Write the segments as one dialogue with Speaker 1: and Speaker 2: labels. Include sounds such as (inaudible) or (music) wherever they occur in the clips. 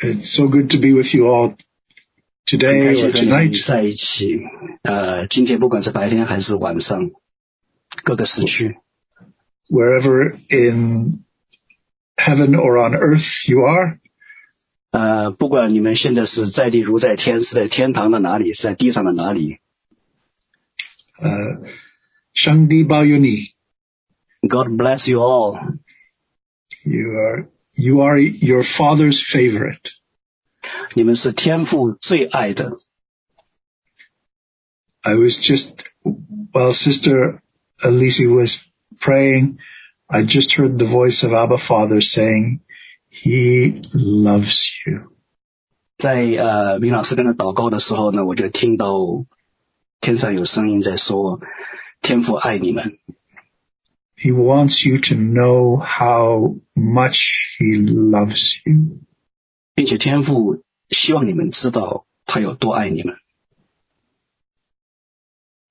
Speaker 1: It's so good to be with you all
Speaker 2: 哎很
Speaker 1: today
Speaker 2: 开
Speaker 1: or
Speaker 2: 心和你
Speaker 1: tonight.
Speaker 2: 在一起。呃，今天不管是白天还是晚上，各个时区，
Speaker 1: wherever in heaven or on earth you are,
Speaker 2: 呃，不管你们现在是在地如在天，是在天堂的哪里，是在地上的哪里
Speaker 1: uh, Shangdi Bayoni,
Speaker 2: ，God bless you all。
Speaker 1: you are, you are your father's favorite.
Speaker 2: 你们是天父最爱的。
Speaker 1: I was just, while sister Elise was praying, I just heard the voice of Abba Father saying, he loves you.
Speaker 2: 在呃，明老师跟他祷告的时候呢，我就听到天上有声音在说：“天父爱你们，
Speaker 1: He wants you to know how much he loves you.
Speaker 2: 并且天父希望你们知道他有多爱你们。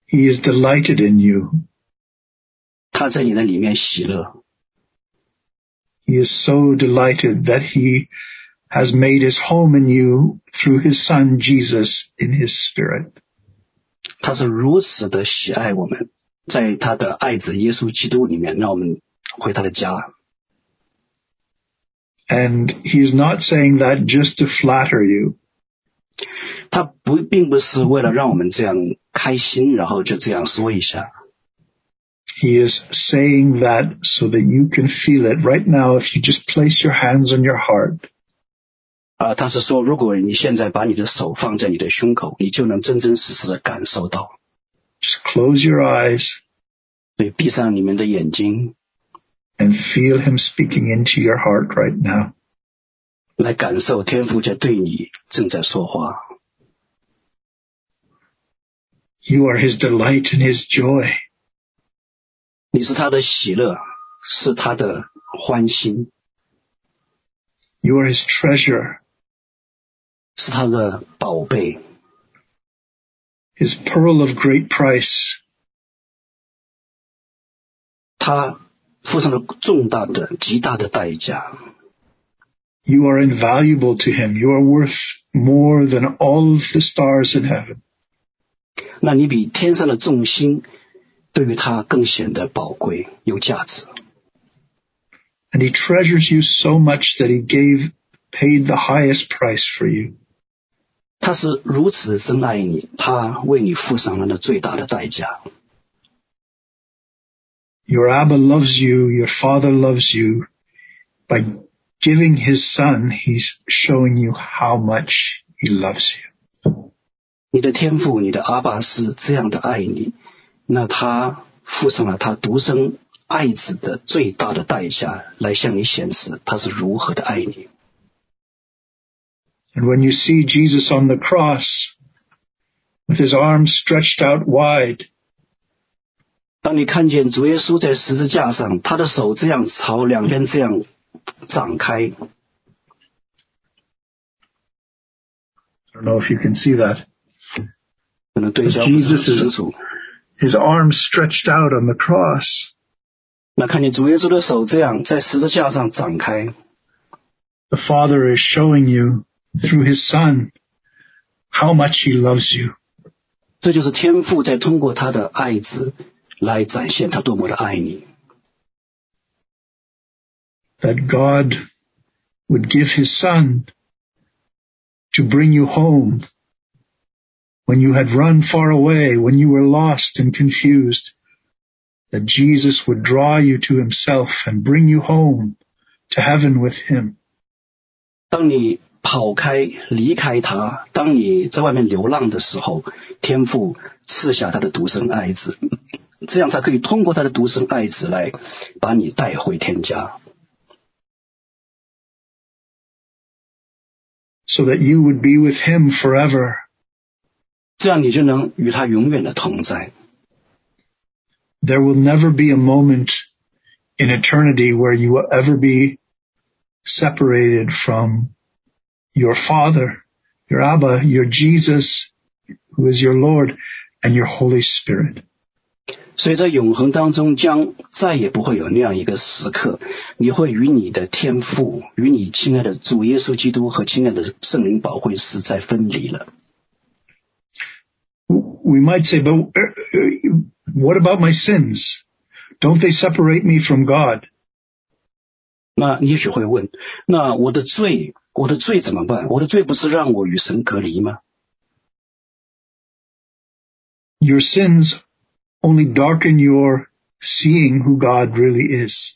Speaker 1: He is delighted in you.
Speaker 2: 他在你的里面喜乐，
Speaker 1: He is so delighted that he has made his home in you through his son Jesus in his spirit.
Speaker 2: 他是如此的喜爱我们，在他的爱子耶稣基督里面，让我们回他的家。
Speaker 1: And he is not saying that just to flatter you.
Speaker 2: 他不并不是为了让我们这样开心，然后就这样说一下。
Speaker 1: He is saying that so that you can feel it right now if you just place your hands on your heart.
Speaker 2: 啊、他是说，如果你现在把你的手放在你的胸口，你就能真真实实的感受到。
Speaker 1: Just close your eyes
Speaker 2: 对，闭上你们的眼睛，
Speaker 1: and feel him speaking into your heart right now.
Speaker 2: 来感受天父在对你正在说话。
Speaker 1: You are his delight and his joy.
Speaker 2: 你是他的喜乐，是他的欢心，
Speaker 1: You are his treasure,
Speaker 2: 是他的宝贝，
Speaker 1: his pearl of great price.
Speaker 2: 他付上了重大的、极大的代价。
Speaker 1: You are invaluable to him. You are worth more than all of the stars in heaven.
Speaker 2: 那你比天上的众星对于他更显得宝贵、有价值。
Speaker 1: And he treasures you so much that he gave, paid the highest price for you.
Speaker 2: 他是如此珍爱你，他为你付上了那最大的代价。
Speaker 1: Your Abba loves you. Your father loves you. By giving his son, he's showing you how much he loves you.
Speaker 2: 你的天赋，你的阿爸是这样的爱你，那他付上了他独生爱子的最大的代价，来向你显示他是如何的爱你。
Speaker 1: And when you see Jesus on the cross with his arms stretched out wide,
Speaker 2: 当你看见主耶稣在十字架上，他的手这样朝两边这样展开，
Speaker 1: I don't know if you can see that.
Speaker 2: 可能对焦不是
Speaker 1: Jesus is-
Speaker 2: 很清楚。
Speaker 1: His arms stretched out on the cross.
Speaker 2: 那看见主耶稣的手这样在十字架上展开，
Speaker 1: the Father is showing you through His Son how much He loves you.
Speaker 2: 这就是天父在通过他的爱子来展现他多么的爱你。
Speaker 1: That God would give His Son to bring you home when you had run far away, when you were lost and confused. That Jesus would draw you to Himself and bring you home to heaven with Him.
Speaker 2: 当你跑开、离开他，当你在外面流浪的时候，天父赐下他的独生爱子，这样才可以通过他的独生爱子来把你带回天家，
Speaker 1: So that you would be with Him forever.
Speaker 2: 这样你就能与他永远的同在。
Speaker 1: there will never be a moment in eternity where you will ever be separated from your Father, your Abba, your Jesus, who is your Lord, and your Holy Spirit.
Speaker 2: 所以在永恒当中，将再也不会有那样一个时刻，你会与你的天父、与你亲爱的主耶稣基督和亲爱的圣灵保惠师在分离了。
Speaker 1: We might say, but uh, uh, what about my sins? Don't they separate me from God?
Speaker 2: 那你也许会问，那我的罪，我的罪怎么办？我的罪不是让我与神隔离吗？
Speaker 1: Your sins only darken your seeing who God really is.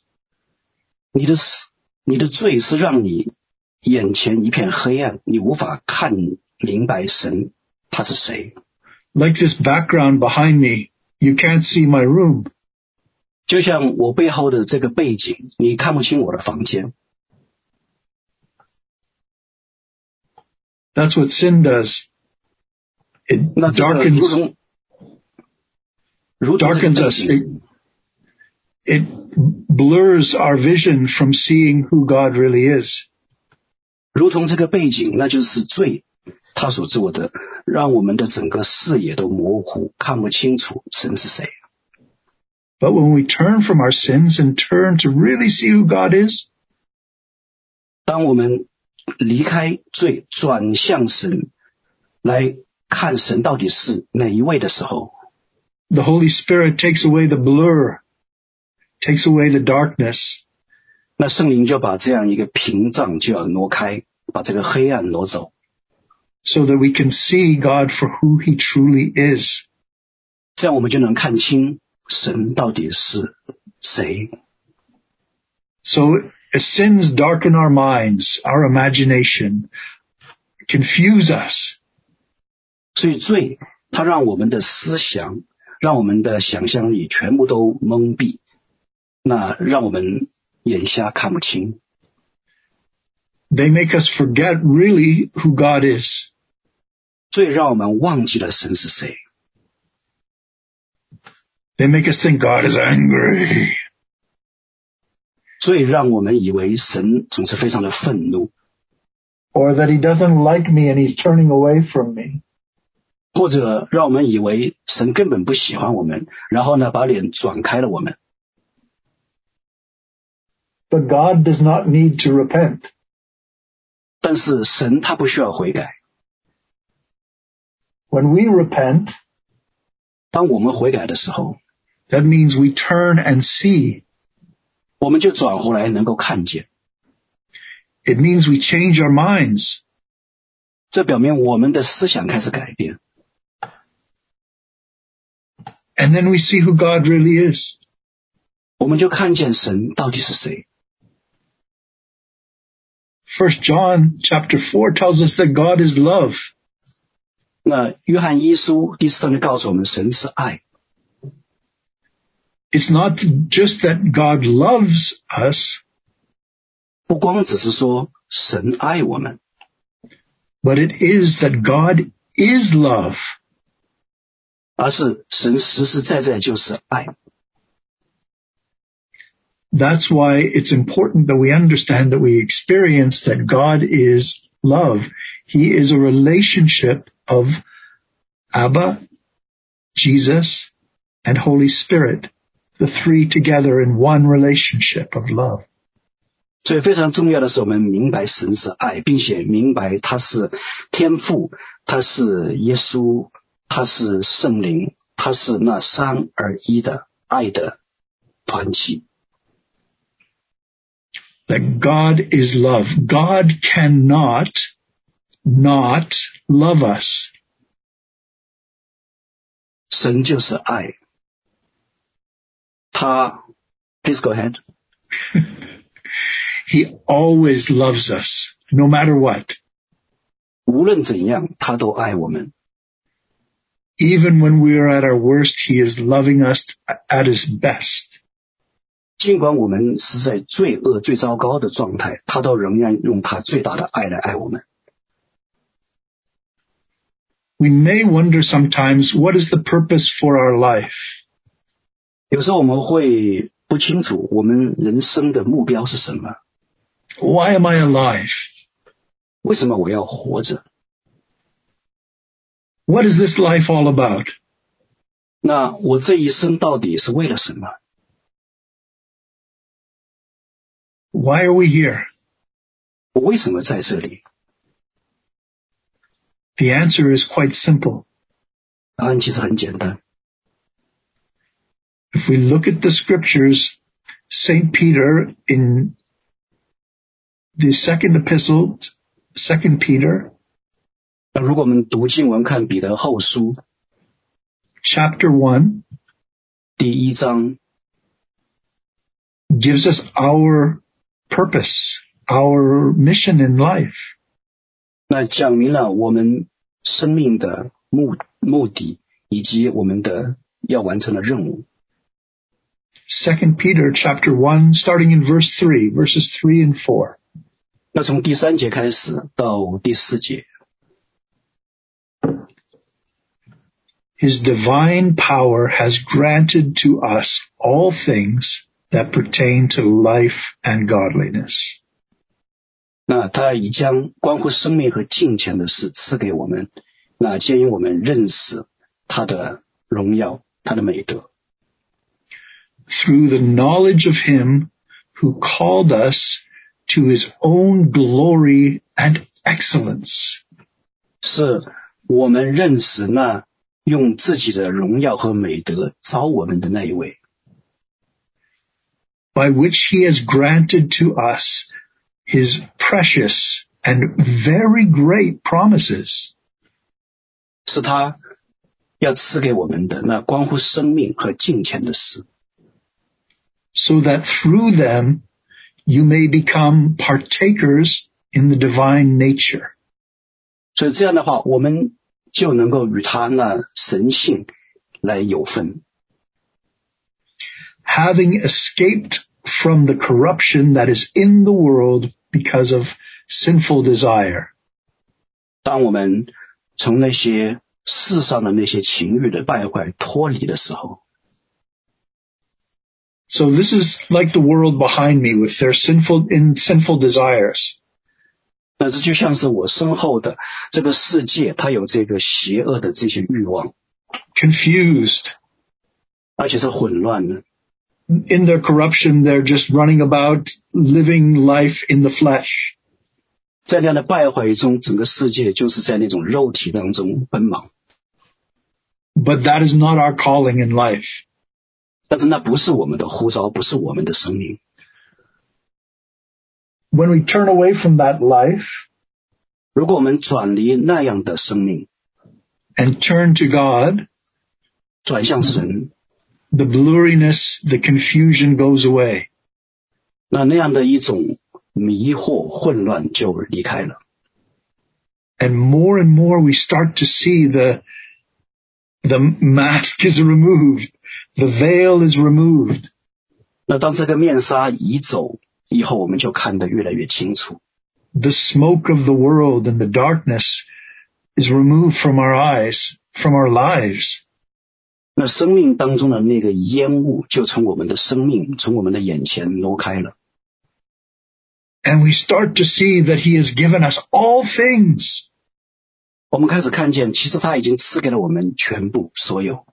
Speaker 2: 你的死你的罪是让你眼前一片黑暗，你无法看明白神他是谁。
Speaker 1: Like this background behind me, you can't see my room.
Speaker 2: 就像我背后的这个背景，你看不清我的房间，
Speaker 1: That's what sin does. It
Speaker 2: 那这个如
Speaker 1: darkens,
Speaker 2: 同如同这个
Speaker 1: darkens
Speaker 2: 背
Speaker 1: us.
Speaker 2: 景
Speaker 1: It, it blurs our vision from seeing who God really is.
Speaker 2: 如同这个背景，那就是罪，他所做的，让我们的整个视野都模糊，看不清楚神是谁。
Speaker 1: But when we turn from our sins and turn to really see who God is,
Speaker 2: 当我们离开罪，转向神，来看神到底是哪一位的时候，
Speaker 1: the Holy Spirit takes away the blur, takes away the darkness,
Speaker 2: 那圣灵就把这样一个屏障就要挪开，把这个黑暗挪走，
Speaker 1: so that we can see God for who He truly is.
Speaker 2: 这样我们就能看清神到底是谁。
Speaker 1: So as sins darken our minds, our imagination, confuse us,
Speaker 2: 所以罪，它让我们的思想，让我们的想象力全部都蒙蔽，那让我们眼瞎看不清，
Speaker 1: they make us forget really who God is.
Speaker 2: 罪让我们忘记了神是谁，
Speaker 1: They make us think God is angry.
Speaker 2: 罪让我们以为神总是非常的愤怒，
Speaker 1: Or that he doesn't like me and he's turning away from me.
Speaker 2: 或者让我们以为神根本不喜欢我们，然后呢把脸转开了我们。
Speaker 1: But God does not need to repent.
Speaker 2: 但是神他不需要悔改，
Speaker 1: When we repent,
Speaker 2: 当我们悔改的时候，
Speaker 1: that means we turn and see.
Speaker 2: 我们就转回来能够看见。
Speaker 1: It means we change our minds.
Speaker 2: 这表明我们的思想开始改变，
Speaker 1: And then we see who God really is.
Speaker 2: 我们就看见神到底是谁。
Speaker 1: First John chapter four tells us that God is love.
Speaker 2: 那约翰一书第四章就告诉我们，神是爱，
Speaker 1: It's not just that God loves us,
Speaker 2: 不光只是说神爱我们，
Speaker 1: but it is that God is love.
Speaker 2: 而是神实实在在就是爱。
Speaker 1: That's why it's important that we understand that we experience that God is love. He is a relationship of Abba, Jesus, and Holy Spirit, the three together in one relationship of love.
Speaker 2: 所以非常重要的是，我们明白神是爱，并且明白他是天父，他是耶稣，他是圣灵，他是那三而一的爱的团体。
Speaker 1: That God is love. God cannot not love us.
Speaker 2: 神就是爱，他，please go ahead。
Speaker 1: He always loves us, no matter what.
Speaker 2: 无论怎样，他都爱我们。
Speaker 1: Even when we are at our worst, He is loving us at His best.
Speaker 2: 尽管我们是在罪恶最糟糕的状态，他都仍然用他最大的爱来爱我们。
Speaker 1: We may wonder sometimes, what is the purpose for our life?
Speaker 2: 有时候我们会不清楚我们人生的目标是什么，
Speaker 1: Why am I alive?
Speaker 2: 为什么我要活着？
Speaker 1: What is this life all about?
Speaker 2: 那我这一生到底是为了什么？
Speaker 1: Why are we here?
Speaker 2: 我为什么在这里？
Speaker 1: The answer is quite simple.
Speaker 2: 答案其实很简单。
Speaker 1: If we look at the scriptures, St. Peter in the second epistle, second Peter
Speaker 2: 那如果我们读经文看彼得后书
Speaker 1: chapter one
Speaker 2: 第一章，
Speaker 1: gives us our purpose, our mission in life.
Speaker 2: 那讲明了我们生命的目目的以及我们的要完成的任务。
Speaker 1: Second Peter chapter one, starting in verse three, verses three and four.
Speaker 2: 那从第三节开始到第四节，
Speaker 1: His divine power has granted to us all things that pertain to life and godliness.
Speaker 2: 那他已将关乎生命和金钱的事赐给我们，那建议我们认识他的荣耀，他的美德。
Speaker 1: Through the knowledge of him who called us to his own glory and excellence.
Speaker 2: 是我们认识那用自己的荣耀和美德招我们的那一位，
Speaker 1: by which he has granted to us his precious and very great promises,
Speaker 2: 是他要赐给我们的那关乎生命和金钱的事，
Speaker 1: so that through them you may become partakers in the divine nature.
Speaker 2: 所以这样的话，我们就能够与他那神性来有分。
Speaker 1: Having escaped from the corruption that is in the world because of sinful desire,
Speaker 2: 当我们从那些世上的那些情欲的败坏脱离的时候，
Speaker 1: So this is like the world behind me with their sinful, in sinful desires.
Speaker 2: 那这就像是我身后的这个世界，它有这个邪恶的这些欲望，
Speaker 1: Confused.
Speaker 2: 而且是混乱的。
Speaker 1: in their corruption, they're just running about living life in the flesh.
Speaker 2: 在那样的败坏中，整个世界就是在那种肉体当中奔忙。
Speaker 1: But that is not our calling in life.
Speaker 2: 但是那不是我们的呼召，不是我们的生命。
Speaker 1: When we turn away from that life
Speaker 2: 如果我们转离那样的生命，
Speaker 1: and turn to God,
Speaker 2: 转向神，
Speaker 1: the blurriness, the confusion goes away.
Speaker 2: 那那样的一种迷惑、混乱就离开了。
Speaker 1: And more and more we start to see the, the mask is removed. The veil is removed.
Speaker 2: 那当这个面纱移走以后，我们就看得越来越清楚。
Speaker 1: The smoke of the world and the darkness is removed from our eyes, from our lives.
Speaker 2: 那生命当中的那个烟雾就从我们的生命，从我们的眼前挪开了。
Speaker 1: and we start to see that he has given us all things
Speaker 2: 我们开始看见，其实他已经赐给了我们全部所有。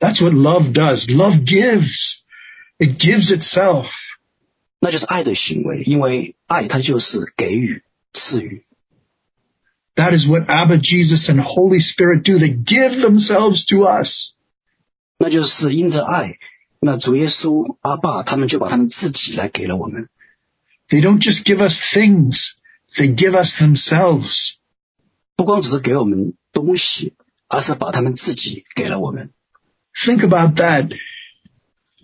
Speaker 1: that's what love does love gives it gives itself
Speaker 2: 那就是爱的行为，因为爱它就是给予、赐予，
Speaker 1: that is what abba jesus and holy spirit do they give themselves to us
Speaker 2: 那就是因着爱，那主耶稣、阿爸他们就把他们自己来给了我们，
Speaker 1: they don't just give us things they give us themselves
Speaker 2: 不光只是给我们东西，而是把他们自己给了我们。
Speaker 1: think about that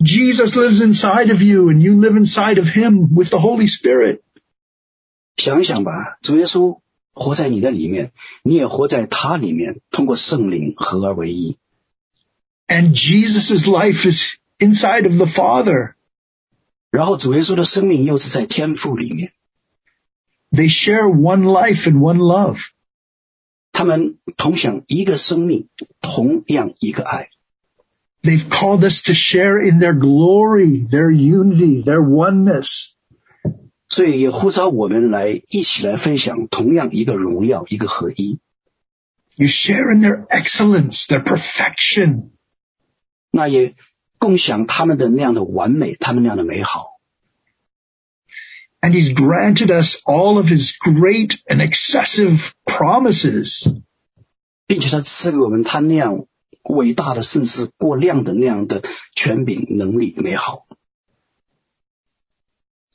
Speaker 1: jesus lives inside of you and you live inside of him with the holy spirit
Speaker 2: 想一想吧，主耶稣活在你的里面，你也活在他里面，通过圣灵合而为一。
Speaker 1: and jesus' life is inside of the father
Speaker 2: 然后主耶稣的生命又是在天赋里面，
Speaker 1: they share one life and one love
Speaker 2: 他们同享一个生命，同样一个爱。
Speaker 1: They've called us to share in their glory, their unity, their oneness.
Speaker 2: 所以也呼召我们来一起来分享同样一个荣耀，一个合一。
Speaker 1: You share in their excellence, their perfection.
Speaker 2: 那也共享他们的那样的完美，他们那样的美好。
Speaker 1: And he's granted us all of his great and excessive promises.
Speaker 2: 并且他赐给我们他那样伟大的，甚至过量的那样的权柄、能力、美好，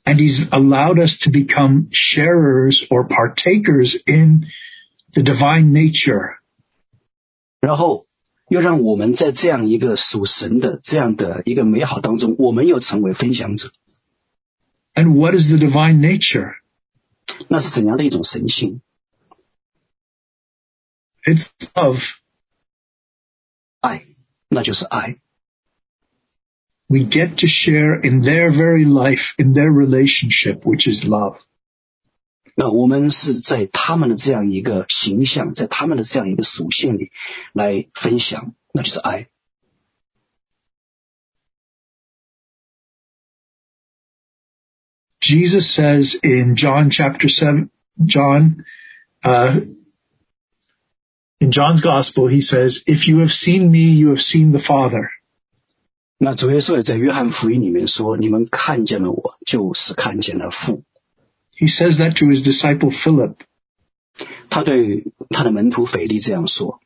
Speaker 1: And he's allowed us to become sharers or partakers in the divine nature.
Speaker 2: 然后又让我们在这样一个属神的这样的一个美好当中，我们又成为分享者。
Speaker 1: And what is the divine nature?
Speaker 2: 那是怎样的一种神性？
Speaker 1: It's love.
Speaker 2: 爱，那就是爱。
Speaker 1: We get to share in their very life, in their relationship, which is love.
Speaker 2: 那我们是在他们的这样一个形象，在他们的这样一个属性里来分享，那就是爱。
Speaker 1: Jesus says in John chapter seven, John, uh, in John's gospel, he says, if you have seen me, you have seen the Father.
Speaker 2: 那主耶稣也在约翰福音里面说：“你们看见了我，就是看见了父。
Speaker 1: He says that to his disciple Philip. ”
Speaker 2: 他对他的门徒腓力这样说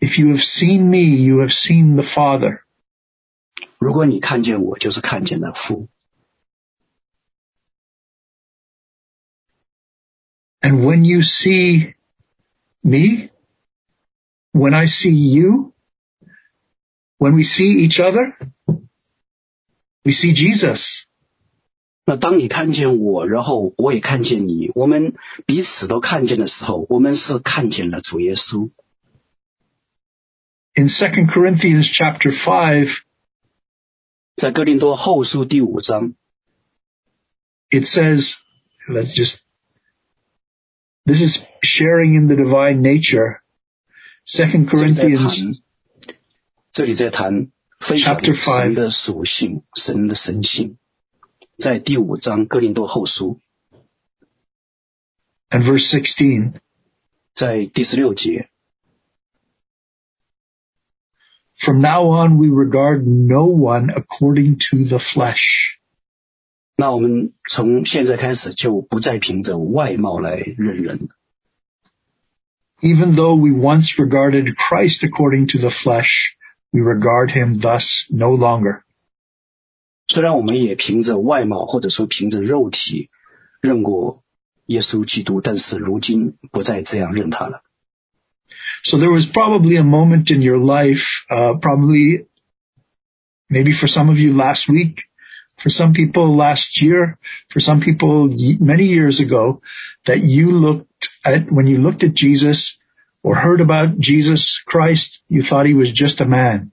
Speaker 1: If you have seen me, you have seen the Father.：“
Speaker 2: 如果你看见我，就是看见了父。
Speaker 1: And when you see me, when I see you, when we see each other, we see Jesus. ”
Speaker 2: 那当你看见我，然后我也看见你，我们彼此都看见的时候，我们是看见了主耶稣。
Speaker 1: In 2 Corinthians chapter 5,
Speaker 2: 在哥林多后书第五章
Speaker 1: it says, let's just, this is sharing in the divine nature. 2 Corinthians
Speaker 2: 这里在谈分享
Speaker 1: Chapter five
Speaker 2: 神的属性、神的神性，在第五章哥林多后书，
Speaker 1: and verse 16.
Speaker 2: 在第十六节，
Speaker 1: From now on, we regard no one according to the flesh.
Speaker 2: 那我们从现在开始就不再凭着外貌来认人，
Speaker 1: Even though we once regarded Christ according to the flesh, we regard him thus no longer.
Speaker 2: 虽然我们也凭着外貌或者说凭着肉体认过耶稣基督，但是如今不再这样认他了。
Speaker 1: So there was probably a moment in your life, uh, probably maybe for some of you last week, for some people last year, for some people ye- many years ago, that you looked at, when you looked at Jesus or heard about Jesus Christ, you thought he was just a man.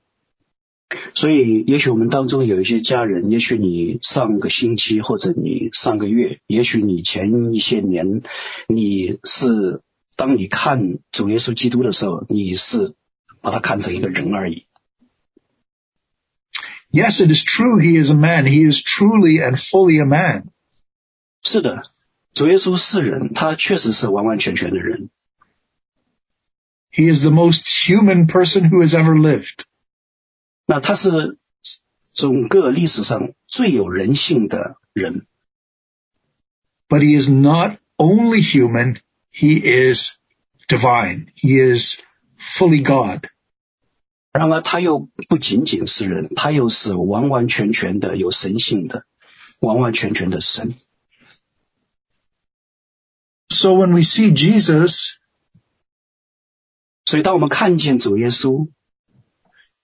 Speaker 2: 所以，也许我们当中有一些家人，也许你上个星期或者你上个月，也许你前一些年，你是当你看主耶稣基督的时候，你是把他看成一个人而已。
Speaker 1: Yes, it is true. He is a man. He is truly and fully a man.
Speaker 2: 是的，主耶稣是人，他确实是完完全全的人，
Speaker 1: He is the most human person who has ever lived.
Speaker 2: 那他是整个历史上最有人性的人，
Speaker 1: But he is not only human. He is divine. He is fully God.
Speaker 2: 然而他又不仅仅是人，他又是完完全全的有神性的，完完全全的神。
Speaker 1: So when we see Jesus,
Speaker 2: 所以，当我们看见主耶稣，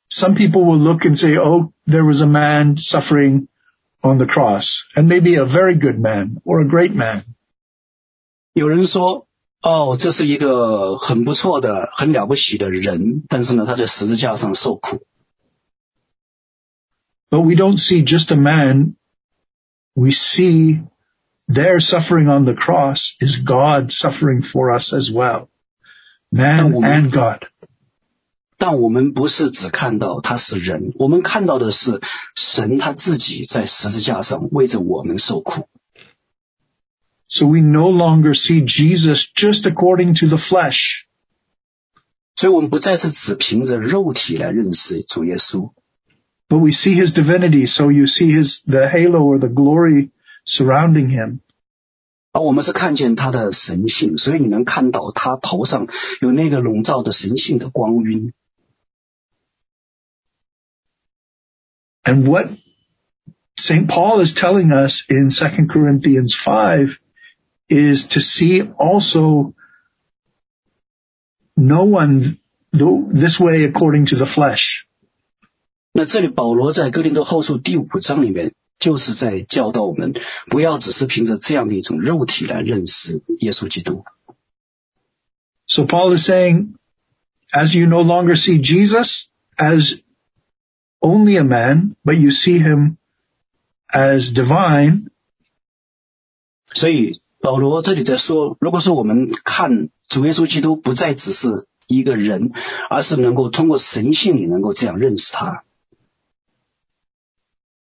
Speaker 1: some people will look and say, Oh, there was a man suffering on the cross and maybe a very good man or a great man.
Speaker 2: 有人说：“哦，这是一个很不错的、很了不起的人，但是呢，他在十字架上受苦。
Speaker 1: But we don't see just a man. We see their suffering on the cross is God suffering for us as well. Man
Speaker 2: Oh.
Speaker 1: and God. ”
Speaker 2: 但我们不是只看到他是人，我们看到的是神他自己在十字架上为着我们受苦。
Speaker 1: So we no longer see Jesus just according to the flesh.
Speaker 2: 所以，我们不再是只凭着肉体来认识主耶稣，
Speaker 1: But we see his divinity, so you see his, the halo or the glory surrounding him.
Speaker 2: 而我们是看见他的神性，所以你能看到他头上有那个笼罩着神性的光晕。
Speaker 1: And what St. Paul is telling us in 2 Corinthians 5 is to see also no one th- this way according to the flesh.
Speaker 2: 那这里保罗在哥林多后书第五章里面，就是在教导我们，不要只是凭着这样的一种肉体来认识耶稣基督。
Speaker 1: So Paul is saying, as you no longer see Jesus as only a man, but you see him as divine,
Speaker 2: 所以保罗这里在说，如果说我们看主耶稣基督不再只是一个人，而是能够通过神性也能够这样认识他，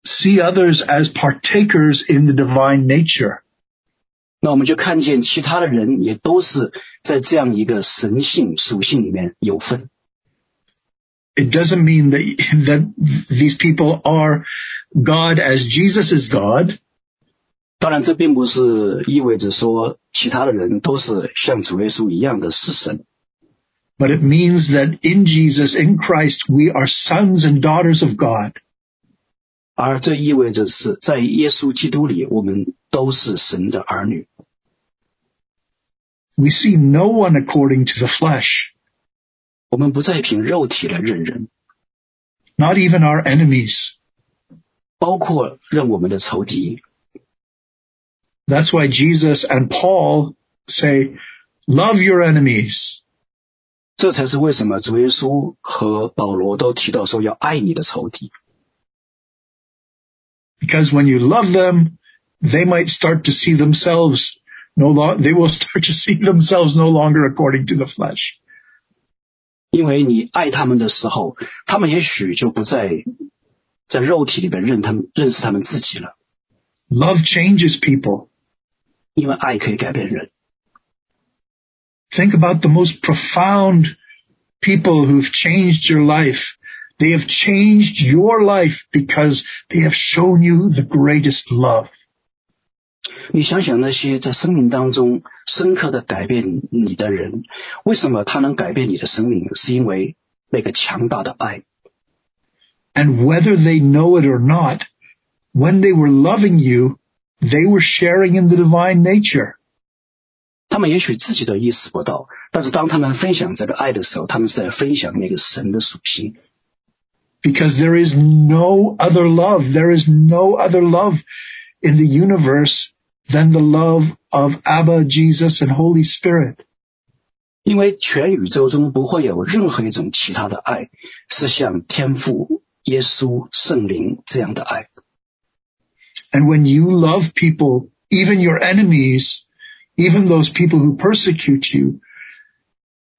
Speaker 1: see others as partakers in the divine nature.
Speaker 2: 那我们就看见其他的人也都是在这样一个神性属性里面有份。
Speaker 1: It doesn't mean that, (laughs) that these people are God as Jesus is God,
Speaker 2: 当然，这并不是意味着说其他的人都是像主耶稣一样的是神，
Speaker 1: but it means that in Jesus, in Christ, we are sons and daughters of God.
Speaker 2: 而这意味着是在耶稣基督里，我们都是神的儿女。
Speaker 1: We see no one according to the flesh,
Speaker 2: 我们不再凭肉体来认人，
Speaker 1: not even our enemies.
Speaker 2: 包括认我们的仇敌。
Speaker 1: That's why Jesus and Paul say, love your enemies.
Speaker 2: 这才是为什么主耶稣和保罗都提到说要爱你的仇敌，
Speaker 1: Because when you love them, they might start to see themselves no lo- they will (laughs) start to see themselves no longer according to the flesh.
Speaker 2: 因为你爱他们的时候，他们也许就不再在肉体里面认他们认识他们自己了，
Speaker 1: Love changes people.
Speaker 2: 因为爱可以改变人。
Speaker 1: Think about the most profound people who've changed your life. They have changed your life because they have shown you the greatest love.
Speaker 2: 你想想那些在生命当中深刻的改变你的人，为什么他能改变你的生命？是因为那个强大的爱。
Speaker 1: And whether they know it or not, when they were loving you, they were sharing in the divine nature.
Speaker 2: 他们也许自己都意识不到，但是当他们分享这个爱的时候，他们是在分享那个神的属性。
Speaker 1: Because there is no other love. There is no other love in the universe than the love of Abba, Jesus, and Holy Spirit.
Speaker 2: 因为全宇宙中不会有任何一种其他的爱是像天父、耶稣、圣灵这样的爱。
Speaker 1: And when you love people, even your enemies, even those people who persecute you,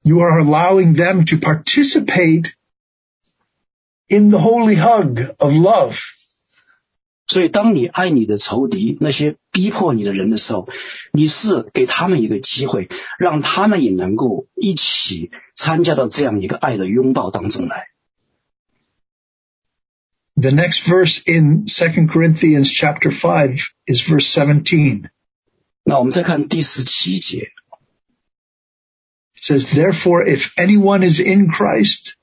Speaker 1: you are allowing them to participate in the holy hug of love.
Speaker 2: 所以，当你爱你的仇敌、那些逼迫你的人的时候，你是给他们一个机会，让他们也能够一起参加到这样一个爱的拥抱当中来。
Speaker 1: The next verse in 2 Corinthians chapter 5 is verse 17. It
Speaker 2: 那我们再看第十七节，
Speaker 1: says, Therefore, if anyone is in Christ,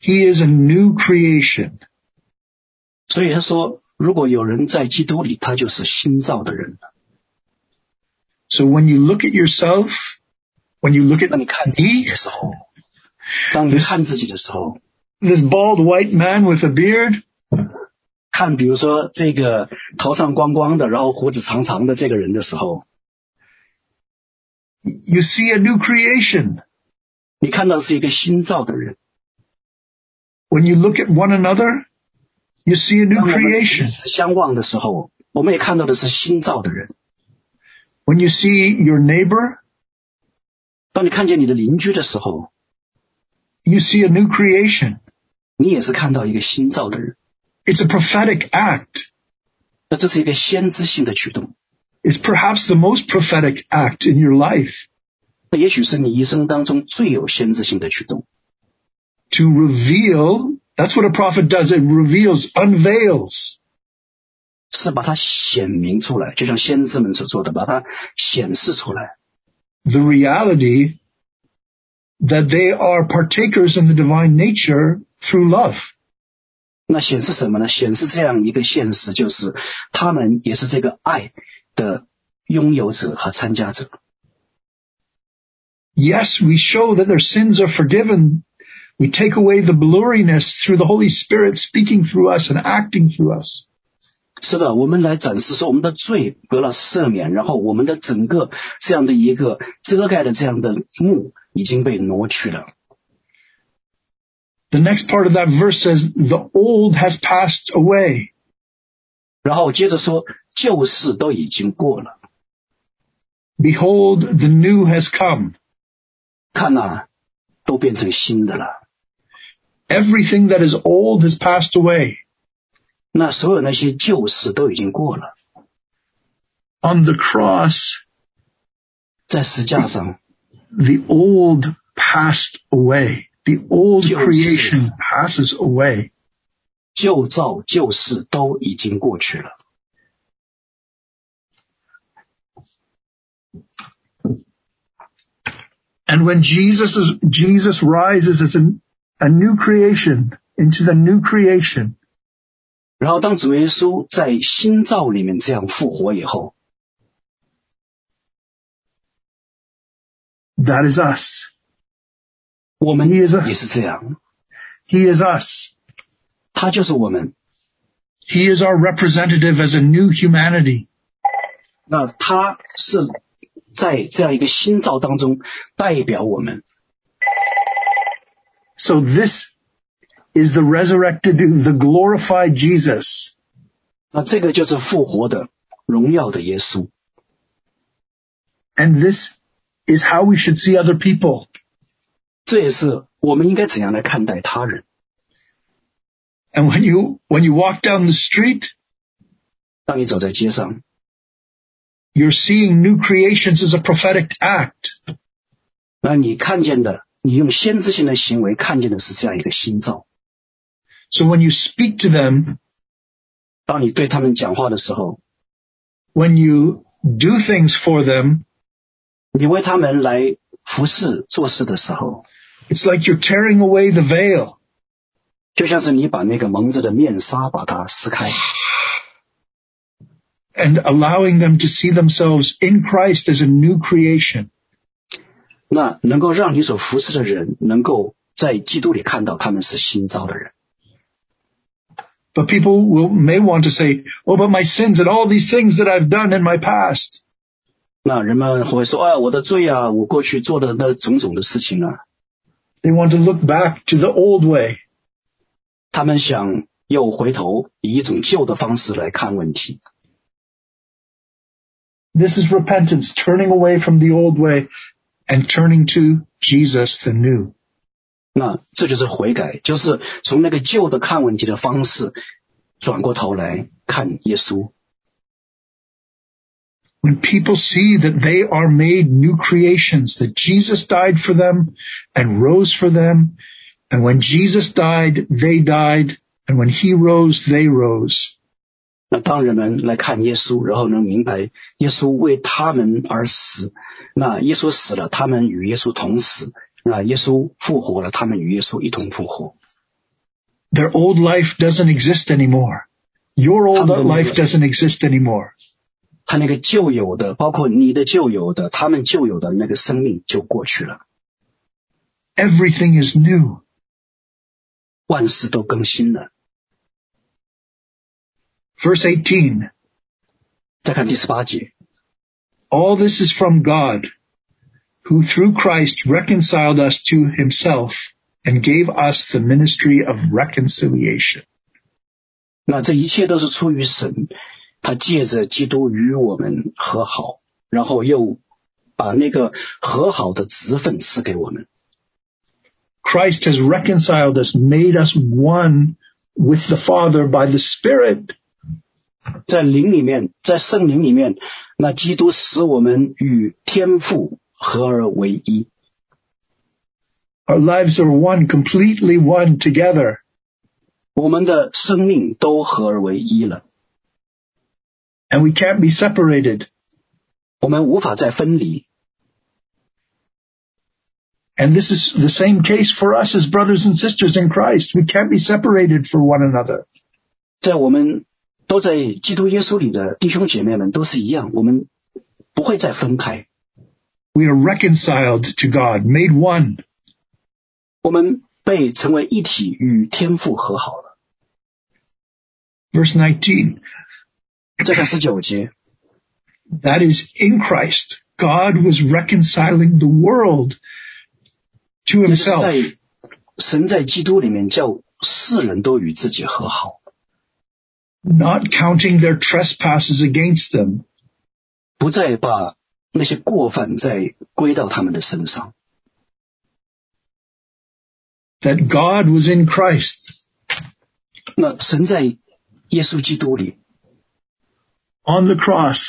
Speaker 1: he is a new creation.
Speaker 2: 所以他说，如果有人在基督里，他就是新造的人。
Speaker 1: So when you look at yourself, when you look at
Speaker 2: 那你看自己
Speaker 1: me,
Speaker 2: 的时候，当你看自己的时候，
Speaker 1: this bald white man with a beard,
Speaker 2: 看，比如说这个头上光光的，然后胡子长长的这个人的时候，
Speaker 1: you see a new creation.
Speaker 2: 你看到是一个新造的人。
Speaker 1: When you look at one another, you see a
Speaker 2: 当
Speaker 1: new
Speaker 2: 我们彼
Speaker 1: creation.
Speaker 2: 此相望的时候，我们也看到的是新造的人。
Speaker 1: When you see your neighbor,
Speaker 2: 当你看见你的邻居的时候，
Speaker 1: you see a new creation.
Speaker 2: 你也是看到一个新造的人。
Speaker 1: It's a prophetic act.
Speaker 2: 那这是一个先知性的举动，
Speaker 1: It's perhaps the most prophetic act in your life.
Speaker 2: 那也许是你一生当中最有先知性的举动，
Speaker 1: to reveal That's what a prophet does. It reveals, unveils.
Speaker 2: 是把它显明出来，就像先知们所做的，把它显示出来。
Speaker 1: the reality that they are partakers in the divine nature through love.
Speaker 2: 那显示什么呢？显示这样一个现实，就是他们也是这个爱的拥有者和参加者。
Speaker 1: Yes, we show that their sins are forgiven. We take away the blurriness through the Holy Spirit speaking through us and acting through us.
Speaker 2: 是的，我们来展示说我们的罪得了赦免，然后我们的整个这样的一个遮盖的这样的幕已经被挪去了。
Speaker 1: The next part of that verse says, the old has passed away.
Speaker 2: 然后接着说，旧事都已经过了，
Speaker 1: Behold, the new has come.
Speaker 2: 看呐、都变成新的了。
Speaker 1: Everything that is old has passed away.
Speaker 2: 那所有那些旧事都已经过了，
Speaker 1: On the cross,
Speaker 2: 在石架上，
Speaker 1: the old passed away. The old
Speaker 2: Yes.
Speaker 1: creation passes away.
Speaker 2: 旧造旧事都已经过去了。
Speaker 1: And when Jesus is, Jesus rises as a, a new creation into the new creation,
Speaker 2: 然后，当主耶稣在新造里面这样复活以后，
Speaker 1: that is us.
Speaker 2: 我们
Speaker 1: He is a-
Speaker 2: 也是这样，
Speaker 1: He is us.
Speaker 2: 他就是我们。
Speaker 1: He is our representative as a new humanity.
Speaker 2: 那他是在这样一个新造当中代表我们，
Speaker 1: So this is the resurrected, the glorified Jesus.
Speaker 2: 那这个就是复活的荣耀的耶稣。
Speaker 1: And this is how we should see other people.
Speaker 2: 这也是我们应该怎样来看待他人。
Speaker 1: And when you, when you walk down the street,
Speaker 2: 当你走在街上，
Speaker 1: you're seeing new creations as a prophetic act.
Speaker 2: 那你看见的，你用先知性的行为看见的是这样一个新造。
Speaker 1: So when you speak to them,
Speaker 2: 当你对他们讲话的时候，
Speaker 1: when you do things for them,
Speaker 2: 你为他们来服侍做事的时候，
Speaker 1: It's like you're tearing away the veil.
Speaker 2: 就像是你把那个蒙着的面纱把它撕开，
Speaker 1: And allowing them to see themselves in Christ as a new creation.
Speaker 2: 那能够让你所服侍的人能够在基督里看到他们是新造的人。
Speaker 1: But people will, may want to say, oh, but my sins and all these things that I've done in my past.
Speaker 2: 那人们会说：“哎，我的罪啊，我过去做的那种种的事情啊。
Speaker 1: They want to look back to the old way. ”
Speaker 2: 他们想又回头以一种旧的方式来看问题，
Speaker 1: This is repentance, turning away from the old way and turning to Jesus the new.
Speaker 2: 那这就是悔改，就是从那个旧的看问题的方式转过头来看耶稣。
Speaker 1: When people see that they are made new creations, that Jesus died for them and rose for them, and when Jesus died, they died, and when he rose, they rose.
Speaker 2: 那当人们来看耶稣，然后能明白耶稣为他们而死，那耶稣死了，他们与耶稣同死；那耶稣复活了，他们与耶稣一同复活。
Speaker 1: Their old life doesn't exist anymore. Your old
Speaker 2: Unbelievable.
Speaker 1: life doesn't exist anymore.
Speaker 2: 他那个旧有的，包括你的旧有的，他们旧有的那个生命就过去了，
Speaker 1: Everything is new.
Speaker 2: 万事都更新了。
Speaker 1: Verse 18.
Speaker 2: 再看第十八节，
Speaker 1: All this is from God, who through Christ reconciled us to himself and gave us the ministry of reconciliation.
Speaker 2: 那这一切都是出于神，他借着基督与我们和好，然后又把那个和好的职分赐给我们。
Speaker 1: Christ has reconciled us, made us one with the Father by the Spirit.
Speaker 2: 在灵里面，在圣灵里面，那基督使我们与天父合而为一，
Speaker 1: Our lives are one, completely one together.
Speaker 2: 我们的生命都合而为一了，
Speaker 1: and we can't be separated.
Speaker 2: 我们无法再分离。
Speaker 1: And this is the same case for us as brothers and sisters in Christ. We can't be separated from one another.
Speaker 2: 在我们都在基督耶稣里的弟兄姐妹们都是一样，我们不会再分开，
Speaker 1: We are reconciled to God, made one.
Speaker 2: 我们被成为一体，与天父和好了。
Speaker 1: Verse 19.
Speaker 2: 再看十九节，
Speaker 1: That is in Christ. God was reconciling the world to
Speaker 2: 也是
Speaker 1: himself.
Speaker 2: 在神在基督里面叫世人都与自己和好，
Speaker 1: not counting their trespasses against them.
Speaker 2: 不再把那些过犯再归到他们的身上。
Speaker 1: That God was in Christ,
Speaker 2: 那神在耶稣基督里，
Speaker 1: on the cross,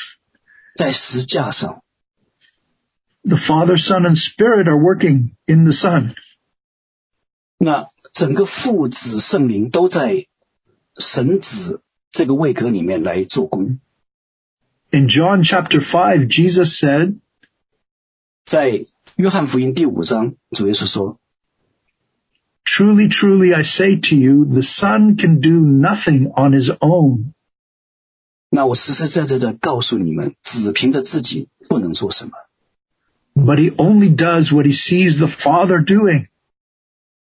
Speaker 2: 在石架上，
Speaker 1: the Father, Son, and Spirit are working in the Son.
Speaker 2: 那整个父子圣灵都在神子这个位格里面来做工。
Speaker 1: In John chapter 5, Jesus said,
Speaker 2: 在约翰福音第五章，主耶稣说
Speaker 1: Truly, truly, I say to you, the Son can do nothing on his own.：“
Speaker 2: 那我实实在在的告诉你们，只凭着自己不能做什么，
Speaker 1: But he only does what he sees the Father doing.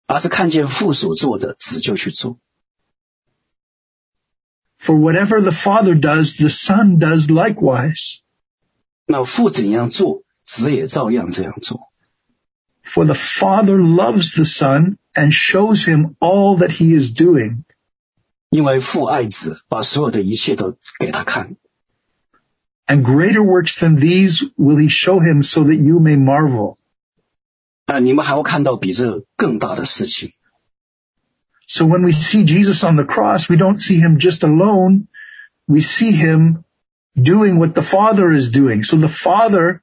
Speaker 2: 而是看见父所做的，子就去做。
Speaker 1: For whatever the Father does, the Son does likewise.
Speaker 2: 那父怎样做，子也照样这样做。
Speaker 1: For the Father loves the Son and shows him all that he is doing.
Speaker 2: 因为父爱子，把所有的一切都给他看。
Speaker 1: And greater works than these will he show him so that you may marvel.
Speaker 2: 那呃你们还会看到比这更大的事情。
Speaker 1: So when we see Jesus on the cross, we don't see him just alone. We see him doing what the Father is doing. So the Father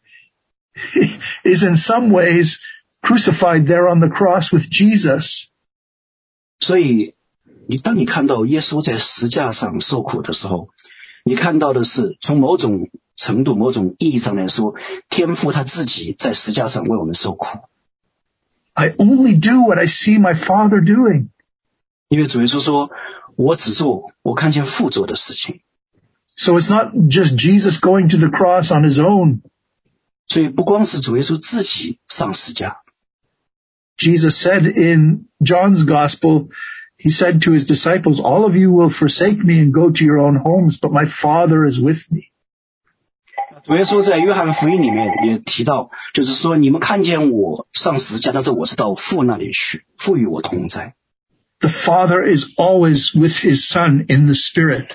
Speaker 1: (laughs) is in some ways crucified there on the cross with Jesus.
Speaker 2: 所以，你当你看到耶稣在石架上受苦的时候，你看到的是从某种程度、某种意义上来说，天父他自己在石架上为我们受苦。
Speaker 1: I only do what I see my Father doing.
Speaker 2: 因为主耶稣说：“我只做我看见父做的事情。
Speaker 1: So it's not just Jesus going to the cross on his own. ”
Speaker 2: 所以，不光是主耶稣自己上石架，
Speaker 1: Jesus said in John's gospel, he said to his disciples, all of you will forsake me and go to your own homes, but my father is with me.
Speaker 2: 主耶稣在约翰福音里面也提到，就是说你们看见我上十字架，但是我是到父那里去，父与我同在。
Speaker 1: The father is always with his son in the spirit.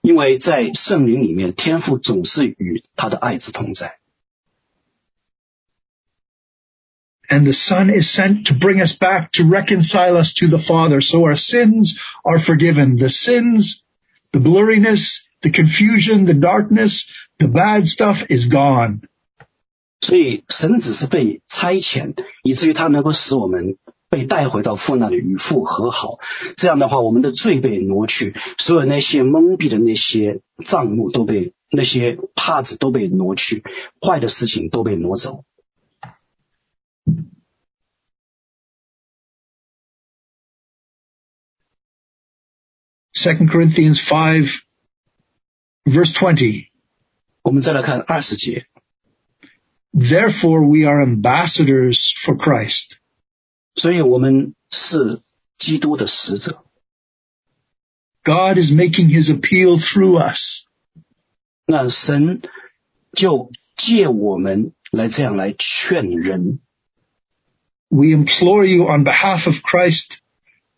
Speaker 2: 因为在圣灵里面，天父总是与他的爱子同在。
Speaker 1: And the son is sent to bring us back, to reconcile us to the father. So our sins are forgiven. The sins, the blurriness, the confusion, the darkness, the bad stuff is gone.
Speaker 2: 所以神只是被差遣，以至于他能够使我们被带回到父那里，与父和好。这样的话，我们的罪被挪去，所有那些蒙蔽的那些账目都被那些帕子都被挪去，坏的事情都被挪走。
Speaker 1: Second Corinthians 5 verse 20.
Speaker 2: 我们再来看二十节。
Speaker 1: Therefore we are ambassadors for Christ.
Speaker 2: 所以我们是基督的使者，
Speaker 1: God is making his appeal through us.
Speaker 2: 那神就借我们来这样来劝人。
Speaker 1: We implore you on behalf of Christ,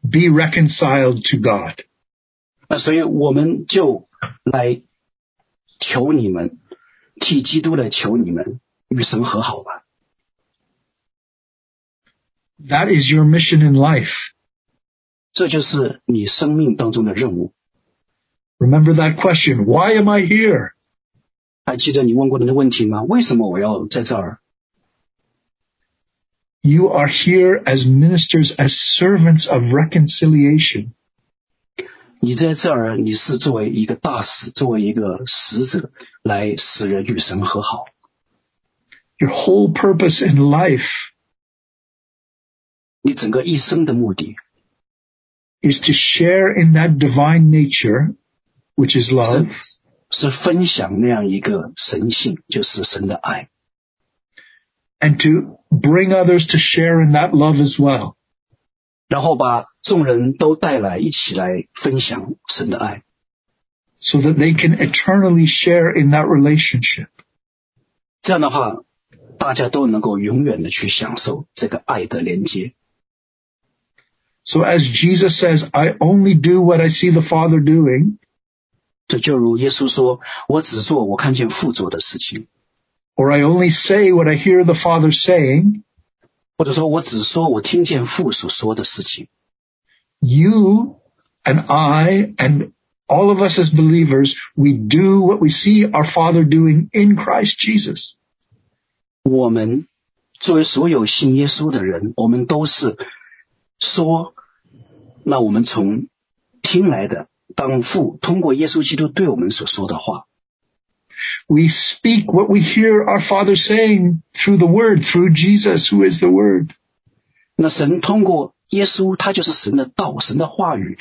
Speaker 1: be reconciled to God.
Speaker 2: 那所以我们就来求你们，替基督来求你们与神和好吧。
Speaker 1: That is your mission in life.
Speaker 2: 这就是你生命当中的任务。
Speaker 1: Remember that question. Why am I here?
Speaker 2: 还记得你问过的那问题吗？为什么我要在这儿？
Speaker 1: You are here as ministers, as servants of reconciliation.
Speaker 2: 你在这儿，你是作为一个大使，作为一个使者，来使人与神和好。
Speaker 1: Your whole purpose in life
Speaker 2: 你整个一生的目的
Speaker 1: is to share in that divine nature, which is love,
Speaker 2: 是分享那样一个神性，就是神的爱，
Speaker 1: and to bring others to share in that love as well.
Speaker 2: 然后把众人都带来，一起来分享神的爱，
Speaker 1: So that they can eternally share in that relationship.
Speaker 2: 这样的话，大家都能够永远的去享受这个爱的连接。
Speaker 1: So as Jesus says, I only do what I see the Father doing,
Speaker 2: 这就如耶稣说：“我只做我看见父做的事情，
Speaker 1: or I only say what I hear the Father saying,
Speaker 2: 或者说我只说我听见父所说的事情。
Speaker 1: you and I and all of us as believers, we do what we see our Father doing in Christ Jesus. ”
Speaker 2: 我们作为所有信耶稣的人，我们都是说，那我们从听来的，当父通过耶稣基督对我们所说的话，
Speaker 1: We speak what we hear our Father saying through the Word, through Jesus, who is the Word.
Speaker 2: 那神通过耶稣，他就是神的道，神的话语。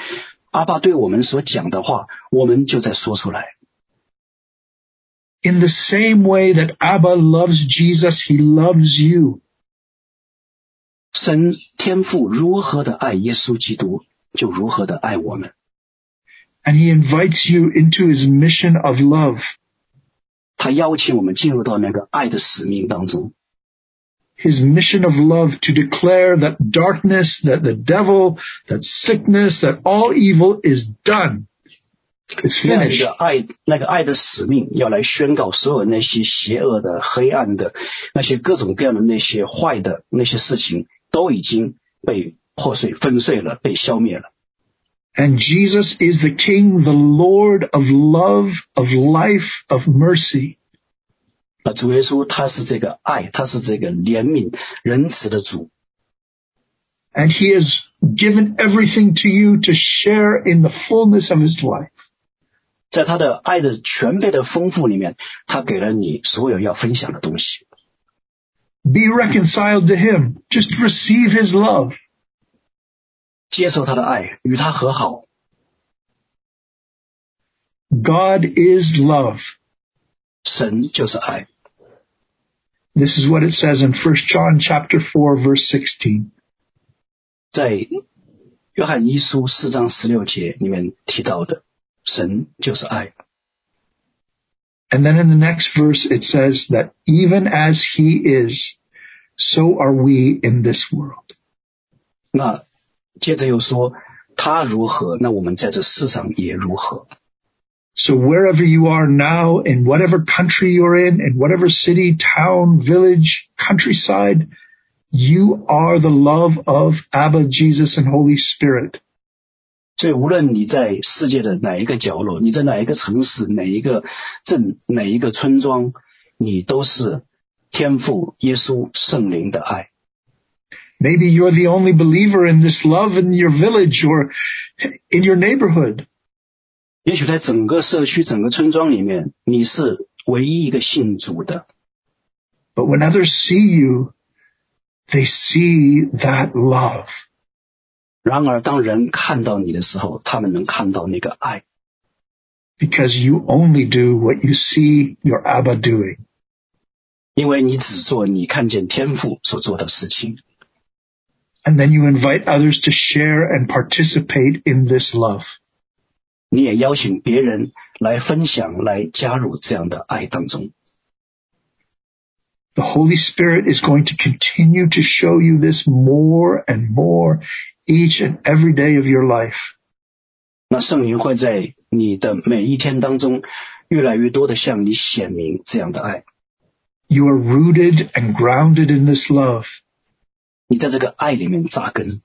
Speaker 2: 阿爸对我们所讲的话，我们就在说出来。
Speaker 1: In the same way that Abba loves Jesus, He loves you.
Speaker 2: 神天父如何的爱耶稣基督，就如何的爱我们。
Speaker 1: And He invites you into His mission of love.
Speaker 2: 他邀请我们进入到那个爱的使命当中。
Speaker 1: his mission of love to declare that darkness, that the devil, that sickness, that all evil is done. It's
Speaker 2: 那样一
Speaker 1: finished.
Speaker 2: 个爱，那个爱的使命，要来宣告所有那些邪恶的、黑暗的、那些各种各样的那些坏的那些事情，都已经被破碎、粉碎了，被消灭了。
Speaker 1: And Jesus is the King, the Lord of love, of life, of mercy.
Speaker 2: 啊，主耶稣他是这个爱，他是这个怜悯仁慈的主，
Speaker 1: And he has given everything to you to share in the fullness of his life.
Speaker 2: 在他的爱的全备的丰富里面，他给了你所有要分享的东西。
Speaker 1: Be reconciled to him. Just receive his love.
Speaker 2: 接受他的爱，与他和好。
Speaker 1: God is love.
Speaker 2: 神就是爱，
Speaker 1: This is what it says in 1 John chapter 4 verse 16.
Speaker 2: 在约翰一书四章十六节里面提到的，神就是爱。
Speaker 1: And then in the next verse, it says that even as he is, so are we in this world.
Speaker 2: 那接着又说，他如何，那我们在这世上也如何。
Speaker 1: So wherever you are now, in whatever country you're in, in whatever city, town, village, countryside, you are the love of Abba, Jesus, and Holy Spirit.
Speaker 2: 所以，无论你在世界的哪一个角落，你在哪一个城市、哪一个镇、哪一个村庄，你都是天赋耶稣圣灵的爱。
Speaker 1: Maybe you're the only believer in this love in your village or in your neighborhood.
Speaker 2: 也许在整个社区、整个村庄里面，你是唯一一个信主的，
Speaker 1: But when others see you, they see that love.
Speaker 2: 然而当人看到你的时候，他们能看到那个爱，
Speaker 1: because you only do what you see your Abba doing.
Speaker 2: 因为你只做你看见天赋所做的事情，
Speaker 1: And then you invite others to share and participate in this love.
Speaker 2: 你也邀请别人来分享、来加入这样的爱当中。
Speaker 1: The Holy Spirit is going to continue to show you this more and more each and every day of your life.
Speaker 2: 那圣灵会在你的每一天当中，越来越多的向你显明这样的爱。
Speaker 1: You are rooted and grounded in this love
Speaker 2: 你在这个爱里面扎根，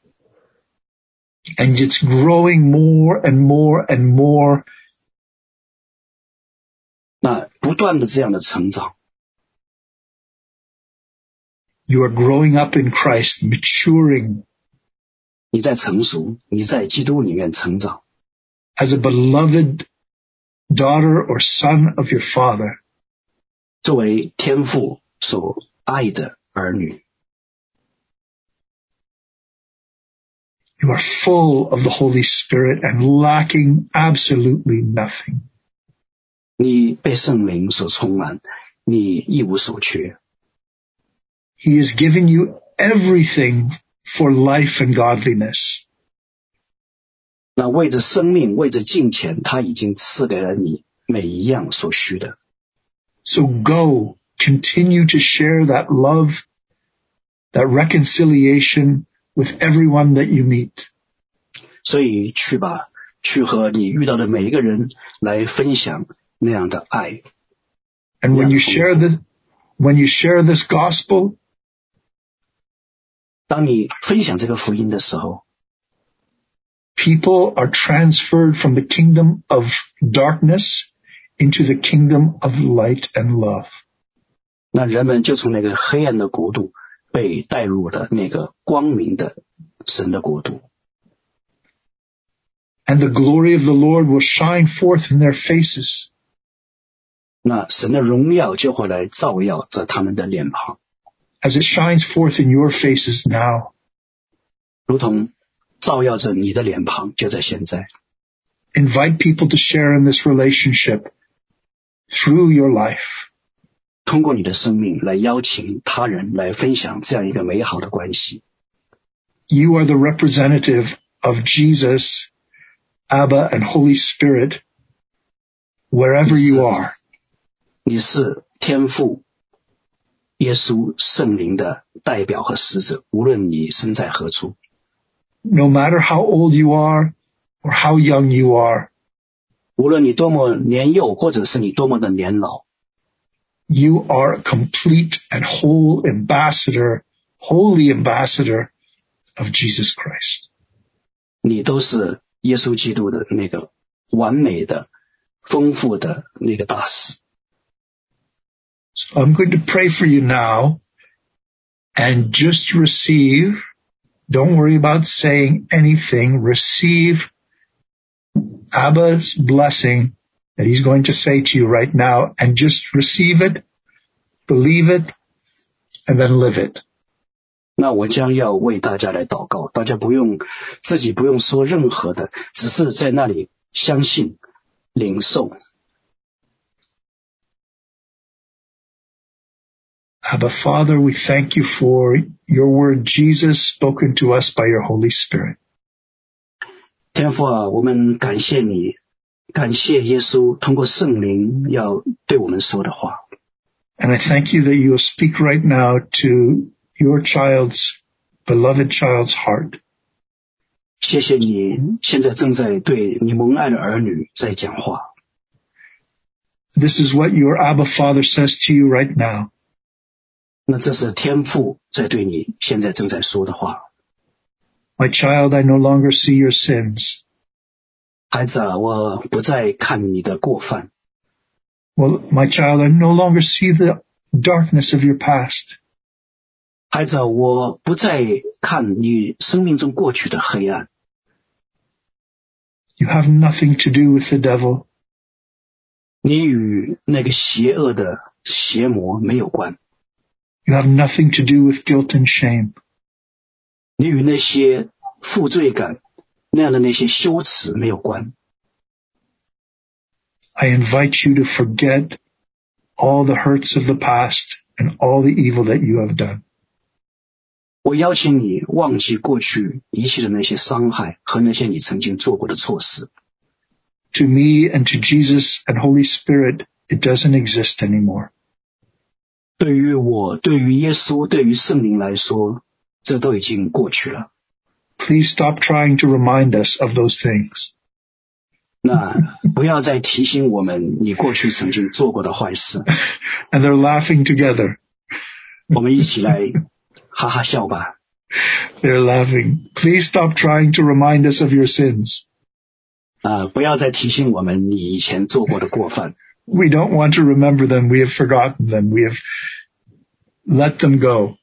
Speaker 1: and it's growing more and more and more.
Speaker 2: 那不断的这样的成长，
Speaker 1: You are growing up in Christ, maturing
Speaker 2: 你在成熟，你在基督里面成长。
Speaker 1: as a beloved daughter or son of your father.
Speaker 2: 作为天父所爱的儿女，
Speaker 1: You are full of the Holy Spirit and lacking absolutely nothing.
Speaker 2: 你被圣灵所充满，你一无所缺。
Speaker 1: He has given you everything for life and godliness.
Speaker 2: 那为着生命，为着金钱，他已经赐给了你每一样所需的。
Speaker 1: So go, continue to share that love, that reconciliation with everyone that you meet.
Speaker 2: 所以去吧，去和你遇到的每一个人来分享那样的爱。
Speaker 1: And when
Speaker 2: Yeah.
Speaker 1: you share the, when you share this gospel,
Speaker 2: 当你分享这个福音的时候，
Speaker 1: people are transferred from the kingdom of darkness into the kingdom of light and love.
Speaker 2: 那人们就从那个黑暗的国度被带入了那个光明的神的国度。
Speaker 1: And the glory of the Lord will shine forth in their faces.
Speaker 2: 那神的荣耀就会来照耀着他们的脸庞，
Speaker 1: as it shines forth in your faces now.
Speaker 2: 如同照耀着你的脸庞，就在现在。
Speaker 1: Invite people to share in this relationship through your life.
Speaker 2: 通过你的生命来邀请他人来分享这样一个美好的关系。
Speaker 1: You are the representative of Jesus, Abba, and Holy Spirit wherever you are.
Speaker 2: 你是天父、耶稣、圣灵的代表和使者，无论你身在何处，
Speaker 1: No matter how old you are or how young you are,
Speaker 2: 无论你多么年幼，或者是你多么的年老，
Speaker 1: you are a complete and whole ambassador, holy ambassador of Jesus Christ.
Speaker 2: 你都是耶稣基督的那个完美的、丰富的那个大使。
Speaker 1: So I'm going to pray for you now and just receive. Don't worry about saying anything. Receive Abba's blessing that he's going to say to you right now and just receive it, believe it, and then live it.
Speaker 2: 那我将要为大家来祷告，大家不用自己不用说任何的，只是在那里相信、领受。
Speaker 1: Abba Father, we thank you for your word, Jesus, spoken to us by your Holy Spirit.
Speaker 2: 天父啊，我们感谢你，感谢耶稣通过圣灵要对我们说的话。
Speaker 1: And I thank you that you will speak right now to your child's, beloved child's heart.
Speaker 2: 谢谢你现在正在对你蒙爱的儿女在讲话，
Speaker 1: This is what your Abba Father says to you right now.
Speaker 2: 那这是天父在对你现在正在说的话。
Speaker 1: My child, I no longer see your sins.
Speaker 2: 孩子啊，我不再看你的过犯，
Speaker 1: Well, my child, I no longer see the darkness of your past.
Speaker 2: 孩子啊，我不再看你生命中过去的黑暗。
Speaker 1: You have nothing to do with the devil.
Speaker 2: 你与那个邪恶的邪魔没有关，
Speaker 1: You have nothing to do with guilt and shame.
Speaker 2: 你与那些负罪感那样的那些羞耻没有关。
Speaker 1: I invite you to forget all the hurts of the past and all the evil that you have done.
Speaker 2: 我邀请你忘记过去一切的那些伤害和那些你曾经做过的错事。
Speaker 1: To me and to Jesus and Holy Spirit, it doesn't exist anymore.
Speaker 2: 对于我、对于耶稣、对于圣灵来说，这都已经过去了。
Speaker 1: Please stop trying to remind us of those things.
Speaker 2: 那不要再提醒我们你过去曾经做过的坏事。
Speaker 1: and they're laughing together.
Speaker 2: 我们一起来哈哈笑吧！
Speaker 1: They're laughing. Please stop trying to remind us of your sins.
Speaker 2: 啊、不要再提醒我们你以前做过的过犯。
Speaker 1: We don't want to remember them. We have forgotten them. We have let them go.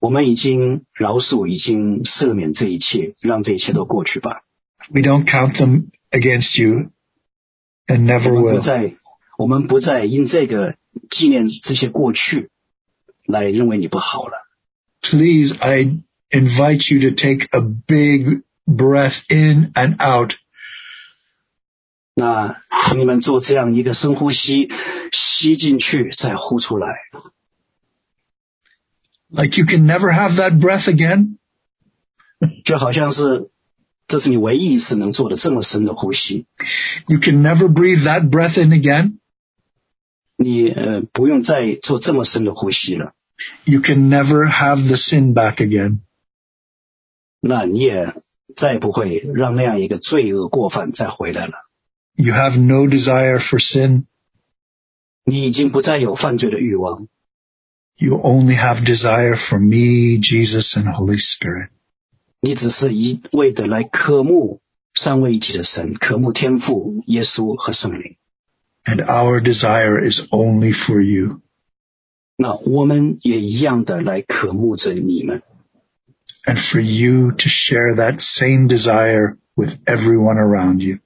Speaker 2: 我们已经饶恕，已经赦免这一切，让这一切都过去吧。
Speaker 1: We don't count them against you and
Speaker 2: 我
Speaker 1: never
Speaker 2: 们不
Speaker 1: will.
Speaker 2: 再，我们不再因这个纪念这些过去，来认为你不好了。
Speaker 1: Please, I invite you to take a big breath in and out.
Speaker 2: 那请你们做这样一个深呼吸，吸进去再呼出来，
Speaker 1: Like you can never have that breath again.
Speaker 2: 就好像是这是你唯一一次能做的这么深的呼吸。
Speaker 1: You can never breathe that breath in again.
Speaker 2: 你呃不用再做这么深的呼吸了，
Speaker 1: You can never have the sin back again.
Speaker 2: 那你也再不会让那样一个罪恶过犯再回来了。
Speaker 1: You have no desire for sin.
Speaker 2: 你已经不再有犯罪的欲望，
Speaker 1: You only have desire for me, Jesus, and Holy Spirit.
Speaker 2: 你只是一味的来渴慕三位一体的神，渴慕天父、耶稣和圣灵。
Speaker 1: And our desire is only for you.
Speaker 2: 那我们也一样的来渴慕着你们，
Speaker 1: and for you to share that same desire with everyone around you.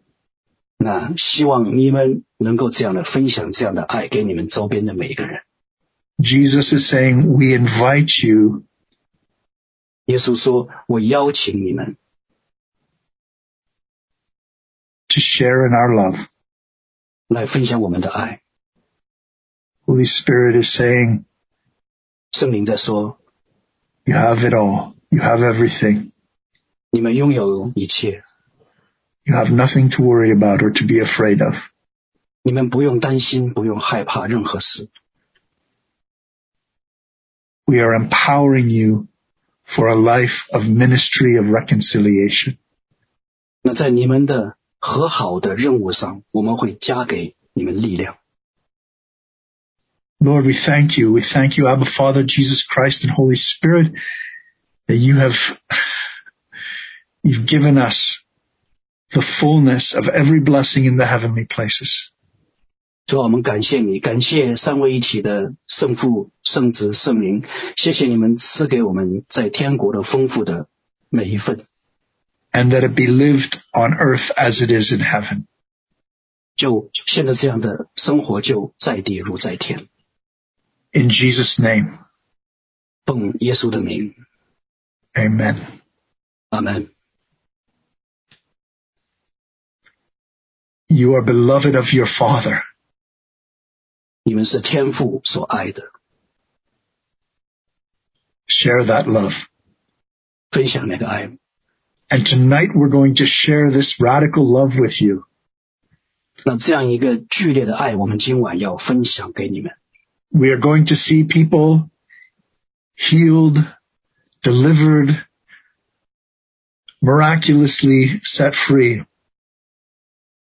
Speaker 2: 那希望你们能够这样的分享这样的爱给你们周边的每一个人。
Speaker 1: Jesus is saying, we invite you
Speaker 2: 耶稣说：“我邀请你们
Speaker 1: to share in our love.
Speaker 2: 来分享我们的爱。
Speaker 1: Holy Spirit is saying, ”
Speaker 2: 圣灵在说
Speaker 1: you have it all. You have everything.：“
Speaker 2: 你们拥有一切，
Speaker 1: You have nothing to worry about or to be afraid of.
Speaker 2: 你们不用担心，不用害怕任何事。
Speaker 1: We are empowering you for a life of ministry of reconciliation.
Speaker 2: 那在你们的和好的任务上，我们会加给你们力量。
Speaker 1: Lord, we thank you. We thank you, Abba Father, Jesus Christ and Holy Spirit that you have, (sighs) you've given us the fullness of every blessing in the heavenly places. ”
Speaker 2: 主啊，我们感谢你，感谢三位一体的圣父、圣子、圣灵，谢谢你们赐给我们在天国的丰富的每一份。
Speaker 1: And that it be lived on earth as it is in heaven.
Speaker 2: 就现在这样的生活就在地如在天，
Speaker 1: In Jesus' name,
Speaker 2: 奉耶稣的名，
Speaker 1: amen.
Speaker 2: 阿门。
Speaker 1: You are beloved of your Father.
Speaker 2: 你们是天父所爱的，
Speaker 1: Share that love.
Speaker 2: 分享那个爱。
Speaker 1: And tonight we're going to share this radical love with you.
Speaker 2: 那这样一个剧烈的爱，我们今晚要分享给你们。
Speaker 1: we are going to see people healed, delivered, miraculously set free.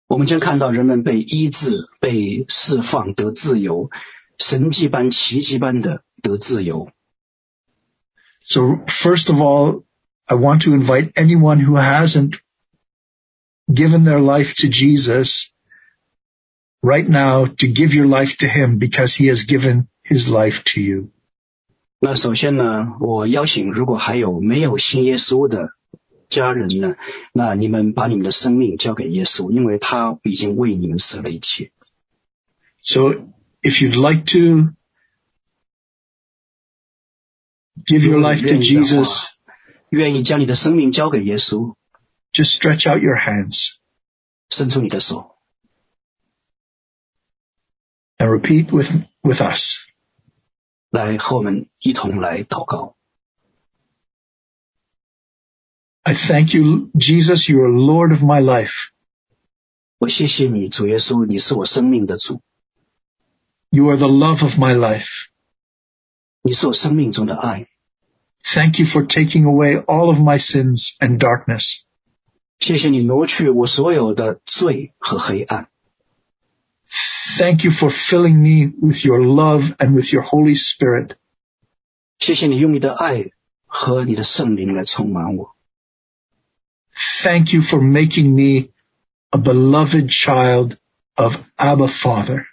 Speaker 2: 我们将看到人们被医治、被释放、得自由，神迹般、奇迹般的得自由。
Speaker 1: So first of all, I want to invite anyone who hasn't given their life to Jesus right now to give your life to him because he has given his life to you.
Speaker 2: 那首先呢，我邀请如果还有没有信耶稣的家人呢，那你们把你们的生命交给耶稣，因为他已经为你们舍了一切。
Speaker 1: So if you'd like to give your life to Jesus,
Speaker 2: 愿意将你的生命交给耶稣，
Speaker 1: just stretch out your hands.
Speaker 2: 伸出你的手，
Speaker 1: and repeat with, with us.
Speaker 2: 来和我们一同来祷告。
Speaker 1: I thank you, Jesus, you are Lord of my life.
Speaker 2: 我谢谢你，主耶稣，你是我生命的主，
Speaker 1: You are the love of my life.
Speaker 2: 你是我生命中的爱。
Speaker 1: Thank you for taking away all of my sins and darkness.
Speaker 2: 谢谢你挪去我所有的罪和黑暗。
Speaker 1: Thank you for filling me with your love and with your Holy Spirit.
Speaker 2: 谢谢你用你的爱和你的圣灵来充满我。
Speaker 1: Thank you for making me a beloved child of Abba Father.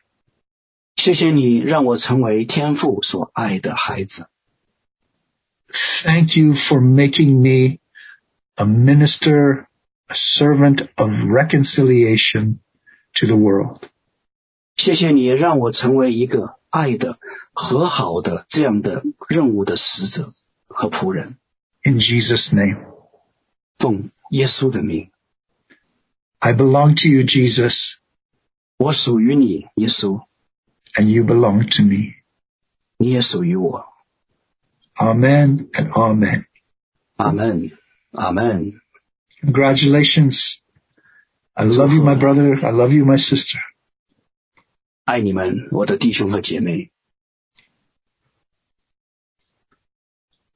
Speaker 2: 谢谢你让我成为天父所爱的孩子。
Speaker 1: Thank you for making me a minister a servant of reconciliation to the world.
Speaker 2: 谢谢你让我成为一个爱的、和好的这样的任务的使者和仆人，
Speaker 1: In Jesus' name.
Speaker 2: 奉耶稣的名，
Speaker 1: I belong to you, Jesus,
Speaker 2: 我属于你，耶稣，
Speaker 1: and you belong to me.
Speaker 2: 你也属于我。
Speaker 1: Amen and amen.
Speaker 2: 阿门，阿门。
Speaker 1: Congratulations. I love you, my brother. I love you, my sister.
Speaker 2: 爱你们，我的弟兄和姐妹。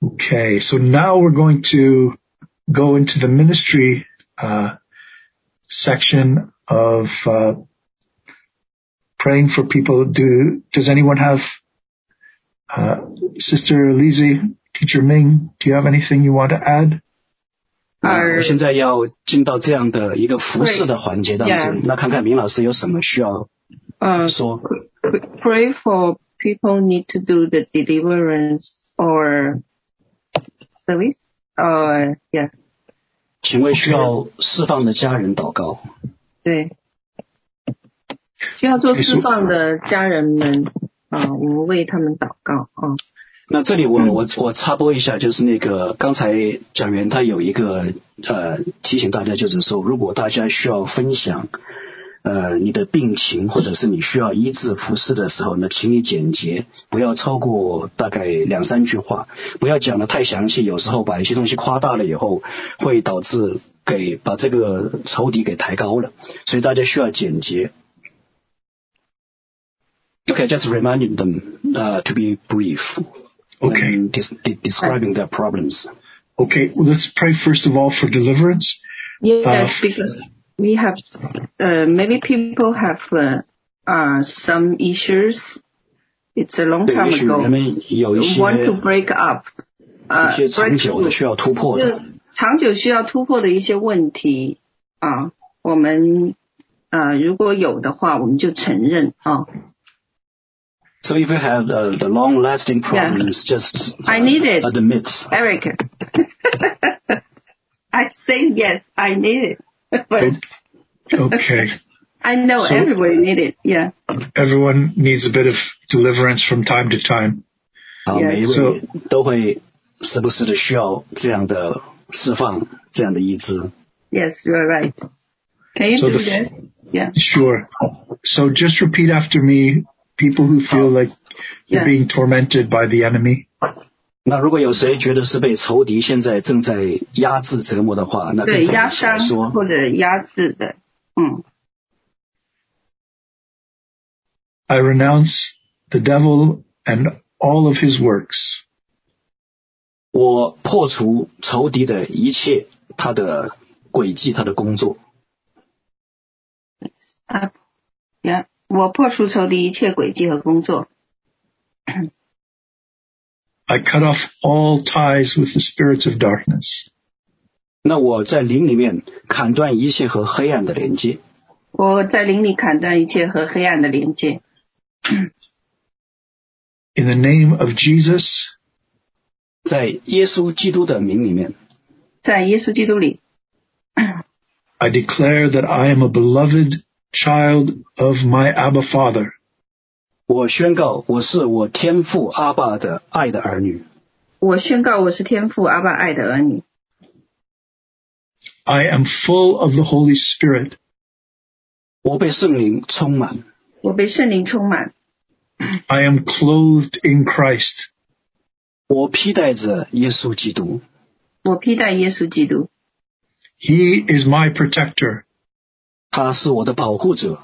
Speaker 1: Okay, so now we're going to go into the ministry uh, section of uh, praying for people. Do does anyone have uh, Sister Lizzie, Teacher Ming? Do you have anything you want to add?
Speaker 2: 啊我
Speaker 3: Our
Speaker 2: 现在要进到这样的一个服侍的环节当中
Speaker 3: Yeah.，
Speaker 2: 那看看明老师有什么需要
Speaker 3: uh,
Speaker 2: 说。
Speaker 3: pray for people need to do the deliverance or service. Uh, yeah,
Speaker 2: 请为需要释放的家人祷告。
Speaker 3: 对，需要做释放的家人们啊、我们为他们祷告啊。
Speaker 2: 那这里我我我插播一下，就是那个刚才讲员他有一个呃提醒大家，就是说如果大家需要分享呃你的病情或者是你需要医治服侍的时候呢，请你简洁，不要超过大概两三句话，不要讲的太详细，有时候把一些东西夸大了以后，会导致给把这个仇敌给抬高了，所以大家需要简洁。Okay, just remind them uh, to be brief.
Speaker 1: Okay.
Speaker 2: when des- de- describing their problems.
Speaker 1: Okay, well, let's pray first of all for deliverance.
Speaker 3: Yes, because we have uh, many people have uh, uh, some issues. It's a long
Speaker 2: 对，
Speaker 3: time
Speaker 2: 也许
Speaker 3: ago.
Speaker 2: 人们有一些
Speaker 3: want to
Speaker 2: 一
Speaker 3: break up. Uh, 呃
Speaker 2: 些长久的需要突破
Speaker 3: 就
Speaker 2: 的，
Speaker 3: 长久需要突破的一些问题啊，我们呃如果有的话，我们就承认啊。
Speaker 2: So if you have uh, the long-lasting problems, just uh,
Speaker 3: I need it.
Speaker 2: admit.
Speaker 3: Eric, (laughs) I say yes, I need it, (laughs) but
Speaker 1: Okay,
Speaker 3: I know
Speaker 1: So-
Speaker 3: everybody need it. Yeah,
Speaker 1: everyone needs a bit of deliverance from time to time.
Speaker 2: 啊，
Speaker 3: Yeah.
Speaker 2: 每一
Speaker 1: So-
Speaker 2: 位都会时不时的需要这样的释放，这样的医治。
Speaker 3: yes, you're right. Can you
Speaker 1: So
Speaker 3: do
Speaker 1: the-
Speaker 3: that? Yeah.
Speaker 1: Sure. So just repeat after me, people who feel like you're
Speaker 3: Yeah.
Speaker 1: being tormented by the enemy.
Speaker 2: 那如果有谁觉得是被仇敌现在正在压制折磨的话，那
Speaker 3: 对，
Speaker 2: 跟
Speaker 3: 压
Speaker 2: 他来
Speaker 3: 伤
Speaker 2: 说，
Speaker 3: 或者压制的，嗯，
Speaker 1: I renounce the devil and all of his works.
Speaker 2: 我破除仇敌的一切他的轨迹，他的工作。
Speaker 3: 啊，呀，我破除仇敌一切诡计和工作，
Speaker 1: I cut off all ties with the spirits of darkness.
Speaker 2: 那我在灵里面砍断一切和黑暗的连接，
Speaker 3: 我在灵里砍断一切和黑暗的连接，
Speaker 1: In the name of Jesus,
Speaker 2: 在耶稣基督的名里面，
Speaker 3: 在耶稣基督里，
Speaker 1: I declare that I am a beloved child of my Abba Father.
Speaker 2: 我宣告我是我天父阿爸的爱的儿女，
Speaker 3: 我宣告我是天父阿爸爱的儿女，
Speaker 1: I am full of the Holy Spirit.
Speaker 2: 我被圣灵充满，
Speaker 3: 我被圣灵充满，
Speaker 1: I am clothed in Christ.
Speaker 2: 我披戴着耶稣基督，
Speaker 3: 我披戴耶稣基督，
Speaker 1: He is my protector.
Speaker 2: 他是我的保护者，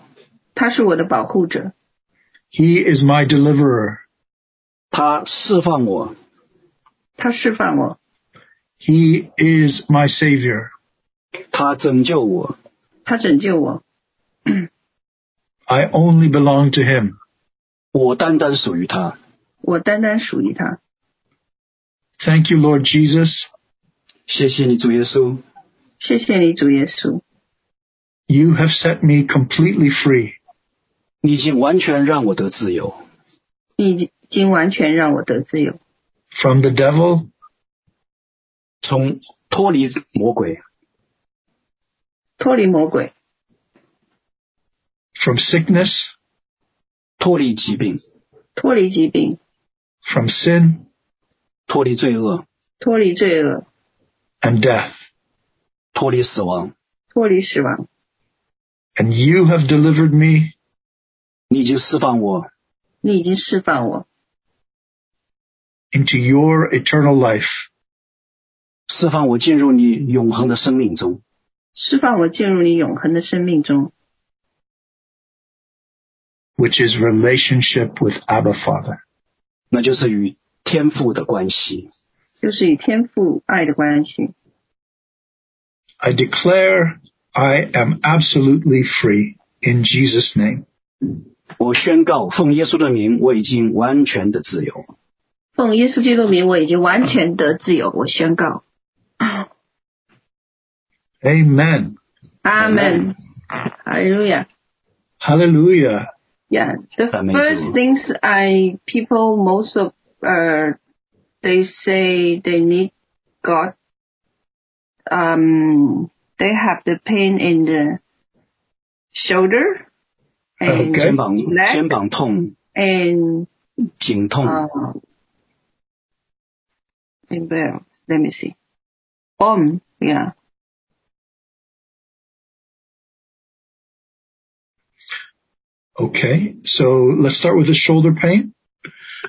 Speaker 3: 他是我的保护者，
Speaker 1: He is my deliverer.
Speaker 2: 他释放我，
Speaker 3: 他释放我，
Speaker 1: He is my savior.
Speaker 2: 他拯救我，
Speaker 3: 他拯救我，
Speaker 1: I only belong to him.
Speaker 2: 我单单属于他。
Speaker 3: 我单单属于他。
Speaker 1: Thank you, Lord Jesus.
Speaker 2: 谢谢你，主耶稣，
Speaker 3: 谢谢你，主耶稣，
Speaker 1: You have set me completely free.
Speaker 2: 你已经完全让我得自由，
Speaker 3: 你已经完全让我得自由，
Speaker 1: from the devil,
Speaker 2: 从脱离魔鬼、
Speaker 3: 脱离魔鬼，
Speaker 1: from sickness,
Speaker 2: 脱离疾病，
Speaker 3: 脱离疾病，
Speaker 1: from sin,
Speaker 2: 脱离罪恶，
Speaker 3: 脱离罪恶，
Speaker 1: and death.
Speaker 2: 脱离死亡。
Speaker 3: 脱离死亡。
Speaker 1: And you have delivered me
Speaker 2: 你已经释放我
Speaker 3: 你已经释放我，
Speaker 1: into your eternal life.
Speaker 2: 释放我进入你永恒的生命中。
Speaker 3: 释放我进入你永恒的生命中，
Speaker 1: which is relationship with Abba Father.
Speaker 2: 那就是与天父的关系。
Speaker 3: 就是与天父爱的关系。
Speaker 1: I declare I am absolutely free in Jesus' name.
Speaker 2: 我宣告，奉耶稣的名，我已经完全的自由。
Speaker 3: 奉耶稣基督名，我已经完全得自由。我宣告，
Speaker 1: Amen.
Speaker 3: 阿门，哈利路亚。
Speaker 1: Hallelujah.
Speaker 3: Yeah, the
Speaker 2: That makes
Speaker 3: first
Speaker 2: sense.
Speaker 3: things I people most of uh they say they need God. Um, they have the pain in the shoulder and
Speaker 1: Okay.
Speaker 2: 肩膀
Speaker 3: leg
Speaker 2: 肩膀痛，
Speaker 3: and
Speaker 2: 颈痛，
Speaker 3: uh, and well, let me see. Um, yeah,
Speaker 1: Okay. So let's start with the shoulder pain.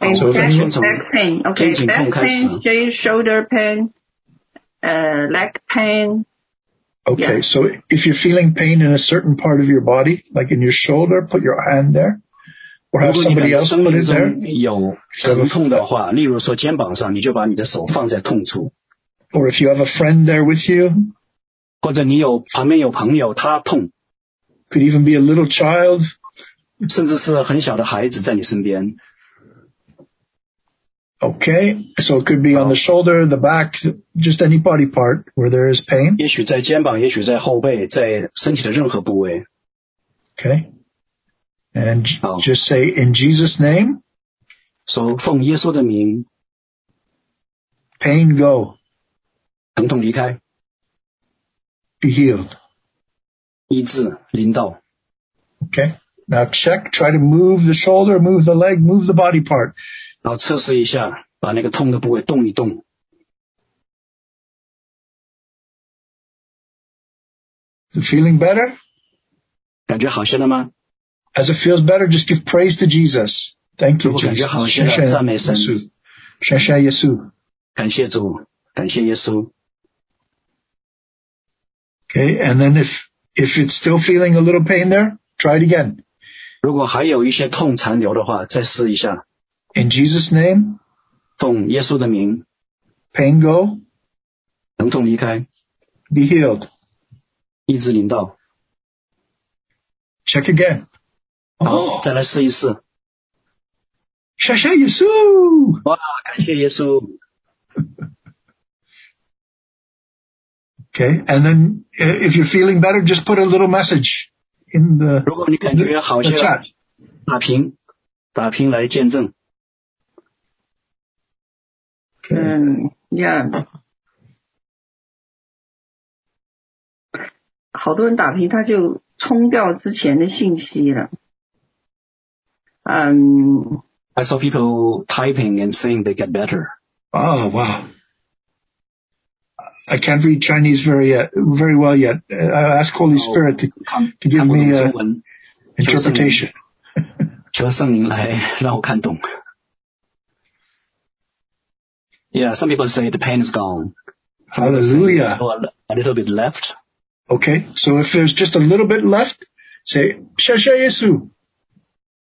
Speaker 3: and
Speaker 1: So
Speaker 3: 哎 back,
Speaker 1: then-
Speaker 3: back pain.
Speaker 2: 肩
Speaker 3: Okay,
Speaker 2: 颈痛
Speaker 3: back
Speaker 2: 开始。
Speaker 3: pain, sh- shoulder pain, uh, leg pain.
Speaker 1: Okay.
Speaker 3: Yeah.
Speaker 1: So if you're feeling pain in a certain part of your body, like in your shoulder, put your hand there or
Speaker 2: 如
Speaker 1: have
Speaker 2: 果你
Speaker 1: somebody
Speaker 2: 的
Speaker 1: else
Speaker 2: 生
Speaker 1: put
Speaker 2: 命
Speaker 1: it there
Speaker 2: 中有疼痛的话，例如说肩膀上，你就把你的手放在痛处，
Speaker 1: or if you have a friend there with you,
Speaker 2: 或者你有旁边有朋友他痛，
Speaker 1: could even be a little child,
Speaker 2: 甚至是很小的孩子在你身边，
Speaker 1: Okay, so it could be on the shoulder, the back, just any body part where there is pain.
Speaker 2: 也许在肩膀，也许在后背，在身体的任何部位。
Speaker 1: Okay, and j-
Speaker 2: Oh.
Speaker 1: just say in Jesus' name,
Speaker 2: 说奉耶稣的名，
Speaker 1: pain go,
Speaker 2: 疼痛离开，
Speaker 1: be healed.
Speaker 2: 医治临到。
Speaker 1: Okay, now check, try to move the shoulder, move the leg, move the body part.
Speaker 2: 然后测试一下，把那个痛的部位动一动，
Speaker 1: Is it feeling better?
Speaker 2: 感觉好些了吗？
Speaker 1: As it feels better, just give praise to Jesus. Thank you,
Speaker 2: 如果感觉
Speaker 1: Jesus.
Speaker 2: 好些了，
Speaker 1: 谢谢
Speaker 2: 赞美神。
Speaker 1: 耶稣。谢谢耶稣。
Speaker 2: 感谢主，感谢耶稣。
Speaker 1: Okay, and then if, if it's still feeling a little pain there, try it again.
Speaker 2: 如果还有一些痛残留的话，再试一下。
Speaker 1: In Jesus' name,
Speaker 2: 奉耶稣的名，
Speaker 1: pain go,
Speaker 2: 疼痛离开，
Speaker 1: be healed.
Speaker 2: 医治临到。
Speaker 1: Check again. 哦 Oh.
Speaker 2: 好，再来试一试。
Speaker 1: Shasha Yesu.
Speaker 2: 哇，感谢耶稣。
Speaker 1: Okay. And then uh, if you're feeling better, just put a little message in the,
Speaker 2: 如果你感
Speaker 1: the,
Speaker 2: 觉好些
Speaker 1: the
Speaker 2: 了
Speaker 1: chat.，
Speaker 2: 打平，打平来见证。
Speaker 1: Okay.
Speaker 3: Um, yeah. 好多人打拼，他就冲掉之前的信息了。嗯、
Speaker 2: I saw people typing and saying they get better.
Speaker 1: Oh, wow. I can't read Chinese very yet, very well yet. Uh, I ask Holy
Speaker 2: Oh.
Speaker 1: Spirit to
Speaker 2: 看
Speaker 1: To give
Speaker 2: 看不
Speaker 1: me
Speaker 2: 懂
Speaker 1: a-
Speaker 2: 中文，
Speaker 1: interpretation.
Speaker 2: 求圣灵来让我看懂。Yeah, some people say the pain is gone. Some people say
Speaker 1: Hallelujah.
Speaker 2: there's still A a little bit left.
Speaker 1: Okay. So if there's just a little bit left, say Shasha Yesu.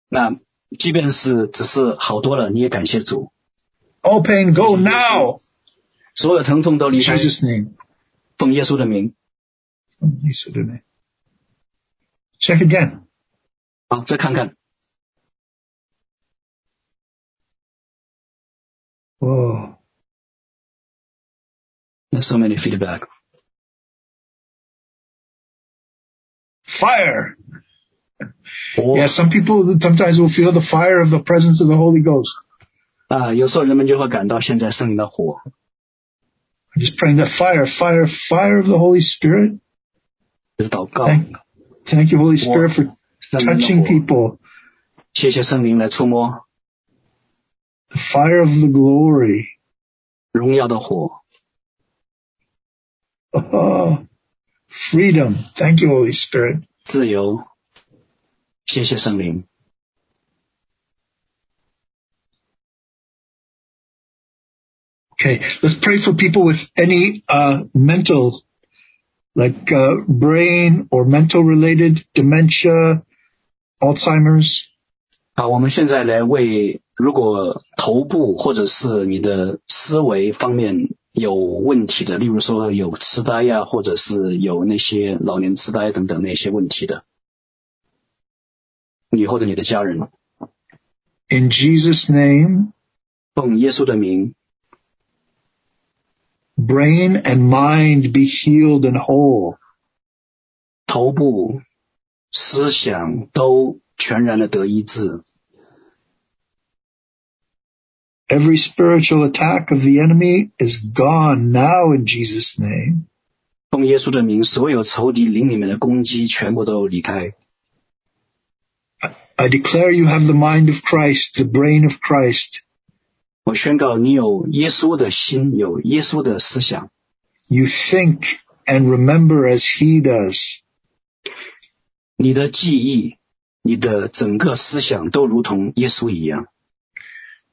Speaker 2: 那即便是只是好多了，你也感谢主，
Speaker 1: All pain go now.
Speaker 2: 所有疼痛都
Speaker 1: In
Speaker 2: 离开，
Speaker 1: Jesus' name.
Speaker 2: 奉耶稣的名。
Speaker 1: In Jesus' name. Check again.
Speaker 2: 好，再看看，
Speaker 1: Whoa.
Speaker 2: there's so many feedback.
Speaker 1: Fire.
Speaker 2: 哦
Speaker 1: Yeah, some people sometimes will feel the fire of the presence of the Holy Ghost.
Speaker 2: 啊，有时候人们就会感到现在圣灵的火，
Speaker 1: I'm just praying that fire, fire, fire of the Holy Spirit
Speaker 2: 就是祷告，
Speaker 1: Thank, thank you, Holy Spirit, for
Speaker 2: 圣灵的
Speaker 1: touching
Speaker 2: 火
Speaker 1: people.
Speaker 2: 谢谢圣灵来触摸
Speaker 1: The fire of the glory.
Speaker 2: 荣耀的火，
Speaker 1: Oh, freedom. Thank you, Holy Spirit.
Speaker 2: 自由。谢谢圣灵，
Speaker 1: Okay, let's pray for people with any uh, mental, like uh, brain or mental related dementia, Alzheimer's.
Speaker 2: 好，啊我们现在来为如果头部或者是你的思维方面有问题的，例如说有痴呆呀、或者是有那些老年痴呆等等那些问题的，你或者你的家人，
Speaker 1: In Jesus' name,
Speaker 2: 奉耶稣的名，
Speaker 1: brain and mind be healed and whole.
Speaker 2: 头部、思想都全然的得医治，
Speaker 1: Every spiritual attack of the enemy is gone now in Jesus' name.
Speaker 2: 奉耶稣的名，所有仇敌灵里面的攻击全部都离开。
Speaker 1: I declare you have the mind of Christ, the brain of Christ.
Speaker 2: 我宣告，你有耶稣的心，有耶稣的思想，
Speaker 1: You think and remember as he does.
Speaker 2: 你的记忆，你的整个思想都如同耶稣一样。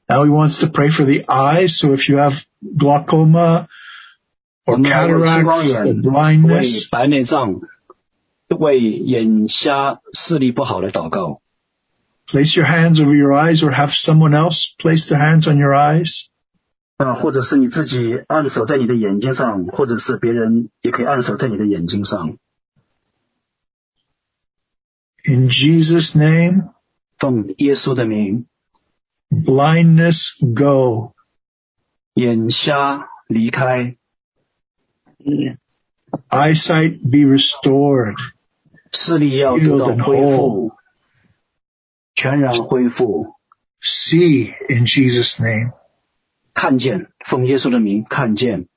Speaker 1: Now he wants to pray for the eyes. So if you have glaucoma or
Speaker 2: 我们还为青光
Speaker 1: cataracts or
Speaker 2: 眼、为
Speaker 1: blindness,
Speaker 2: 白内障、为眼瞎、视力不好来祷告。
Speaker 1: place your hands over your eyes or have someone else place their hands on your eyes.
Speaker 2: 啊，或者是你自己按手在你的眼睛上，或者是别人也可以按手在你的眼睛上。
Speaker 1: In Jesus' name,
Speaker 2: 奉耶稣的名，
Speaker 1: blindness go.
Speaker 2: 眼瞎离开，
Speaker 1: Eyesight be restored.
Speaker 2: 视力要得到恢复，全然恢复，
Speaker 1: See in Jesus' name.
Speaker 2: 看见，奉耶稣的名看见。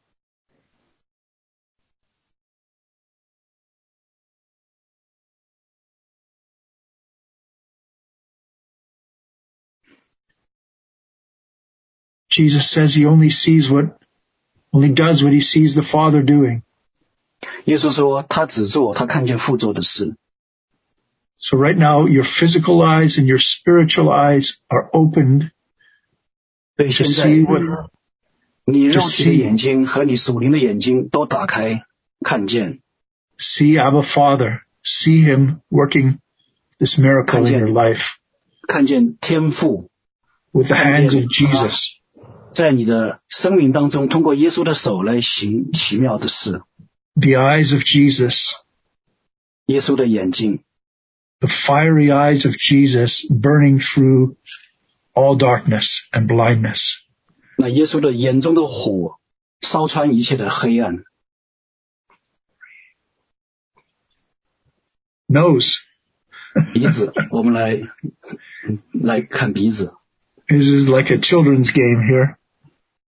Speaker 1: Jesus says he only sees what, only does what he sees the Father doing.
Speaker 2: 耶稣说，他只做他看见父做的事。
Speaker 1: So right now, your physical eyes and your spiritual eyes are opened
Speaker 2: 所以
Speaker 1: to
Speaker 2: 现
Speaker 1: see
Speaker 2: 在，
Speaker 1: what
Speaker 2: 你肉体的眼睛和你属灵的眼睛都打开，看见，
Speaker 1: see Abba Father, see Him working this miracle in your life
Speaker 2: 看见天赋
Speaker 1: with the hands of Jesus.
Speaker 2: 在你的生命当中，通过耶稣的手来行奇妙的事。
Speaker 1: The eyes of Jesus,
Speaker 2: 耶稣的眼睛，
Speaker 1: the fiery eyes of Jesus burning through all darkness and blindness.
Speaker 2: 那耶稣的眼中的火，烧穿一切的黑暗。
Speaker 1: Nose
Speaker 2: 鼻子， (laughs) 我们来嗯来看鼻子。
Speaker 1: this is like a children's game here,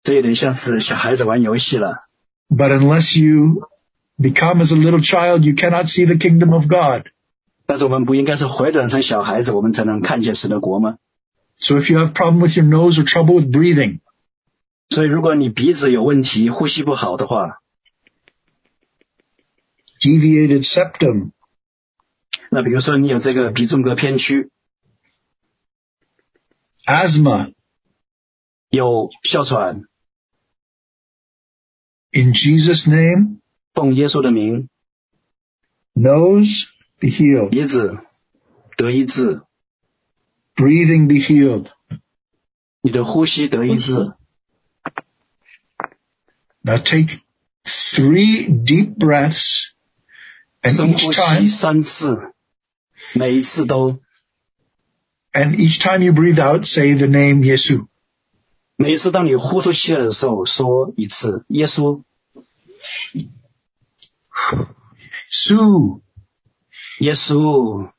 Speaker 2: 这有点像是小孩子玩游戏了。
Speaker 1: but unless you become as a little child, you cannot see the kingdom of God.
Speaker 2: 但是我们不应该是回转成小孩子，我们才能看见神的国吗？
Speaker 1: So if you have problem with your nose or trouble with breathing,
Speaker 2: 所以，如果你鼻子有问题，呼吸不好的话，
Speaker 1: deviated septum,
Speaker 2: 那比如说你有这个鼻纵隔偏区，
Speaker 1: asthma,
Speaker 2: 有哮喘，
Speaker 1: in Jesus name,
Speaker 2: 奉耶稣的名，
Speaker 1: Nose, be healed.
Speaker 2: 鼻子得医治，
Speaker 1: Breathing, be healed.
Speaker 2: 你的呼吸得医治。
Speaker 1: Now take three deep breaths and
Speaker 2: 深
Speaker 1: each
Speaker 2: 呼
Speaker 1: time,
Speaker 2: 吸三次，每一次都，
Speaker 1: and each time you breathe out, say the name Yesu.
Speaker 2: 每一次当你呼出气来的时候，说一次耶稣，
Speaker 1: Su,
Speaker 2: 耶稣，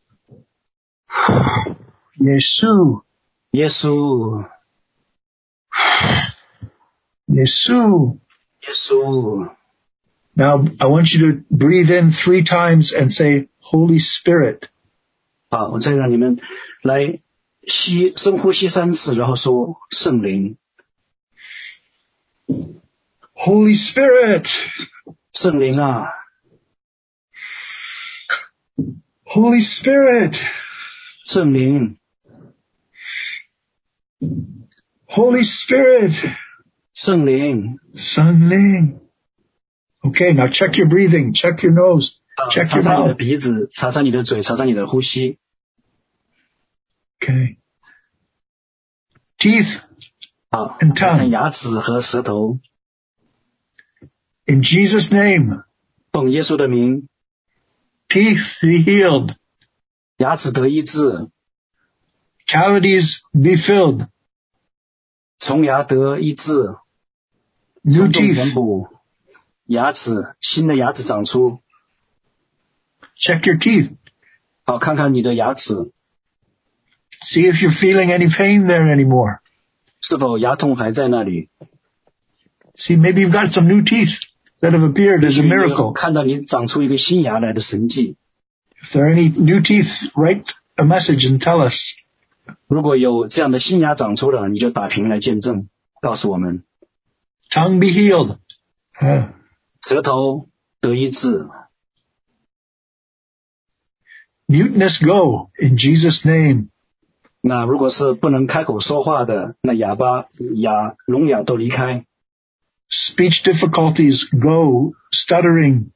Speaker 1: Yesu,
Speaker 2: 耶稣，
Speaker 1: Yesu.
Speaker 2: 耶稣，
Speaker 1: Now I want you to breathe in three times and say, Holy Spirit.
Speaker 2: 啊，我再让你们来吸深呼吸三次，然后说圣灵，
Speaker 1: Holy Spirit.
Speaker 2: 圣灵啊，
Speaker 1: Holy Spirit.
Speaker 2: 圣灵，
Speaker 1: Holy Spirit.
Speaker 2: 圣灵
Speaker 1: Sun Ling. Okay, now check your breathing. Check your nose.
Speaker 2: 啊，
Speaker 1: Check
Speaker 2: 擦
Speaker 1: your
Speaker 2: 擦你的
Speaker 1: mouth.
Speaker 2: 鼻子，擦擦你的嘴，擦擦你的呼吸，
Speaker 1: Okay. Teeth
Speaker 2: 啊，
Speaker 1: and
Speaker 2: 看
Speaker 1: tongue.
Speaker 2: 牙齿和舌头，
Speaker 1: In Jesus' name,
Speaker 2: 奉耶稣的名，
Speaker 1: teeth be healed,
Speaker 2: 牙齿得医治，
Speaker 1: cavities be filled,
Speaker 2: 虫牙得医治，
Speaker 1: new
Speaker 2: 虫洞填
Speaker 1: teeth.
Speaker 2: 补，牙齿新的牙齿长出，
Speaker 1: Check your teeth.
Speaker 2: 好看看你的牙齿
Speaker 1: See if you're feeling any pain there anymore.
Speaker 2: 是否牙痛还在那里。
Speaker 1: See, maybe you've got some new teeth that have appeared as a
Speaker 2: 我
Speaker 1: miracle.
Speaker 2: 看到你长出一个新牙来的神迹。
Speaker 1: If there are any new teeth, write a message and tell us.
Speaker 2: 如果有这样的新牙长出了，你就打评来见证，告诉我们。
Speaker 1: Tongue be healed. Uh,
Speaker 2: 舌头得医治，
Speaker 1: muteness go in Jesus' name.
Speaker 2: 那如果是不能开口说话的，那哑巴、哑聋哑都离开。
Speaker 1: Speech difficulties go. Stuttering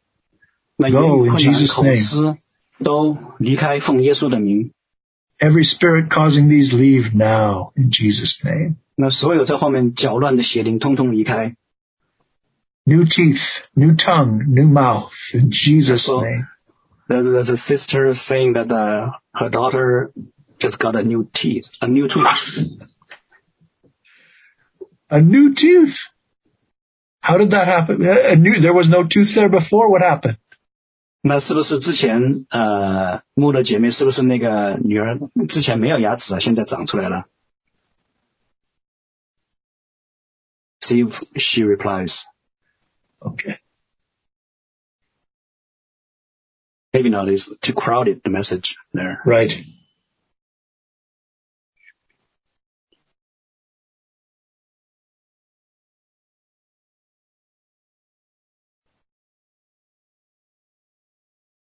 Speaker 2: 那言
Speaker 1: Go
Speaker 2: 语
Speaker 1: in
Speaker 2: 困难、
Speaker 1: Jesus'
Speaker 2: 口
Speaker 1: name.
Speaker 2: 吃都离开，奉耶稣的名。
Speaker 1: Every spirit causing these leave now in Jesus' name.
Speaker 2: 那所有在后面搅乱的邪灵，通通离开。
Speaker 1: New teeth, new tongue, new mouth in Jesus'
Speaker 2: Well-
Speaker 1: name.
Speaker 2: There's, there's a sister saying that uh, her daughter just got a new teeth, a new tooth.
Speaker 1: A new tooth. How did that happen? Uh, A new, there was no tooth there before. What happened?
Speaker 2: 那是不是之前呃，穆勒姐妹是不是那个女儿之前没有牙齿啊，现在长出来了？See if she replies.
Speaker 1: Okay.
Speaker 2: Maybe not. It's too crowded. The message there.
Speaker 1: Right.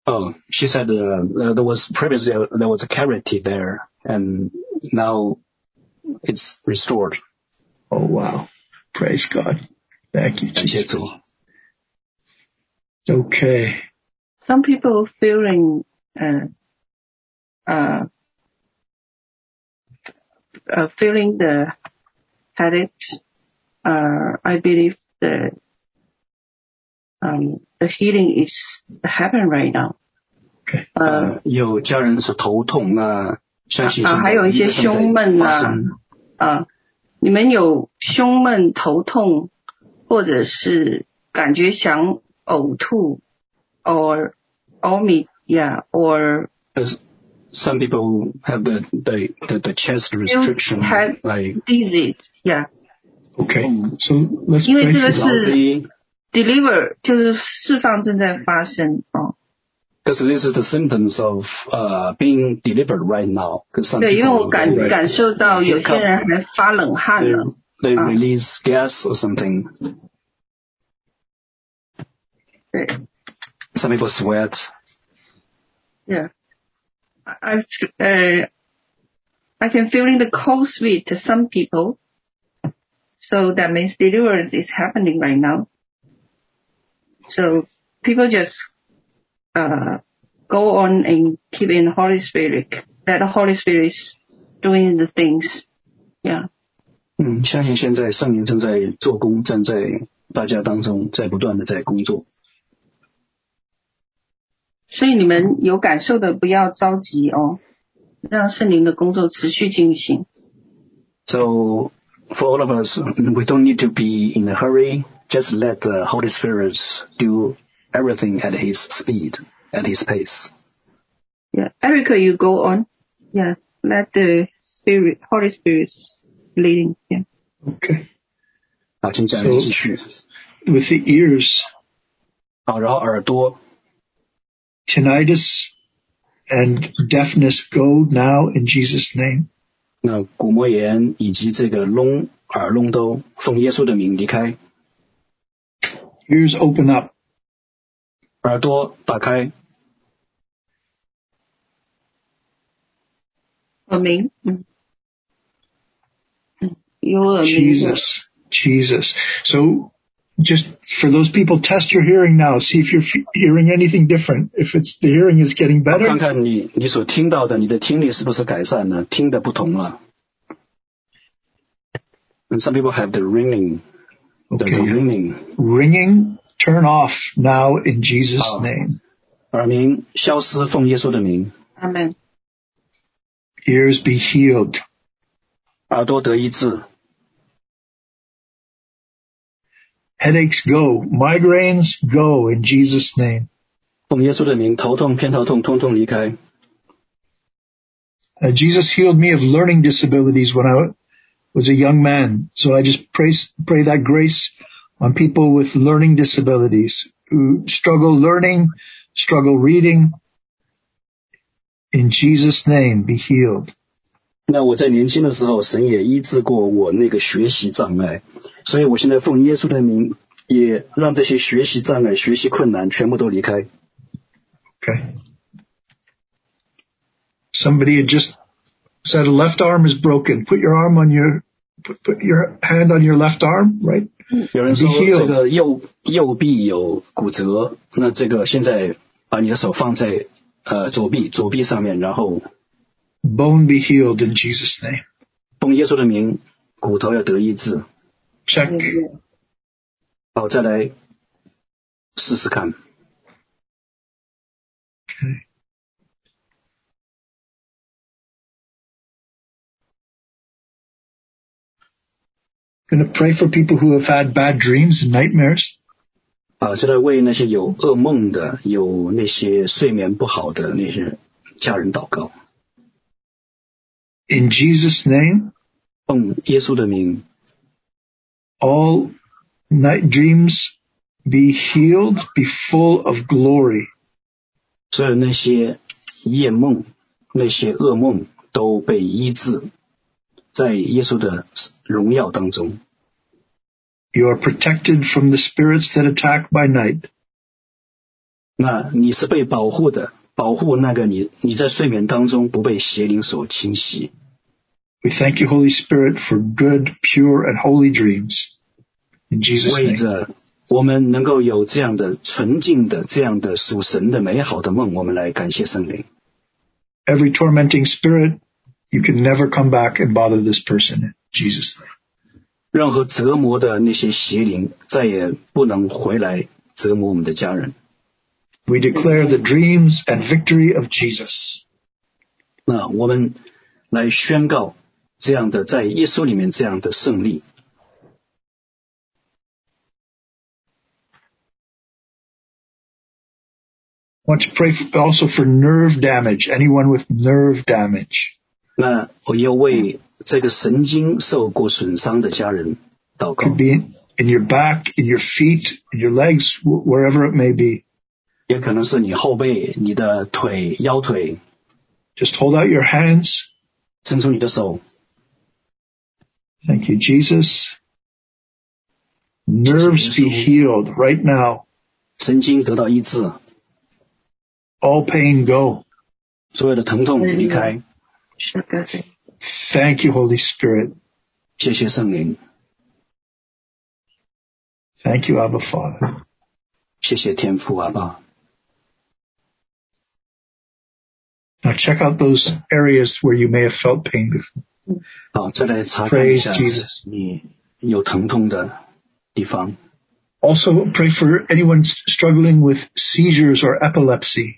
Speaker 2: Oh, she said uh, uh, there was previously uh, there was a cavity there, and now it's restored.
Speaker 1: Oh, wow. Praise God. Thank you,
Speaker 2: 感谢
Speaker 1: Jesus.
Speaker 2: 主。
Speaker 1: Okay.
Speaker 3: Some people feeling uh, uh, uh, feeling the headaches. Uh, I believe the um, the healing is happening right now.
Speaker 1: Okay.
Speaker 3: 呃，
Speaker 2: 呃，有家人是头痛，那相信
Speaker 3: 啊
Speaker 2: 现在
Speaker 3: 还有一些
Speaker 2: 直正在
Speaker 3: 胸闷啊
Speaker 2: 发生
Speaker 3: 啊，你们有胸闷、头痛，或者是感觉想呕吐，or omit yeah or
Speaker 2: As some people have the the the, the chest restriction,
Speaker 3: have-
Speaker 2: like
Speaker 3: dizzy yeah，
Speaker 1: Okay. So let's
Speaker 3: 因为
Speaker 1: pray
Speaker 3: 这
Speaker 1: for
Speaker 3: 个
Speaker 1: that.
Speaker 3: 是
Speaker 2: drowsy.
Speaker 3: deliver 就是释放正在发生哦，
Speaker 2: Because this is the symptoms of uh being delivered right now. Because some
Speaker 3: 对，因为我
Speaker 2: people
Speaker 3: 感
Speaker 1: Right.
Speaker 3: 感受到有些人还发冷
Speaker 2: they,
Speaker 3: 汗呢，
Speaker 2: they
Speaker 3: Ah.
Speaker 2: release gas or something.
Speaker 3: 对
Speaker 2: Some people sweat.
Speaker 3: ，yeah。I I- uh, I can feel in the cold sweat to some people. So that means deliverance is happening right now. So people just uh, go on and keep in Holy Spirit. Let the Holy Spirit is doing the things. Yeah.
Speaker 2: 嗯，相信现在圣灵正在做工，正在大家当中在不断的在工作。
Speaker 3: 所以你们有感受的不要着急哦，让圣灵的工作持续进行。
Speaker 2: So for all of us, we don't need to be in a hurry. Just let the Holy Spirit do everything at His speed, at His pace.
Speaker 3: Yeah. Erica, you go on. Yeah. Let the Spirit, Holy Spirit leading. Yeah.
Speaker 1: Okay.
Speaker 2: 啊好，请讲继续。
Speaker 1: With the ears,
Speaker 2: 啊、啊，然后耳朵
Speaker 1: Tinnitus and deafness go now in Jesus' name.
Speaker 2: 那鼓膜炎以及这个聋耳聋都奉耶稣的名离开，
Speaker 1: Ears open up.
Speaker 2: 耳朵打开，
Speaker 3: 耳鸣，嗯，嗯，有耳鸣的，
Speaker 1: Jesus. Jesus. So just for those people, test your hearing now. See if you're f- hearing anything different. If it's the hearing is getting
Speaker 2: 看
Speaker 1: better,
Speaker 2: 看你你所听到的，你的听力是不是改善了，听的不同了。And some people have the ringing, the
Speaker 1: okay.
Speaker 2: ringing
Speaker 1: Ringing, turn off now in Jesus'
Speaker 2: Oh.
Speaker 1: name.
Speaker 2: 耳鸣消失，奉耶稣的名，
Speaker 3: 阿门，
Speaker 1: Ears be healed.
Speaker 2: 耳朵得医治，
Speaker 1: Headaches go. Migraines go in Jesus' name.
Speaker 2: 奉耶稣的名，头痛、偏头痛通通离开。
Speaker 1: Uh, Jesus healed me of learning disabilities when I was a young man. So I just pray, pray that grace on people with learning disabilities who struggle learning, struggle reading. In Jesus' name, be healed.
Speaker 2: 那我在年轻的时候，神也医治过我那个学习障碍，所以我现在奉耶稣的名，也让这些学习障碍、学习困难全部都离开。
Speaker 1: Okay. Somebody had just said a left arm is broken. Put your arm on your, put, put your hand on your left arm, right?
Speaker 2: 有人说
Speaker 1: Be healed.
Speaker 2: 这个右右臂有骨折，那这个现在把你的手放在呃左臂左臂上面，然后
Speaker 1: Bone be healed in Jesus' name.
Speaker 2: 奉耶稣的名，骨头要得医治。
Speaker 1: Check.
Speaker 3: 阿门
Speaker 2: 好，再来试试看。
Speaker 1: Going to pray for people who have had bad dreams and nightmares.
Speaker 2: 啊，现在为那些有噩梦的、有那些睡眠不好的那些家人祷告，
Speaker 1: In Jesus' name,
Speaker 2: 奉耶稣的名，
Speaker 1: all night dreams be healed, be full of glory.
Speaker 2: 所有那些夜梦、那些噩梦都被医治，在耶稣的荣耀当中，
Speaker 1: You are protected from the spirits that attack by night.
Speaker 2: 那你是被保护的，保护那个你你在睡眠当中不被邪灵所侵袭。
Speaker 1: We thank you, Holy Spirit, for good, pure, and holy dreams. In Jesus'
Speaker 2: 为
Speaker 1: name.
Speaker 2: 着我们能够有这样的纯净的、这样的属神的美好的梦，我们来感谢圣灵。
Speaker 1: Every tormenting spirit, you can never come back and bother this person. In Jesus' name.
Speaker 2: 任何折磨的那些邪灵再也不能回来折磨我们的家人。
Speaker 1: We declare the dreams and victory of Jesus.
Speaker 2: 那我们来宣告这样的在耶稣里面这样的胜利。
Speaker 1: want to pray for, also for nerve damage, anyone with nerve damage.
Speaker 2: 那我要为这个神经受过损伤的家人祷告
Speaker 1: Could，be in, in your back, in your feet, in your legs, wh- wherever it may be.
Speaker 2: 也可能是你后背、你的腿、腰腿，
Speaker 1: Just hold out your hands.
Speaker 2: 伸出你的手。
Speaker 1: Thank you, Jesus. Nerves be healed right now.
Speaker 2: 神经得到医治，
Speaker 1: All pain go.
Speaker 2: 所有的疼痛离开。
Speaker 3: 是的，对
Speaker 1: Thank you, Holy Spirit.
Speaker 2: 谢谢圣灵，
Speaker 1: Thank you, Abba Father.
Speaker 2: 谢谢天父阿爸。
Speaker 1: Now check out those areas where you may have felt pain before.
Speaker 2: 好，再来查看一下
Speaker 1: Praise Jesus
Speaker 2: 你有疼痛的地方。
Speaker 1: Also pray for anyone s- struggling with seizures or epilepsy.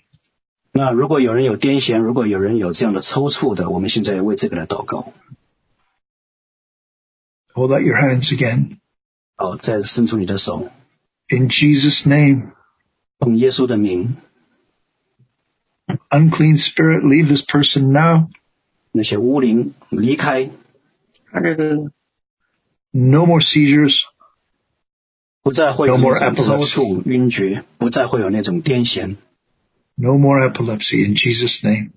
Speaker 2: 那如果有人有癫痫，如果有人有这样的抽搐的，我们现在为这个来祷告。
Speaker 1: Hold out your hands again.
Speaker 2: 好，再伸出你的手，
Speaker 1: In Jesus' name,
Speaker 2: 奉耶稣的名，
Speaker 1: unclean spirit, leave this person now.
Speaker 2: 那些污灵离开，
Speaker 3: 哈利路亚，
Speaker 1: No more seizures,
Speaker 2: 不再会
Speaker 1: No
Speaker 2: 有
Speaker 1: more
Speaker 2: 那种抽
Speaker 1: epilepsy.
Speaker 2: 搐、晕厥，不再会有那种癫痫。
Speaker 1: No more epilepsy in Jesus' name.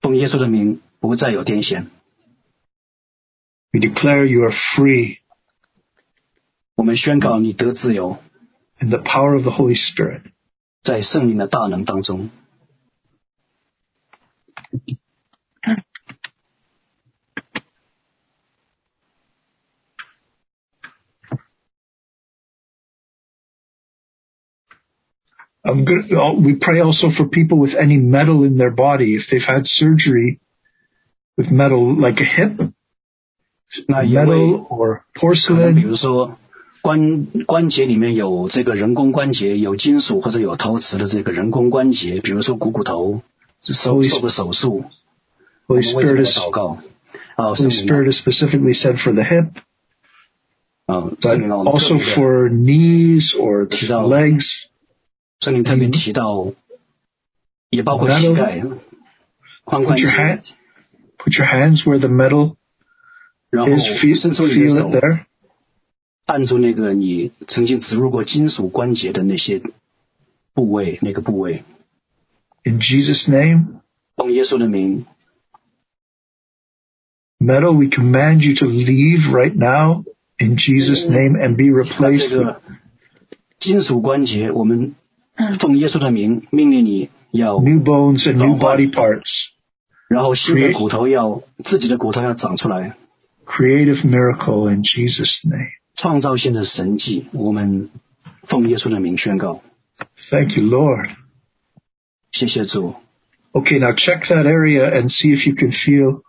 Speaker 2: 奉耶稣的名，不再有癫痫。
Speaker 1: We declare you are free
Speaker 2: 我们宣告你得自由，
Speaker 1: in the power of the Holy Spirit.
Speaker 2: 在圣灵的大能当中。
Speaker 1: I'm good. oh, We pray also for people with any metal in their body. If they've had surgery with metal, like a hip,
Speaker 2: 那也为
Speaker 1: metal or
Speaker 2: 可能
Speaker 1: porcelain,
Speaker 2: 比如说关关节里面有这个人工关节，有金属或者有陶瓷的这个人工关节，比如说股骨头受
Speaker 1: Holy-
Speaker 2: 受个手术，我
Speaker 1: Holy
Speaker 2: 们为这
Speaker 1: Spirit
Speaker 2: 个
Speaker 1: is,
Speaker 2: 祷告。啊，圣
Speaker 1: Holy
Speaker 2: 灵啊
Speaker 1: Spirit is specifically said for the hip,
Speaker 2: 啊，
Speaker 1: but
Speaker 2: 圣灵啊，我们特
Speaker 1: also
Speaker 2: 别地
Speaker 1: for knees or
Speaker 2: Teach
Speaker 1: the
Speaker 2: out.
Speaker 1: legs. 嗯
Speaker 2: 圣灵特别提到，也包括膝盖、髋关
Speaker 1: Put your
Speaker 2: 节
Speaker 1: hand,，put your hands where the metal
Speaker 2: 然后
Speaker 1: is. Feel,
Speaker 2: 伸出你的
Speaker 1: feel
Speaker 2: 手
Speaker 1: it，there.
Speaker 2: 按住那个你曾经植入过金属关节的那些部位，那个部位，
Speaker 1: In Jesus' name,
Speaker 2: 奉耶稣的名，
Speaker 1: metal, we command you to leave right now in Jesus' name and be
Speaker 2: 那
Speaker 1: replaced
Speaker 2: 这
Speaker 1: with
Speaker 2: 个金属关节，我们奉耶稣的名命令你要，
Speaker 1: 嗯 new bones and new
Speaker 2: Don't
Speaker 1: body
Speaker 2: worry.
Speaker 1: parts.
Speaker 2: 然后新的
Speaker 1: Create-
Speaker 2: 骨头要自己的骨头要长出来，
Speaker 1: Creative miracle in Jesus' name.
Speaker 2: 创造性的神迹，我们奉耶稣的名宣告，
Speaker 1: Thank you, Lord.
Speaker 2: 谢谢主。
Speaker 1: Okay, now check that area and see if you can feel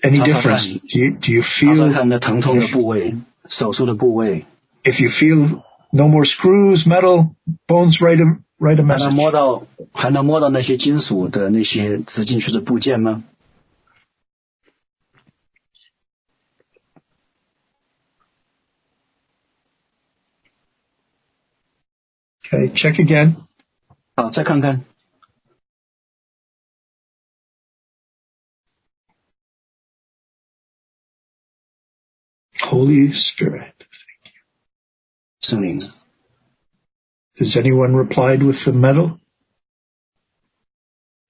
Speaker 1: any
Speaker 2: How's that
Speaker 1: difference.
Speaker 2: going?
Speaker 1: Do you, do you
Speaker 2: 查查看
Speaker 1: feel,
Speaker 2: 那疼痛的部位、
Speaker 1: 嗯
Speaker 2: 手术的部位，
Speaker 1: if you feel no more screws, metal, bones, write a, write a
Speaker 2: 还能
Speaker 1: message.
Speaker 2: 摸到还能摸到那些金属的那些植进去的部件吗？
Speaker 1: Okay, check again.
Speaker 2: 好，再看看，
Speaker 1: Holy Spirit.
Speaker 2: 圣灵，
Speaker 1: Has anyone replied with the metal?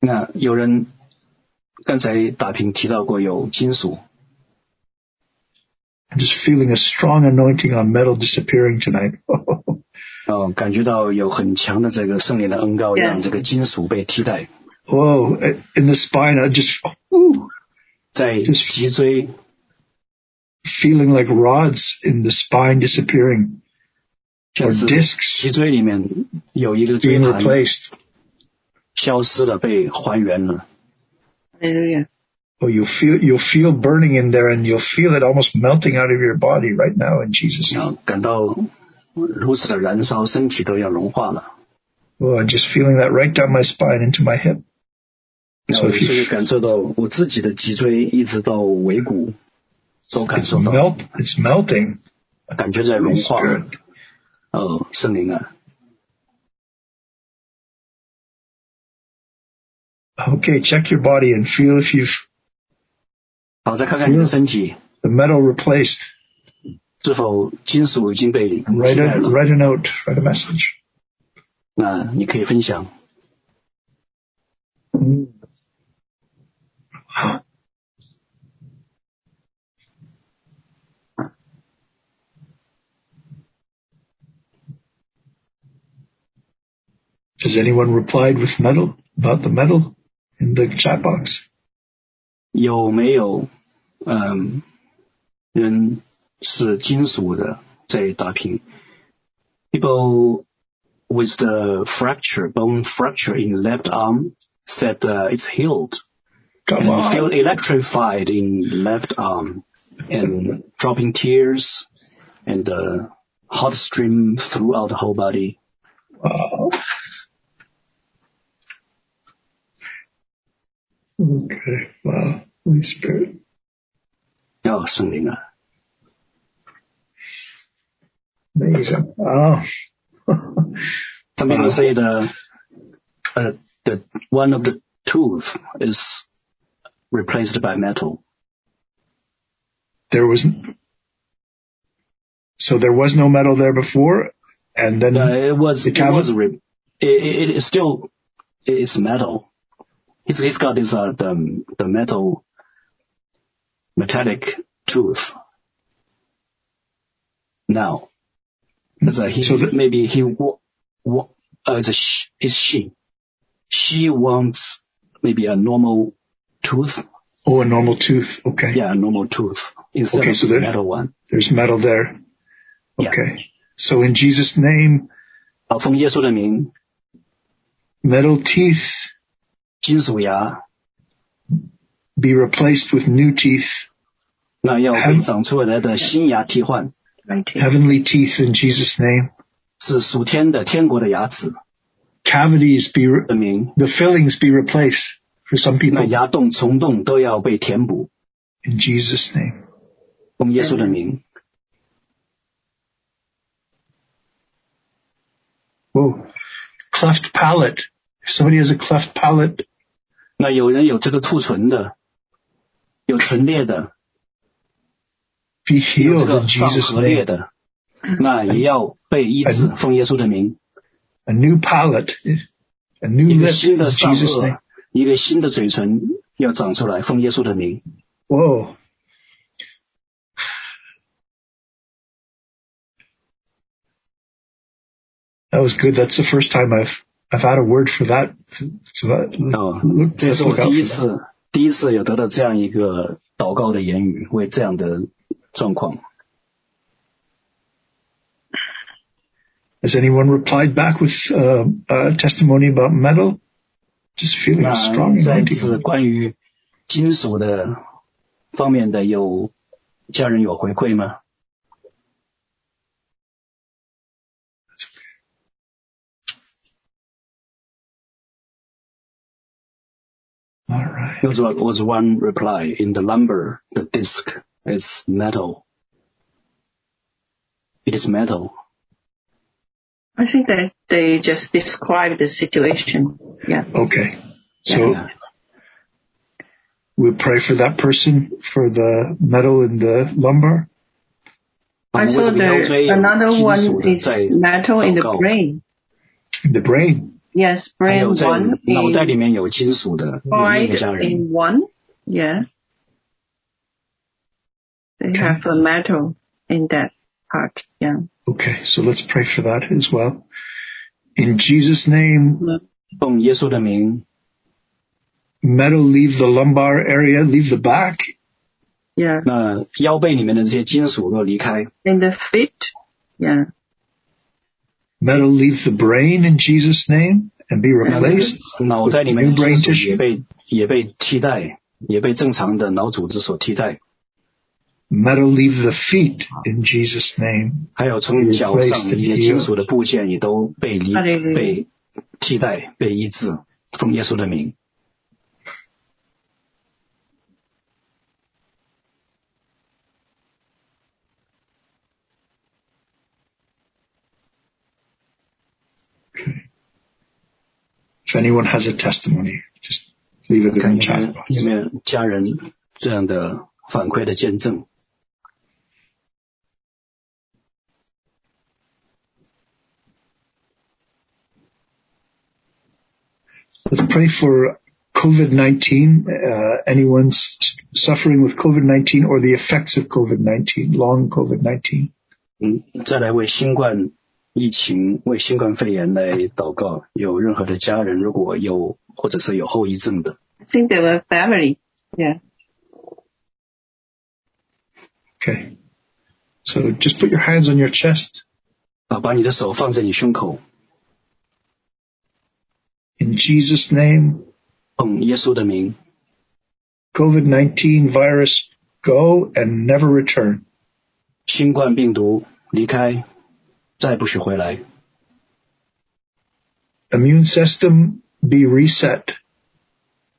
Speaker 2: 那有人刚才打平提到过有金属，
Speaker 1: I'm just feeling a strong anointing on metal disappearing tonight. (laughs)
Speaker 2: 哦，感觉到有很强的这个圣灵的恩膏，
Speaker 3: Yeah.
Speaker 2: 让这个金属被替代，
Speaker 1: Whoa, Oh, in the spine, I just, ooh,
Speaker 2: 在
Speaker 1: Just-
Speaker 2: 脊椎
Speaker 1: feeling like rods in the spine disappearing
Speaker 2: 就
Speaker 1: or
Speaker 2: 是
Speaker 1: discs
Speaker 2: 脊椎里面有一个椎
Speaker 1: being
Speaker 2: 盘
Speaker 1: replaced.
Speaker 2: 消失了，被还原了。
Speaker 3: Hallelujah.
Speaker 1: Oh, you feel you'll feel burning in there, and you'll feel it almost melting out of your body right now in Jesus' name.
Speaker 2: 啊，感到如此的燃烧，身体都要融化了。
Speaker 1: Oh, I'm just feeling that right down my spine into my hip.
Speaker 2: 那
Speaker 1: So
Speaker 2: 我
Speaker 1: if
Speaker 2: 就
Speaker 1: you
Speaker 2: 是感受到我自己的脊椎一直到尾骨都感
Speaker 1: it's
Speaker 2: 受到，
Speaker 1: melt, it's melting.
Speaker 2: 感觉在融
Speaker 1: Holy
Speaker 2: 化。
Speaker 1: Spirit.
Speaker 2: 哦，圣灵啊，
Speaker 1: Okay, check your body and feel if you've
Speaker 2: 好，再看看你的身体
Speaker 1: the metal replaced.
Speaker 2: 是否金属已经被替
Speaker 1: Write
Speaker 2: 代
Speaker 1: a
Speaker 2: 了。
Speaker 1: write a note, write a message.
Speaker 2: 那你可以分享。
Speaker 1: Wow. Has anyone replied with metal about the metal in the chat box?
Speaker 2: 有没有嗯人是金属的在打拼？People with the fracture, bone fracture in left arm said uh, it's healed
Speaker 1: Come
Speaker 2: and feel
Speaker 1: on.
Speaker 2: electrified in left arm and dropping tears and uh, hot stream throughout the whole body.
Speaker 1: Wow. Okay. Wow. Holy Spirit.
Speaker 2: 要圣灵啊，
Speaker 1: Amazing. Ah, Wow.
Speaker 2: Some
Speaker 1: Uh-huh.
Speaker 2: people say the uh, the one of the tooth is replaced by metal.
Speaker 1: There was So there was no metal there before, and then
Speaker 2: Uh, it was
Speaker 1: The
Speaker 2: it was
Speaker 1: cavern?
Speaker 2: re- it, it, it's still it's metal. He's he's got this uh the the metal metallic tooth now. That's a he,
Speaker 1: So the-
Speaker 2: maybe he wa- wa- uh, it's a sh- it's she she wants maybe a normal tooth
Speaker 1: oh, a normal tooth. Okay,
Speaker 2: yeah a normal tooth instead
Speaker 1: Okay,
Speaker 2: of
Speaker 1: so
Speaker 2: the
Speaker 1: there-
Speaker 2: metal one.
Speaker 1: there's metal there.
Speaker 2: Yeah. Uh,
Speaker 1: Okay, so in Jesus' name,
Speaker 2: 啊，奉耶稣的名，
Speaker 1: metal teeth
Speaker 2: 金属牙
Speaker 1: be replaced with new teeth,
Speaker 2: 那要
Speaker 1: 还
Speaker 2: 被长出来的新牙替换。
Speaker 3: Right.
Speaker 1: heavenly teeth in Jesus' name.
Speaker 2: 是属天的天国的牙齿，
Speaker 1: Cavities be re-
Speaker 2: 证明
Speaker 1: the fillings be replaced for some
Speaker 2: 那
Speaker 1: people
Speaker 2: 牙洞、虫洞都要被填补。
Speaker 1: in Jesus' name.
Speaker 2: 奉耶稣的名，
Speaker 1: Whoa, cleft palate. If somebody has a cleft palate,
Speaker 2: 那有人有这个兔唇的，有唇裂的，
Speaker 1: be
Speaker 2: 有
Speaker 1: healed
Speaker 2: 这个
Speaker 1: in
Speaker 2: 上
Speaker 1: Jesus'
Speaker 2: 颌裂
Speaker 1: name.
Speaker 2: 的，那也要被医治。
Speaker 1: 嗯
Speaker 2: 奉耶稣的名，
Speaker 1: A new palate, a
Speaker 2: 一
Speaker 1: new
Speaker 2: 个
Speaker 1: lip
Speaker 2: 新
Speaker 1: in
Speaker 2: 的上
Speaker 1: Jesus' name.
Speaker 2: 颚，一个新的嘴唇要长出来。奉耶稣的名，
Speaker 1: Whoa. That was good. That's the first time I've I've had a word for that. So that
Speaker 2: 哦
Speaker 1: look,，
Speaker 2: 这也
Speaker 1: let's
Speaker 2: 是我
Speaker 1: look out
Speaker 2: 第一
Speaker 1: for that.
Speaker 2: 次，第一次有得到这样一个祷告的言语，为这样的状况。
Speaker 1: Has anyone replied back with uh, a testimony about metal? Just feeling a
Speaker 2: 那
Speaker 1: strong
Speaker 2: 在
Speaker 1: anointing.
Speaker 2: 此关于金属的方面的有家人有回馈吗？
Speaker 1: All right.
Speaker 2: There was was one reply in the lumber. The disc is metal. It is metal.
Speaker 3: I think that they just described the situation. Yeah.
Speaker 1: Okay. So
Speaker 2: Yeah.
Speaker 1: we pray for that person for the metal and the lumbar.
Speaker 2: 我
Speaker 3: I
Speaker 2: 们
Speaker 3: saw
Speaker 2: 为了腰椎有
Speaker 3: the another
Speaker 2: 金属
Speaker 3: one
Speaker 2: 的
Speaker 3: is
Speaker 2: 在
Speaker 3: metal in the
Speaker 2: 祷告。
Speaker 3: brain.
Speaker 1: The brain.
Speaker 3: Yes,
Speaker 2: 还有
Speaker 3: brain
Speaker 2: 在
Speaker 3: one
Speaker 2: 脑袋
Speaker 3: in
Speaker 2: 里面有金属的有那
Speaker 3: five
Speaker 2: 个家人，
Speaker 3: in one. Yeah. They have a metal in that part. Yeah.
Speaker 1: Okay. So let's pray for that as well. In Jesus' name,
Speaker 2: 奉耶稣的名，
Speaker 1: metal leave the lumbar area, leave the back.
Speaker 3: Yeah.
Speaker 2: 那腰背里面的这些金属若离开，
Speaker 3: In the feet. Yeah.
Speaker 1: Metal leave the brain in Jesus' name and be
Speaker 2: 那这
Speaker 1: replaced.
Speaker 2: 个脑袋里面的
Speaker 1: New brain
Speaker 2: 金属
Speaker 1: tissue
Speaker 2: 也被也被替代，也被正常的脑组织所替代。
Speaker 1: Metal leave the feet in Jesus' name.
Speaker 2: 还有从脚上一些金属的部件也都被离
Speaker 3: 啊对对对
Speaker 2: 被替代、被医治，奉耶稣的名。
Speaker 1: If anyone has a testimony, just leave it
Speaker 2: 看
Speaker 1: in the chat
Speaker 2: 有没有
Speaker 1: box.
Speaker 2: 有没有家人这样的反馈的见证？
Speaker 1: Let's pray for COVID-19, uh, anyone s- suffering with COVID-19 or the effects of COVID-19, long COVID-19.
Speaker 2: 嗯，再来为新冠疫情、为新冠肺炎来祷告。有任何的家人如果有或者是有后遗症的，
Speaker 3: I think they were family. Yeah.
Speaker 1: Okay. So just put your hands on your chest.
Speaker 2: 啊，把你的手放在你胸口，
Speaker 1: In Jesus' name,
Speaker 2: 奉耶稣的名，
Speaker 1: COVID-19 virus go and never return.
Speaker 2: 新冠病毒离开，再不许回来。
Speaker 1: Immune system be reset.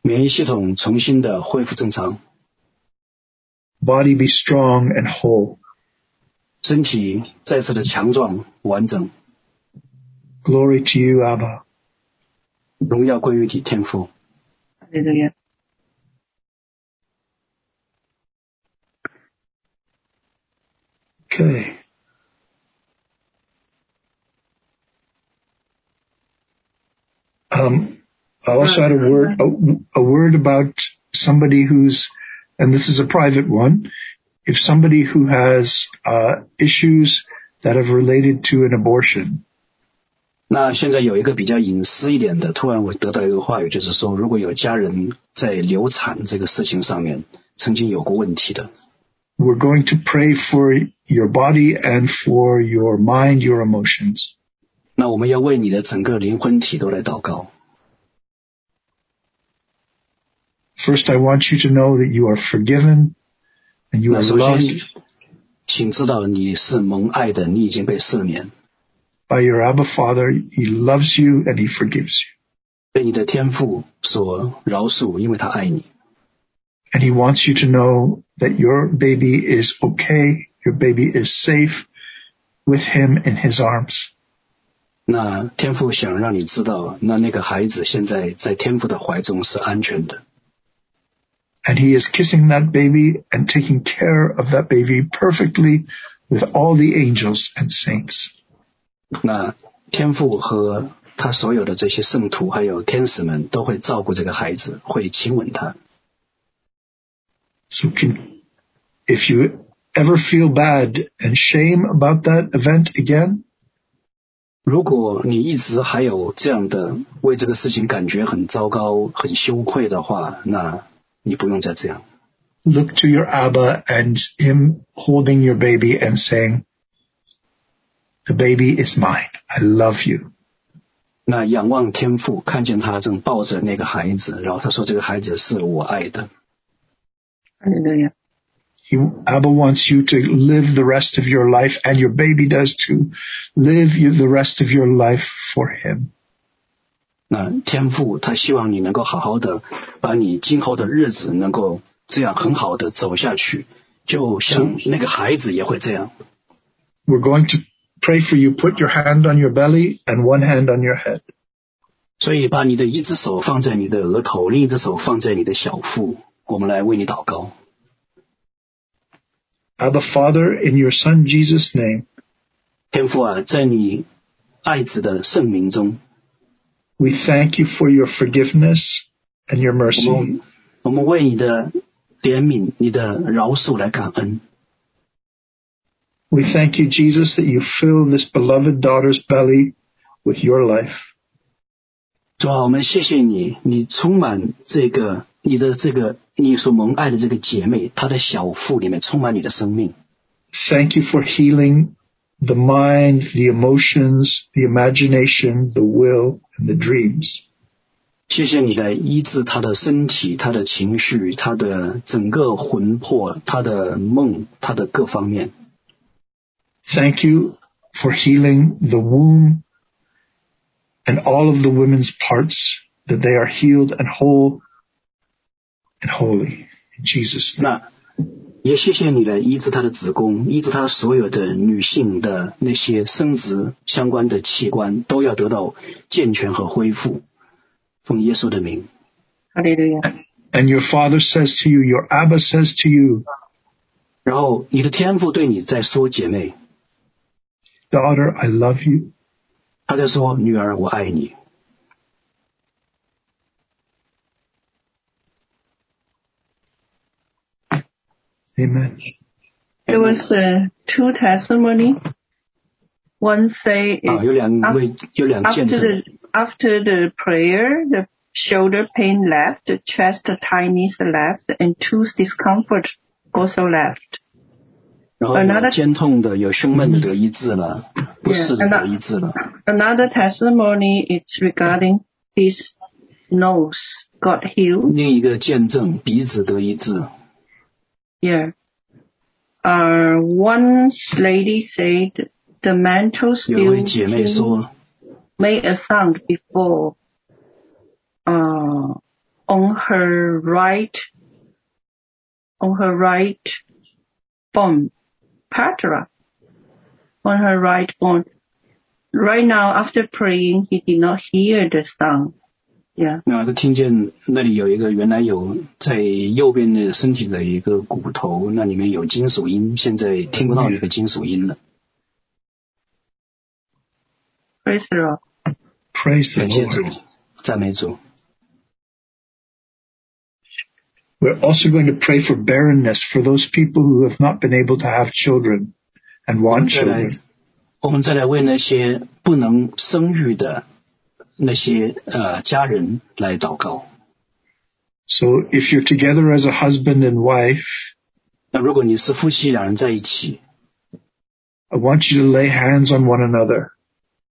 Speaker 2: 免疫系统重新的恢复正常。
Speaker 1: Body be strong and whole.
Speaker 2: 身体再次的强壮完整，
Speaker 1: Glory to you, Abba.
Speaker 2: 荣耀归于你天父。
Speaker 3: Hallelujah.
Speaker 1: Okay. Um, I also had a word a, a word about somebody who's, and this is a private one. If somebody who has uh, issues that have related to an abortion,
Speaker 2: 那现在有一个比较隐私一点的，突然我得到一个话语，就是说，如果有家人在流产这个事情上面曾经有过问题的，
Speaker 1: we're going to pray for your body and for your mind, your emotions.
Speaker 2: 那我们要为你的整个灵魂体都来祷告。
Speaker 1: First, I want you to know that you are forgiven and you
Speaker 2: 那
Speaker 1: are
Speaker 2: 首
Speaker 1: loved
Speaker 2: 先，请知道你是蒙爱的，你已经被赦免，
Speaker 1: by your Abba Father. He loves you and he forgives you.
Speaker 2: 被你的天赋所饶恕，因为他爱你。
Speaker 1: and he wants you to know that your baby is okay, your baby is safe with him in his arms.
Speaker 2: 那天父想让你知道，那那个孩子现在在天父的怀中是安全的，
Speaker 1: And he is kissing that baby and taking care of that baby perfectly with all the angels and saints.
Speaker 2: 那天父和他所有的这些圣徒还有天使们都会照顾这个孩子，会亲吻他。
Speaker 1: So can, if you ever feel bad and shame about that event again,
Speaker 2: 如果你一直还有这样的为这个事情感觉很糟糕、很羞愧的话，那你不用再这样。
Speaker 1: look to your Abba and him holding your baby and saying, the baby is mine. I love you.
Speaker 2: 那仰望天父，看见他正抱着那个孩子，然后他说：“这个孩子是我爱的。
Speaker 3: Hallelujah.
Speaker 1: He, Abba wants you to live the rest of your life, and your baby does too. Live you, the rest of your life for Him. ”
Speaker 2: 那天父他希望你能够好好的，把你今后的日子能够这样很好的走下去，就像那个孩子也会这样。
Speaker 1: We're going to pray for you. Put your hand on your belly and one hand on your head.
Speaker 2: 所以，把你的一只手放在你的额头，另一只手放在你的小腹，我们来为你祷告。
Speaker 1: Abba Father, in your Son Jesus' name,
Speaker 2: 天父啊，在你爱子的圣名中，
Speaker 1: we thank you for your forgiveness and your
Speaker 2: 我
Speaker 1: mercy.
Speaker 2: 们我们为你的怜悯、你的饶恕来感恩。
Speaker 1: We thank you, Jesus, that you fill this beloved daughter's belly with your life.
Speaker 2: 主啊，我们谢谢你，你充满这个你的这个你所蒙爱的这个姐妹，她的小腹里面充满你的生命。
Speaker 1: Thank you for healing the mind, the emotions, the imagination, the will, and the dreams.
Speaker 2: 谢谢你来医治她的身体、她的情绪、她的整个魂魄、她的梦、她的各方面。
Speaker 1: Thank you for healing the womb and all of the women's parts, that they are healed and whole and holy. In Jesus' name.
Speaker 2: 那也谢谢你来医治她的子宫，医治她所有的女性的那些生殖相关的器官都要得到健全和恢复。奉耶稣的名。
Speaker 3: Hallelujah.
Speaker 1: And your father says to you, your Abba says to you,
Speaker 2: 然后你的天父对你在说，姐妹，
Speaker 1: daughter, I love you.
Speaker 2: 他在说，女儿，我爱你。
Speaker 1: Amen.
Speaker 3: There was uh, two testimony. One say
Speaker 2: 啊，
Speaker 3: it,
Speaker 2: 有两位，有两见证
Speaker 3: after the。after the prayer, the shoulder pain left, the chest tightness left, and tooth discomfort also left.
Speaker 2: 然后有肩痛的，有胸闷的得医治了，不适的得医治了。
Speaker 3: Another testimony is regarding his nose got healed.
Speaker 2: 另一个见证，鼻子得医治。
Speaker 3: Yeah. Uh, one lady said the mental
Speaker 2: 有一位姐
Speaker 3: still
Speaker 2: 妹说，
Speaker 3: made a sound before uh, on her right on her right bone patella on her right bone right now after praying he did not hear the sound yeah
Speaker 2: 那她听见那里有一个原来有在右边的身体的一个骨头，那里面有金属音，现在听不到那个金属音了。
Speaker 3: praise the lord
Speaker 1: Praise the
Speaker 2: 感谢
Speaker 1: Lord.
Speaker 2: 主，赞美主。
Speaker 1: We're also going to pray for barrenness for those people who have not been able to have children and
Speaker 2: 我们
Speaker 1: want
Speaker 2: 再来
Speaker 1: children.，
Speaker 2: 我们再来为那些不能生育的那些呃家人来祷告。
Speaker 1: So if you're together as a husband and wife,
Speaker 2: 那如果你是夫妻两人在一起
Speaker 1: I want you to lay hands on one another.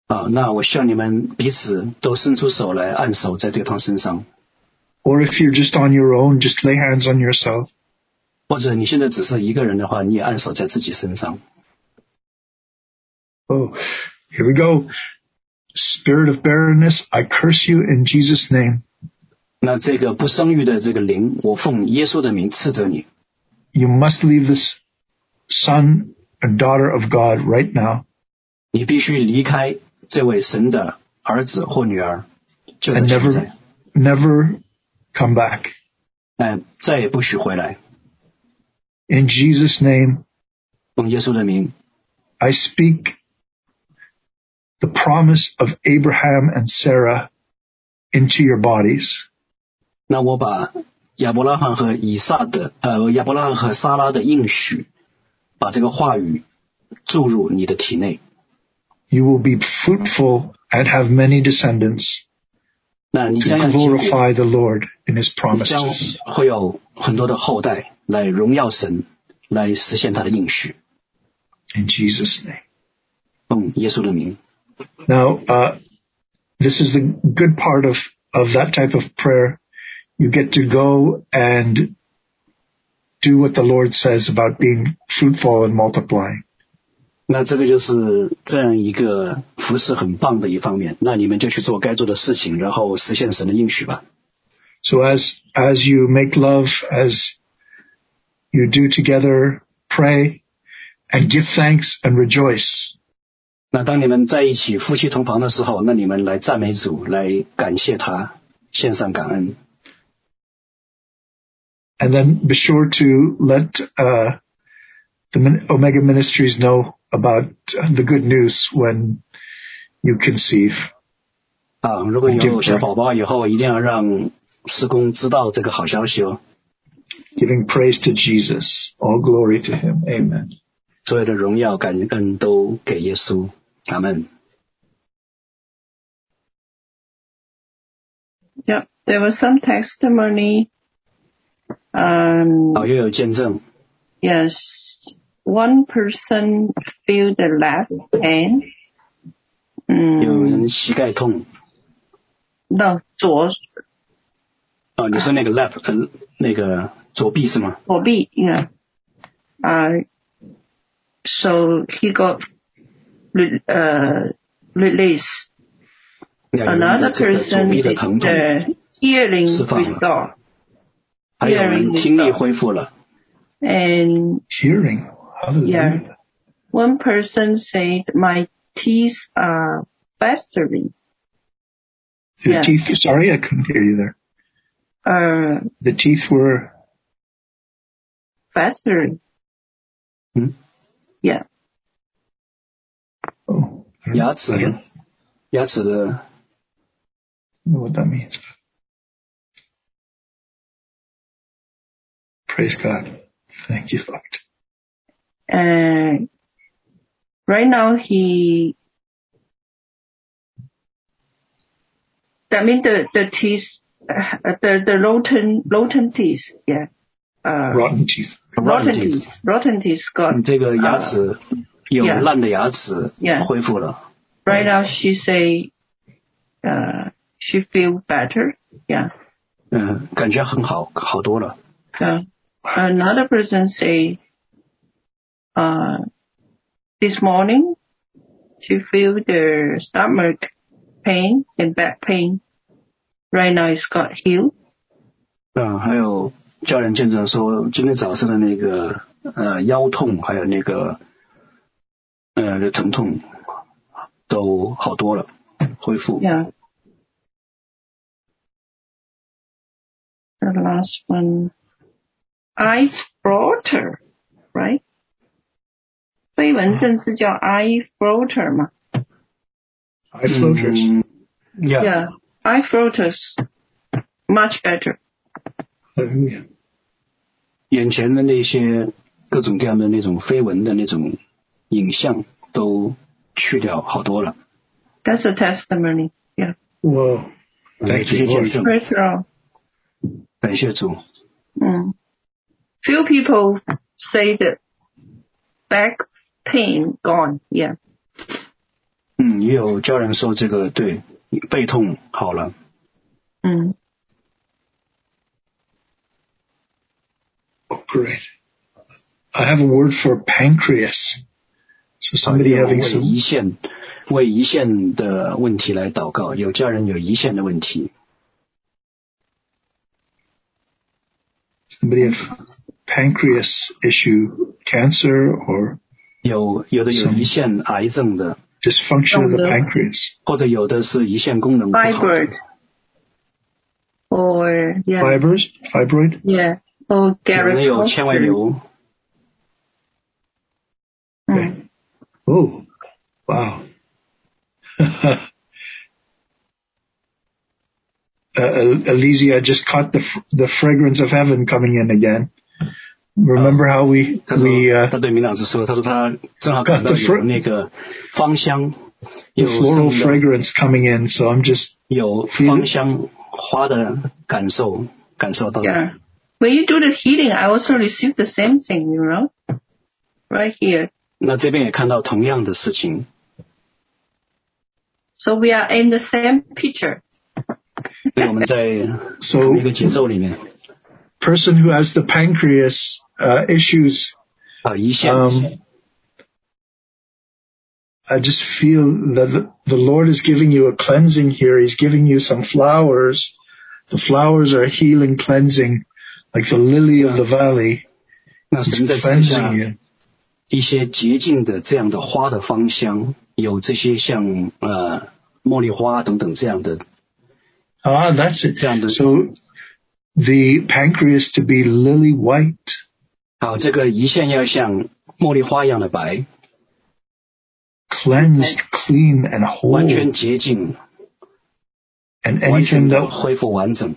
Speaker 2: 啊，那我希望你们彼此都伸出手来，按手在对方身上。
Speaker 1: Or if you're just on your own, just lay hands on yourself.
Speaker 2: 或者你现在只是一个人的话，你也按手在自己身上。
Speaker 1: Oh, here we go. Spirit of barrenness, I curse you in Jesus' name.
Speaker 2: 那这个不生育的这个灵，我奉耶稣的名斥责你，
Speaker 1: You must leave this son and daughter of God right now
Speaker 2: 你必须离开这位神的儿子或女儿，就在
Speaker 1: and
Speaker 2: 现
Speaker 1: never,
Speaker 2: 在，
Speaker 1: never come back.
Speaker 2: 哎、再也不许回来。
Speaker 1: In Jesus' name,
Speaker 2: 奉耶稣的名，
Speaker 1: I speak the promise of Abraham and Sarah into your bodies.
Speaker 2: 那我把亚伯拉罕和以撒的，呃，亚伯拉罕和撒拉的应许，把这个话语注入你的体内，
Speaker 1: You will be fruitful and have many descendants
Speaker 2: 那你
Speaker 1: to
Speaker 2: 将要结果
Speaker 1: glorify the Lord in his
Speaker 2: 你将
Speaker 1: promises.
Speaker 2: 会有很多的后代来荣耀神，来实现他的应许。
Speaker 1: In Jesus' name.
Speaker 2: 奉耶稣的名，
Speaker 1: Now, uh, this is the good part of, of that type of prayer. You get to go and do what the Lord says about being fruitful and multiplying.
Speaker 2: 那这个就是这样一个服饰很棒的一方面。那你们就去做该做的事情，然后实现神的应许吧。
Speaker 1: So as, as you make love, as you do together, pray and give thanks and rejoice.
Speaker 2: 那当你们在一起夫妻同房的时候，那你们来赞美主，来感谢他，献上感恩。
Speaker 1: And then be sure to let, uh, the Min- Omega Ministries know about uh, the good news when you conceive.
Speaker 2: 啊，如果
Speaker 1: 对
Speaker 2: 有
Speaker 1: 对
Speaker 2: 小宝宝以后，一定要让施工知道这个好消息哦。
Speaker 1: giving praise to Jesus. All glory to him. Amen.
Speaker 2: 所有的荣耀、感恩都给耶稣。阿门。
Speaker 3: Yeah, there was some testimony. Um,
Speaker 2: 啊好，又有见证。
Speaker 3: Yes, one person feel the left hand.
Speaker 2: 有
Speaker 3: 嗯，
Speaker 2: 人膝盖痛
Speaker 3: Mm, no，左
Speaker 2: 哦，你说那个 left 呃那个左臂是吗？
Speaker 3: 左臂，yeah. Uh, so he got re- uh release.
Speaker 2: 那有人的
Speaker 3: Another
Speaker 2: 这个左
Speaker 3: person
Speaker 2: 臂
Speaker 3: is
Speaker 2: 的疼痛，
Speaker 3: the hearing
Speaker 2: 释放了。
Speaker 3: restored
Speaker 2: 还有人听力恢复了。
Speaker 3: and
Speaker 1: Hearing. Hallelujah.
Speaker 3: Yeah. one person said my teeth are festering.
Speaker 1: The
Speaker 3: Yeah.
Speaker 1: teeth, sorry, I couldn't hear you there.
Speaker 3: Uh,
Speaker 1: The teeth were,
Speaker 3: festering.
Speaker 2: Hmm?
Speaker 3: Yeah.
Speaker 1: oh, I don't,
Speaker 2: Yeah, that's-
Speaker 1: I don't
Speaker 2: 牙齿的，
Speaker 1: know what that means. Praise God. Thank you, Lord.
Speaker 3: and right now he that means the the teeth uh, the the rotten rotten teeth yeah uh
Speaker 1: Rotten teeth.
Speaker 3: rotten
Speaker 2: Rotten teeth
Speaker 3: teeth rotten teeth got
Speaker 2: 你这个牙齿有
Speaker 3: yeah
Speaker 2: 烂的牙齿
Speaker 3: Yeah
Speaker 2: 恢复了，
Speaker 3: right now she say uh she feel better yeah
Speaker 2: 嗯，感觉很好，好多了。
Speaker 3: uh, another person say uh this morning she feel the stomach pain and back pain. Right now it's got healed.
Speaker 2: 嗯，还有家人见证说，今天早上的那个呃腰痛，还有那个呃疼痛都好多了，恢复。
Speaker 3: Yeah. The last one. Eyes floater, right? 飞蚊症是叫 eye floater 吗
Speaker 1: Eye floaters.
Speaker 2: 嗯，yeah，
Speaker 3: ？Yeah. I focus much better.
Speaker 2: 眼前的那些各种各样的那种绯闻的那种影像都去掉好多了，
Speaker 3: That's a testimony. Yeah.
Speaker 1: Whoa.
Speaker 2: 嗯
Speaker 1: Thank
Speaker 2: 这些
Speaker 1: you,
Speaker 2: 见
Speaker 1: Lord.
Speaker 2: 证，
Speaker 3: Praise the Lord.
Speaker 2: 感谢主，
Speaker 3: Mm. Few people say that back pain gone. Yeah.
Speaker 2: 嗯，也有家人说这个对背痛好了，
Speaker 3: Mm.
Speaker 1: Oh, great. I have a word for pancreas. So
Speaker 2: 也
Speaker 1: somebody
Speaker 2: 有
Speaker 1: having
Speaker 2: 为
Speaker 1: some,
Speaker 2: 胰腺为胰腺的问题来祷告，有家人有胰腺的问题，
Speaker 1: somebody have pancreas issue, cancer or
Speaker 2: 有有的有
Speaker 1: 什么
Speaker 2: 胰腺癌症的，
Speaker 1: dysfunction of the
Speaker 3: Don't know.
Speaker 1: pancreas,
Speaker 2: 或者有的是胰腺功能不好的
Speaker 3: Fibroid or yeah.
Speaker 1: fibers, fibroid.
Speaker 3: Yeah.
Speaker 2: 有
Speaker 3: Or
Speaker 2: 人
Speaker 3: Garrett.
Speaker 2: 有纤维瘤，
Speaker 1: Okay.
Speaker 3: Mm.
Speaker 1: Oh, wow. (laughs) uh, uh, Elysia just caught the f- the fragrance of heaven coming in again. Remember how we
Speaker 2: 他说
Speaker 1: we
Speaker 2: 他
Speaker 1: uh,
Speaker 2: 对明老师说，他说他正好感
Speaker 1: God,
Speaker 2: 到
Speaker 1: the fr-
Speaker 2: 有那个芳香，
Speaker 1: the
Speaker 2: 有
Speaker 1: floral
Speaker 2: 圣的
Speaker 1: fragrance coming in? So I'm just
Speaker 2: 有芳香花的感受，感受到
Speaker 3: Yeah. When you do the healing, I also receive the same thing, you know, right here.
Speaker 2: 那这边也看到同样的事情，
Speaker 3: So we are in the same picture.
Speaker 2: 所以我们在
Speaker 1: so
Speaker 2: 同一个节奏里面
Speaker 1: person who has the pancreas uh, issues.
Speaker 2: 啊，胰腺
Speaker 1: Um, I just feel that the, the Lord is giving you a cleansing here. He's giving you some flowers. The flowers are healing, cleansing, like the lily of the valley.
Speaker 2: 那
Speaker 1: He's
Speaker 2: 神在赐下
Speaker 1: cleansing you.
Speaker 2: 一些洁净的这样的花的芳香，有这些像呃茉莉花等等这样的
Speaker 1: Ah, that's it.
Speaker 2: Yeah, I'm doing-
Speaker 1: So the pancreas to be lily white.
Speaker 2: 好，啊这个胰腺要像茉莉花一样的白，
Speaker 1: Cleansed, clean, and
Speaker 2: 完
Speaker 1: whole,
Speaker 2: 全洁净，
Speaker 1: and
Speaker 2: 哎完全
Speaker 1: anything
Speaker 2: 的
Speaker 1: that
Speaker 2: 恢复完整。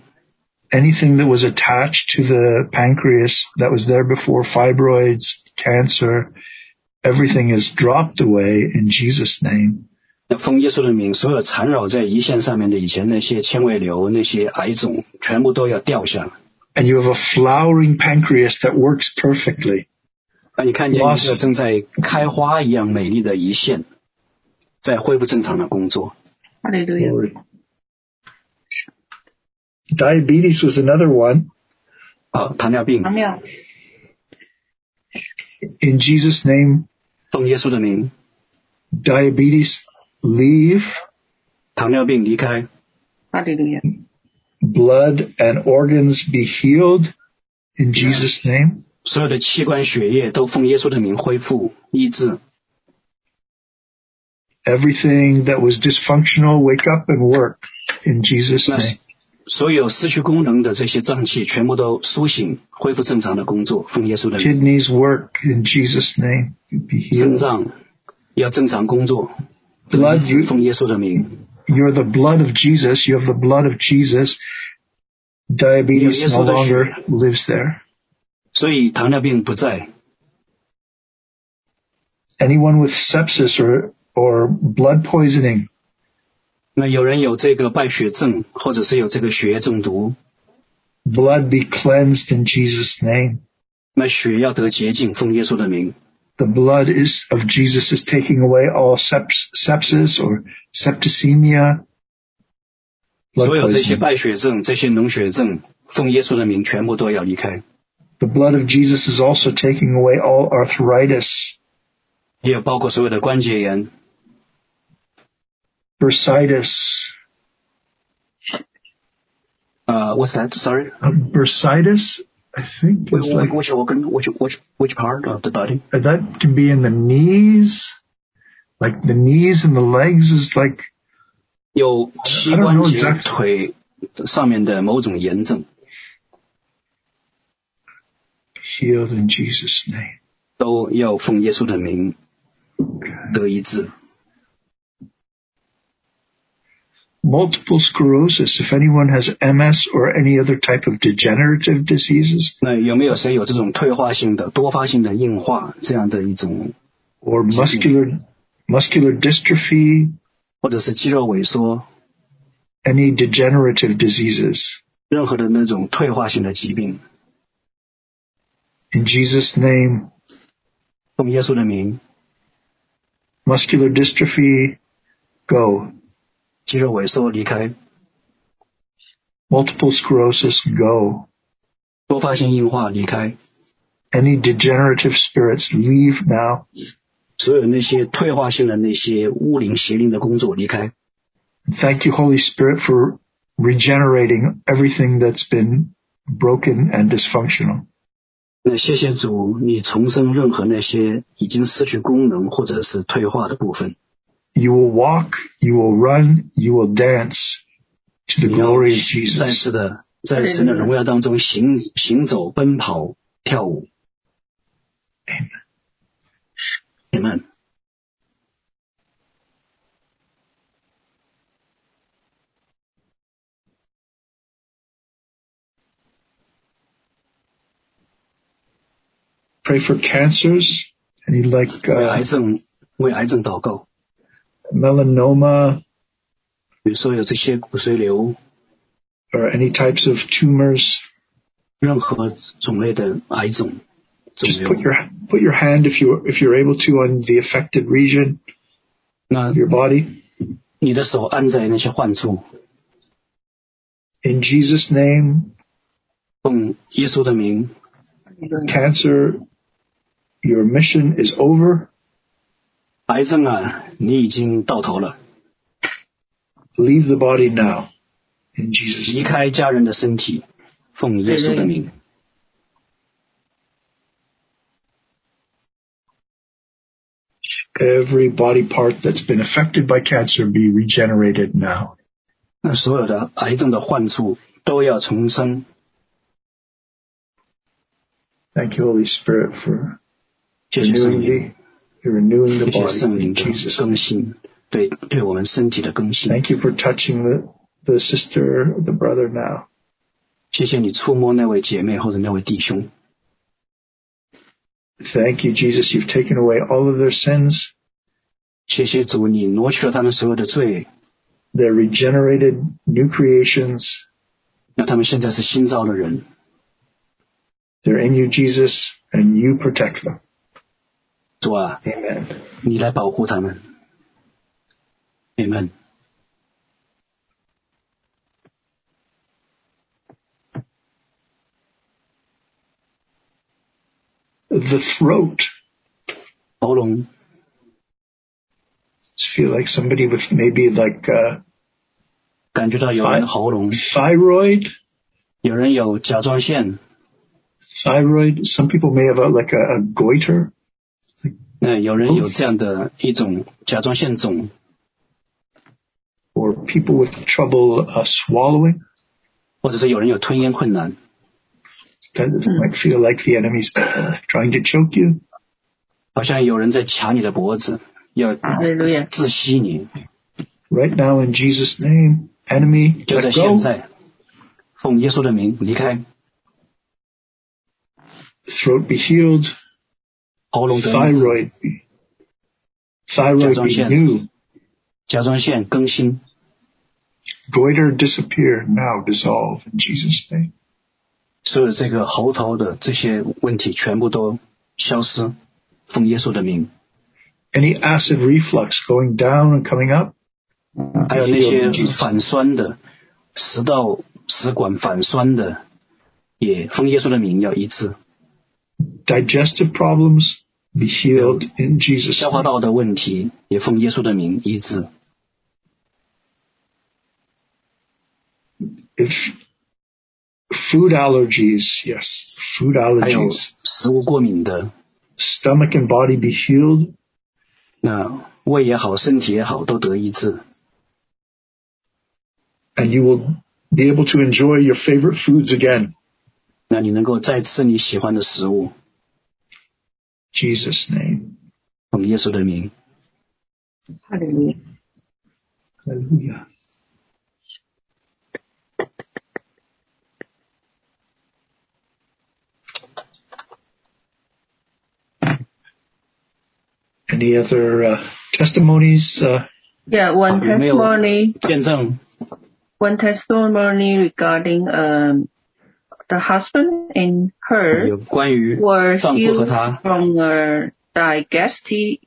Speaker 1: anything that was attached to the pancreas that was there before, fibroids, cancer, everything is dropped away in Jesus' name.
Speaker 2: 那奉耶稣的名，所有缠绕在胰腺上面的以前那些纤维瘤、那些癌肿，全部都要掉下来。
Speaker 1: And you have a flowering pancreas that works perfectly.
Speaker 2: 那你看见
Speaker 1: 哇
Speaker 2: 一个正在开花一样美丽的胰腺，在恢复正常的工作。
Speaker 3: Hallelujah.
Speaker 1: Diabetes was another one.
Speaker 2: 啊，糖尿病，
Speaker 3: Amen.
Speaker 1: In Jesus' name,
Speaker 2: 奉耶稣的名，
Speaker 1: diabetes leave
Speaker 2: 糖尿病离开，
Speaker 3: Hallelujah.
Speaker 1: blood and organs be healed in Jesus' name.
Speaker 2: 所有的器官、血液都奉耶稣的名恢复医治。
Speaker 1: Everything that was dysfunctional, wake up and work in Jesus'
Speaker 2: Yes.
Speaker 1: name.
Speaker 2: 所有失去功能的这些脏器全部都苏醒，恢复正常的工作。奉耶稣的名，
Speaker 1: Kidneys work in Jesus' name. Be
Speaker 2: 肾
Speaker 1: healed.
Speaker 2: 脏要正常工作。
Speaker 1: Blood
Speaker 2: 奉耶稣的名。
Speaker 1: You're the blood of Jesus. You have the blood of Jesus. Diabetes no longer lives there.
Speaker 2: 所以糖尿病不在，
Speaker 1: Anyone with sepsis or, or blood poisoning,
Speaker 2: 那有人有这个败血症，或者是有这个血液中毒，
Speaker 1: blood be cleansed in Jesus' name.
Speaker 2: 那血要得洁净，奉耶稣的名，
Speaker 1: The blood is of Jesus is taking away all seps, sepsis or septicemia.
Speaker 2: 所
Speaker 1: Blood
Speaker 2: 有这些
Speaker 1: poisoning.
Speaker 2: 败血症、这些脓血症，奉耶稣的名全部都要离开，
Speaker 1: The blood of Jesus is also taking away all arthritis,
Speaker 2: 也包括所有的关节炎、
Speaker 1: bursitis,
Speaker 2: 呃，what's that？Sorry。
Speaker 1: Uh, bursitis, I think, is like
Speaker 2: Which organ? Which which which part of the body?
Speaker 1: that can be in the knees, like the knees and the legs is like
Speaker 2: 有膝
Speaker 1: I don't
Speaker 2: 关
Speaker 1: know
Speaker 2: 节
Speaker 1: exactly.、
Speaker 2: 腿上面的某种炎症，
Speaker 1: healed in Jesus' name.
Speaker 2: 都要奉耶稣的名得医治。
Speaker 1: multiple sclerosis, if anyone has MS or any other type of degenerative diseases
Speaker 2: 那有没有谁有这种退化性的、多发性的硬化这样的一种，
Speaker 1: or muscular, muscular dystrophy,
Speaker 2: 或者是肌肉萎缩，
Speaker 1: any degenerative diseases.
Speaker 2: 任何的那种退化性的疾病？
Speaker 1: In Jesus' name,
Speaker 2: 奉耶稣的名，
Speaker 1: muscular dystrophy, go.
Speaker 2: 肌肉萎缩离开，
Speaker 1: Multiple sclerosis, go.
Speaker 2: 多发性硬化离开，
Speaker 1: Any degenerative spirits, leave now.
Speaker 2: 所有那些退化性的那些巫灵邪灵的工作离开。
Speaker 1: And thank you, Holy Spirit, for regenerating everything that's been broken and dysfunctional.
Speaker 2: 那呃谢谢主，你重生任何那些已经失去功能或者是退化的部分，
Speaker 1: You will walk, you will run, you will dance to the
Speaker 2: 你要
Speaker 1: glory of
Speaker 2: 再
Speaker 1: Jesus.
Speaker 2: 次的在神的荣耀当中行行走、奔跑、跳舞。你们
Speaker 1: Pray for cancers, any like
Speaker 2: 为癌
Speaker 1: uh,
Speaker 2: 症为癌症祷告，
Speaker 1: melanoma
Speaker 2: 比如说有这些骨髓瘤，
Speaker 1: or any types of tumors.
Speaker 2: 任何种类的癌种肿
Speaker 1: Just
Speaker 2: 瘤
Speaker 1: put。your put your hand if you if you're able to on the affected region
Speaker 2: 那
Speaker 1: of your body.
Speaker 2: 你的手按在那些患处，
Speaker 1: In Jesus' name,
Speaker 2: 奉耶稣的名，
Speaker 3: Hallelujah.
Speaker 1: cancer, your mission is over.
Speaker 2: 癌症啊，你已经到头了，
Speaker 1: Leave the body now. In Jesus'
Speaker 2: 离
Speaker 1: name.
Speaker 2: 开家人的身体，奉耶稣的名。
Speaker 1: Every body part that's been affected by cancer be regenerated now.
Speaker 2: 那所有的癌症的患处都要重生。
Speaker 1: Thank you, Holy Spirit, for
Speaker 2: 谢谢
Speaker 1: renewing
Speaker 2: 圣灵，
Speaker 1: the, you're renewing the
Speaker 2: 谢谢圣
Speaker 1: body
Speaker 2: 灵
Speaker 1: in
Speaker 2: 的
Speaker 1: Jesus'
Speaker 2: 更
Speaker 1: name.
Speaker 2: 新，对对我们身体的更新。
Speaker 1: Thank you for touching the, the sister, the brother now.
Speaker 2: 谢谢你触摸那位姐妹或者那位弟兄。
Speaker 1: Thank you, Jesus. You've taken away all of their sins.
Speaker 2: 谢谢主，你挪去了他们所有的罪，
Speaker 1: They're regenerated new creations.
Speaker 2: 那他们现在是新造的人。
Speaker 1: They're in you, Jesus, and you protect them.
Speaker 2: 主啊，
Speaker 1: Amen.
Speaker 2: 你来保护他们。你们
Speaker 1: The throat.
Speaker 2: 喉咙
Speaker 1: Just feel like somebody with maybe like uh,
Speaker 2: 感觉到有人喉咙，
Speaker 1: thyroid.
Speaker 2: 有人有甲状腺，
Speaker 1: Thyroid. Some people may have a, like a, a goiter.
Speaker 2: 那有人有这样的一种甲状腺肿，
Speaker 1: or people with trouble uh, swallowing,
Speaker 2: 或者是有人有吞咽困难，
Speaker 1: that it might feel like the enemy's uh, trying to choke you.
Speaker 2: 好像有人在卡你的脖子，要
Speaker 3: Hallelujah.
Speaker 2: 窒息你。
Speaker 1: Right now, in Jesus' name, enemy,
Speaker 2: 就在
Speaker 1: let
Speaker 2: 现
Speaker 1: go.
Speaker 2: 在，奉耶稣的名离开，
Speaker 1: Throat be healed.
Speaker 2: 喉咙得医治，
Speaker 1: Thyroid be, thyroid be
Speaker 2: Jack-on-shin.
Speaker 1: new.
Speaker 2: 甲状腺更新，
Speaker 1: Goiter disappear now, dissolve in Jesus' name.
Speaker 2: 所有这个喉头的这些问题全部都消失，奉耶稣的名。
Speaker 1: Any acid reflux going down and coming up,
Speaker 2: 还有那些
Speaker 1: Thank you, Jesus.
Speaker 2: 反酸的，食道食管反酸的，也奉耶稣的名要医治。
Speaker 1: digestive problems, be healed in Jesus'
Speaker 2: 消化
Speaker 1: name.
Speaker 2: 道的问题也奉耶稣的名医治。
Speaker 1: If food allergies, yes, food
Speaker 2: 还有
Speaker 1: allergies.
Speaker 2: 食物过敏的，
Speaker 1: stomach and body be healed.
Speaker 2: 那胃也好，身体也好，都得医治。
Speaker 1: and you will be able to enjoy your favorite foods again.
Speaker 2: 那你能够再吃你喜欢的食物，
Speaker 1: Jesus' name.
Speaker 2: 奉耶稣的名。
Speaker 3: Hallelujah.
Speaker 1: Hallelujah. Any other uh, testimonies? Uh,
Speaker 3: Yeah, one
Speaker 2: Oh, you may-
Speaker 3: testimony,
Speaker 2: 见证
Speaker 3: one testimony regarding um the husband and her
Speaker 2: 有关于
Speaker 3: were
Speaker 2: 丈夫和
Speaker 3: healed
Speaker 2: 她
Speaker 3: from a digestive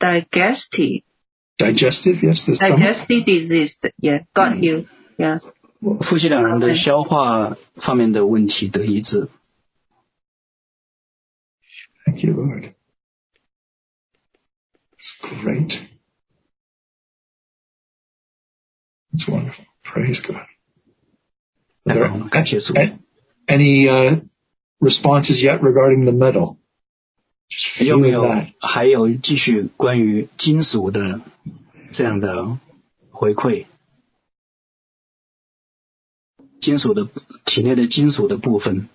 Speaker 3: digestive
Speaker 1: digestive, yes. The stomach.
Speaker 3: digestive disease. Yeah, got you. Yeah.
Speaker 2: 夫妻两人的消化方面的问题得医治。
Speaker 1: Thank you, Lord. It's great. It's wonderful. Praise God. Are there
Speaker 2: 然后感谢主。
Speaker 1: a- any uh, responses yet regarding the medal? Just
Speaker 2: 有
Speaker 1: feeling
Speaker 2: 没有
Speaker 1: that.
Speaker 2: 还有继续关于金属的这样的回馈？金属的体内的金属的部分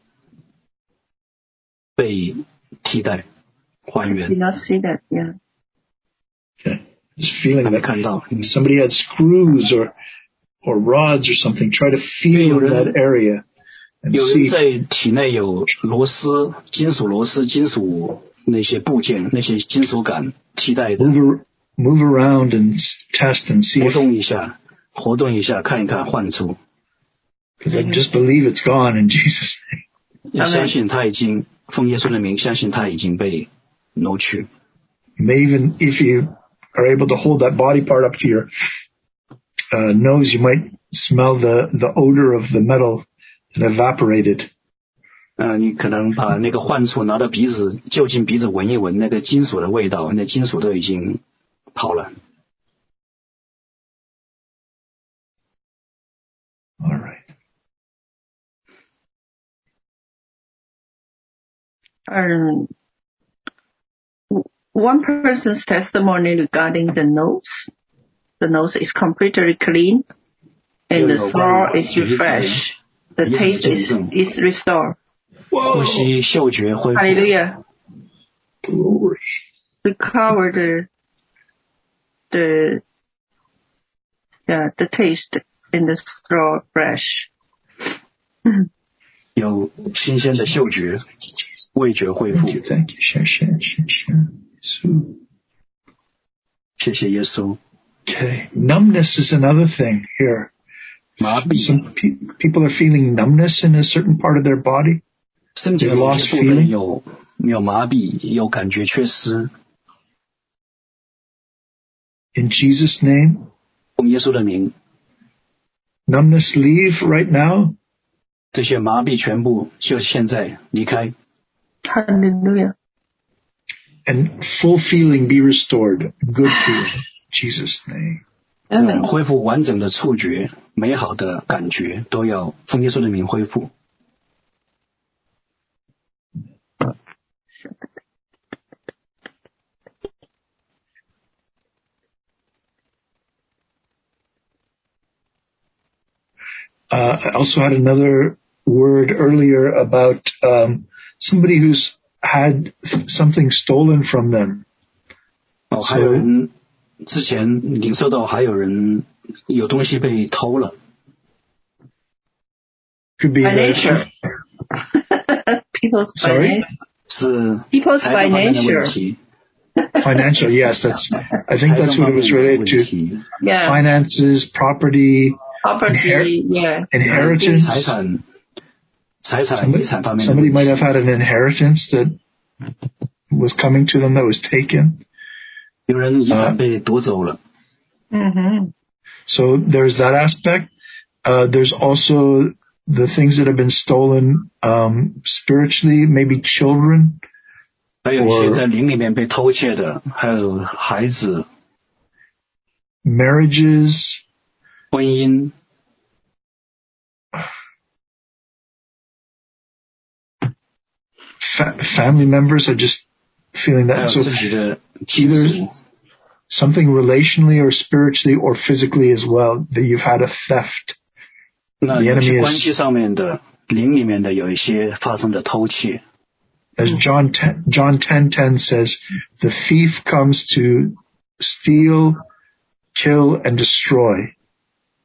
Speaker 2: 被替代还
Speaker 3: Did
Speaker 2: 原，
Speaker 3: not see that. Yeah.
Speaker 1: Okay. Just feeling
Speaker 2: 还没
Speaker 1: that.
Speaker 2: 看到。嗯
Speaker 1: Somebody had screws or or rods or something. Try to feel in that area and
Speaker 2: 有人
Speaker 1: see.
Speaker 2: 在体内有螺丝、金属螺丝、金属那些部件、那些金属感替代的，
Speaker 1: Move ar- move around and s- test and see.
Speaker 2: 活
Speaker 1: If,
Speaker 2: 动一下，活动一下，看一看，换出。
Speaker 1: because I just believe it's gone in (laughs) Jesus' name.
Speaker 2: 要
Speaker 3: Amen
Speaker 2: 相信他已经奉耶稣的名，相信他已经被挪去。
Speaker 1: You may even, if you are able to hold that body part up to your uh, nose, you might smell the, the odor of the metal that evaporated.
Speaker 2: 呃，你可能把那个患处拿到鼻子，就近鼻子闻一闻，那个金属的味道，那金属都已经跑了。
Speaker 1: All right.
Speaker 3: Um, w- one person's testimony regarding the nose. The nose is completely clean and the
Speaker 2: Yeah, no
Speaker 3: soul
Speaker 2: problem.
Speaker 3: is refreshed. The
Speaker 2: Yes,
Speaker 3: taste is,
Speaker 2: Jesus.
Speaker 3: is restored.
Speaker 1: 哦
Speaker 2: 呼吸、嗅觉恢复，
Speaker 3: Hallelujah.
Speaker 1: Glory.
Speaker 3: Recover the, the, yeah, the taste in the straw fresh.
Speaker 2: 有新鲜的嗅觉、味觉恢复
Speaker 1: Thank。you. Thank you. Share, share, share, share. So-
Speaker 2: 谢谢耶稣。
Speaker 1: Okay. Numbness is another thing here.
Speaker 2: 麻痹，
Speaker 1: Some pe- people are feeling numbness in a certain part of their body.
Speaker 2: 身体的某些部分有有麻痹，有感觉缺失。
Speaker 1: In Jesus' name,
Speaker 2: 奉耶稣的名，
Speaker 1: numbness leave right now.
Speaker 2: 这些麻痹全部就现在离开，
Speaker 3: Hallelujah.
Speaker 1: and full feeling be restored. Good feeling. In Jesus' name.
Speaker 3: Amen.
Speaker 2: 嗯恢复完整的触觉、美好的感觉都要奉耶稣的名恢复。
Speaker 1: Uh, I also had another word earlier about um, somebody who's had something stolen from them.
Speaker 2: 哦，还有人之前领受到还有人有东西被偷了，
Speaker 1: Could be
Speaker 3: By
Speaker 1: their-
Speaker 3: nature. People's by
Speaker 1: Sorry?
Speaker 3: nature.
Speaker 2: 是
Speaker 3: People's
Speaker 2: 财
Speaker 3: by
Speaker 2: 富方面的
Speaker 3: nature.
Speaker 2: 问题，
Speaker 1: (laughs) financial. Yes, that's. I
Speaker 2: 财
Speaker 1: think
Speaker 2: 政
Speaker 1: that's what
Speaker 2: 方
Speaker 1: it
Speaker 2: 面
Speaker 1: was
Speaker 2: 的问
Speaker 1: related to.
Speaker 2: 题，
Speaker 3: Yeah.
Speaker 1: Finances, property,
Speaker 3: Property. Yeah.
Speaker 1: inheritance.
Speaker 2: 财产、财产、遗产方面的
Speaker 1: Somebody
Speaker 2: 问
Speaker 1: might
Speaker 2: 题，
Speaker 1: have had an inheritance that was coming to them that was taken.
Speaker 2: 有人遗
Speaker 1: 啊
Speaker 2: 产被夺走了。
Speaker 3: Mm-hmm.
Speaker 1: So there's that aspect. Uh, there's also the things that have been stolen um, spiritually, maybe children.
Speaker 2: 还有一
Speaker 1: Or-
Speaker 2: 些在林里面被偷窃的，还有孩子、
Speaker 1: marriages,
Speaker 2: 婚姻，
Speaker 1: fa- family members are just feeling
Speaker 2: 还有
Speaker 1: that. So
Speaker 2: 自己的亲
Speaker 1: either-
Speaker 2: 属，
Speaker 1: something relationally or spiritually or physically as well that you've had a theft.
Speaker 2: 那
Speaker 1: the
Speaker 2: 有
Speaker 1: enemy
Speaker 2: 些
Speaker 1: is-
Speaker 2: 关系上面的林里面的有一些发生的偷窃，
Speaker 1: As John 10, John 10, 10 says, the thief comes to steal, kill, and destroy.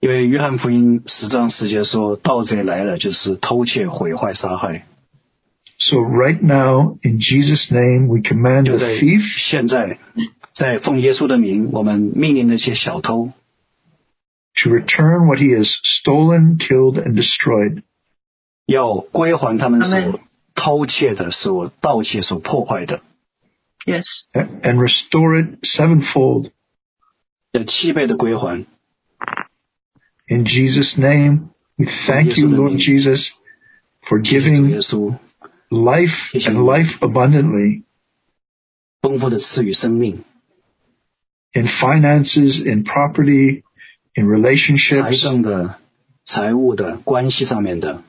Speaker 2: 因为约翰福音十章十节说，盗贼来了就是偷窃、毁坏、杀害。
Speaker 1: So right now, in Jesus' name, we command
Speaker 2: 就
Speaker 1: the
Speaker 2: 在
Speaker 1: thief
Speaker 2: 现在，在奉耶稣的名，我们命令那些小偷
Speaker 1: to return what he has stolen, killed, and destroyed.
Speaker 2: 要归还他们
Speaker 3: 阿
Speaker 2: 所
Speaker 3: 们
Speaker 2: 偷窃的、所盗窃、所破坏的，
Speaker 3: Yes.
Speaker 1: a- and restore it sevenfold.
Speaker 2: 要七倍的归还。
Speaker 1: In Jesus' name, we thank you, Lord Jesus, for
Speaker 2: 主耶
Speaker 1: giving
Speaker 2: 稣
Speaker 1: life and life abundantly
Speaker 2: 丰富的赐予生命、
Speaker 1: in finances, in property, in
Speaker 2: 财
Speaker 1: relationships,
Speaker 2: 政的、财务的、关系上面的，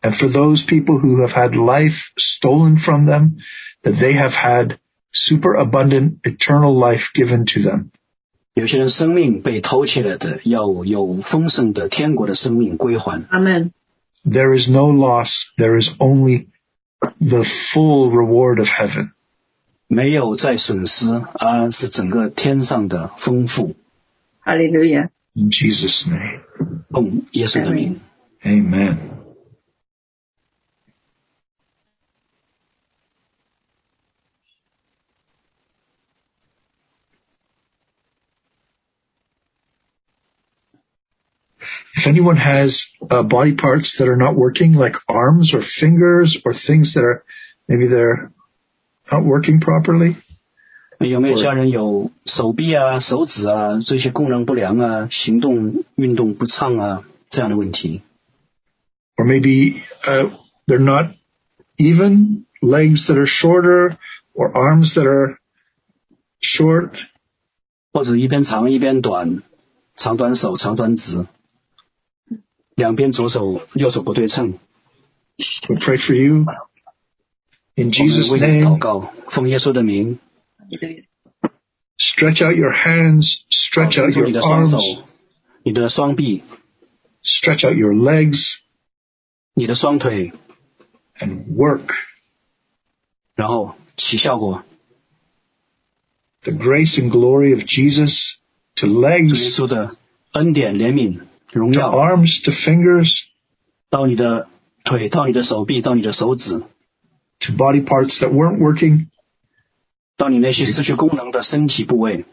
Speaker 1: and for those people who have had life stolen from them, that they have had superabundant eternal life given to them.
Speaker 2: 有些人生命被偷窃了的，要有丰盛的天国的生命归还。
Speaker 3: Amen.
Speaker 1: There is no loss. There is only the full reward of heaven.
Speaker 2: 没有再损失，而是整个天上的丰富。
Speaker 3: Hallelujah.
Speaker 1: In Jesus' name.
Speaker 2: 奉耶稣的名，
Speaker 1: Amen. If anyone has uh, body parts that are not working, like arms or fingers or things that are maybe they're not working properly,
Speaker 2: 有没有家人有手臂啊、手指啊这些功能不良啊、行动运动不畅啊这样的问题？
Speaker 1: or maybe uh, they're not even, legs that are shorter or arms that are short,
Speaker 2: 或者一边长一边短，长短手、长短指，两边左手右手不对称。
Speaker 1: we pray for you. In
Speaker 2: 我们
Speaker 1: Jesus'
Speaker 2: 为你
Speaker 1: name.
Speaker 2: 祷告，奉耶稣的名，
Speaker 3: Hallelujah.
Speaker 1: Stretch out your hands, stretch
Speaker 2: 伸
Speaker 1: out
Speaker 2: 出你的
Speaker 1: your
Speaker 2: 双手
Speaker 1: arms,、
Speaker 2: 你的双臂、
Speaker 1: stretch out your legs,
Speaker 2: 你的双腿，
Speaker 1: and work.
Speaker 2: 然后起效果。
Speaker 1: The grace and glory of Jesus to
Speaker 2: 主耶
Speaker 1: legs,
Speaker 2: 稣的恩典、怜悯、荣
Speaker 1: to
Speaker 2: 耀，
Speaker 1: arms, to fingers,
Speaker 2: 到你的腿，到你的手臂，到你的手指，
Speaker 1: to body parts that weren't working.
Speaker 2: 到你那些失去功能的身体部位。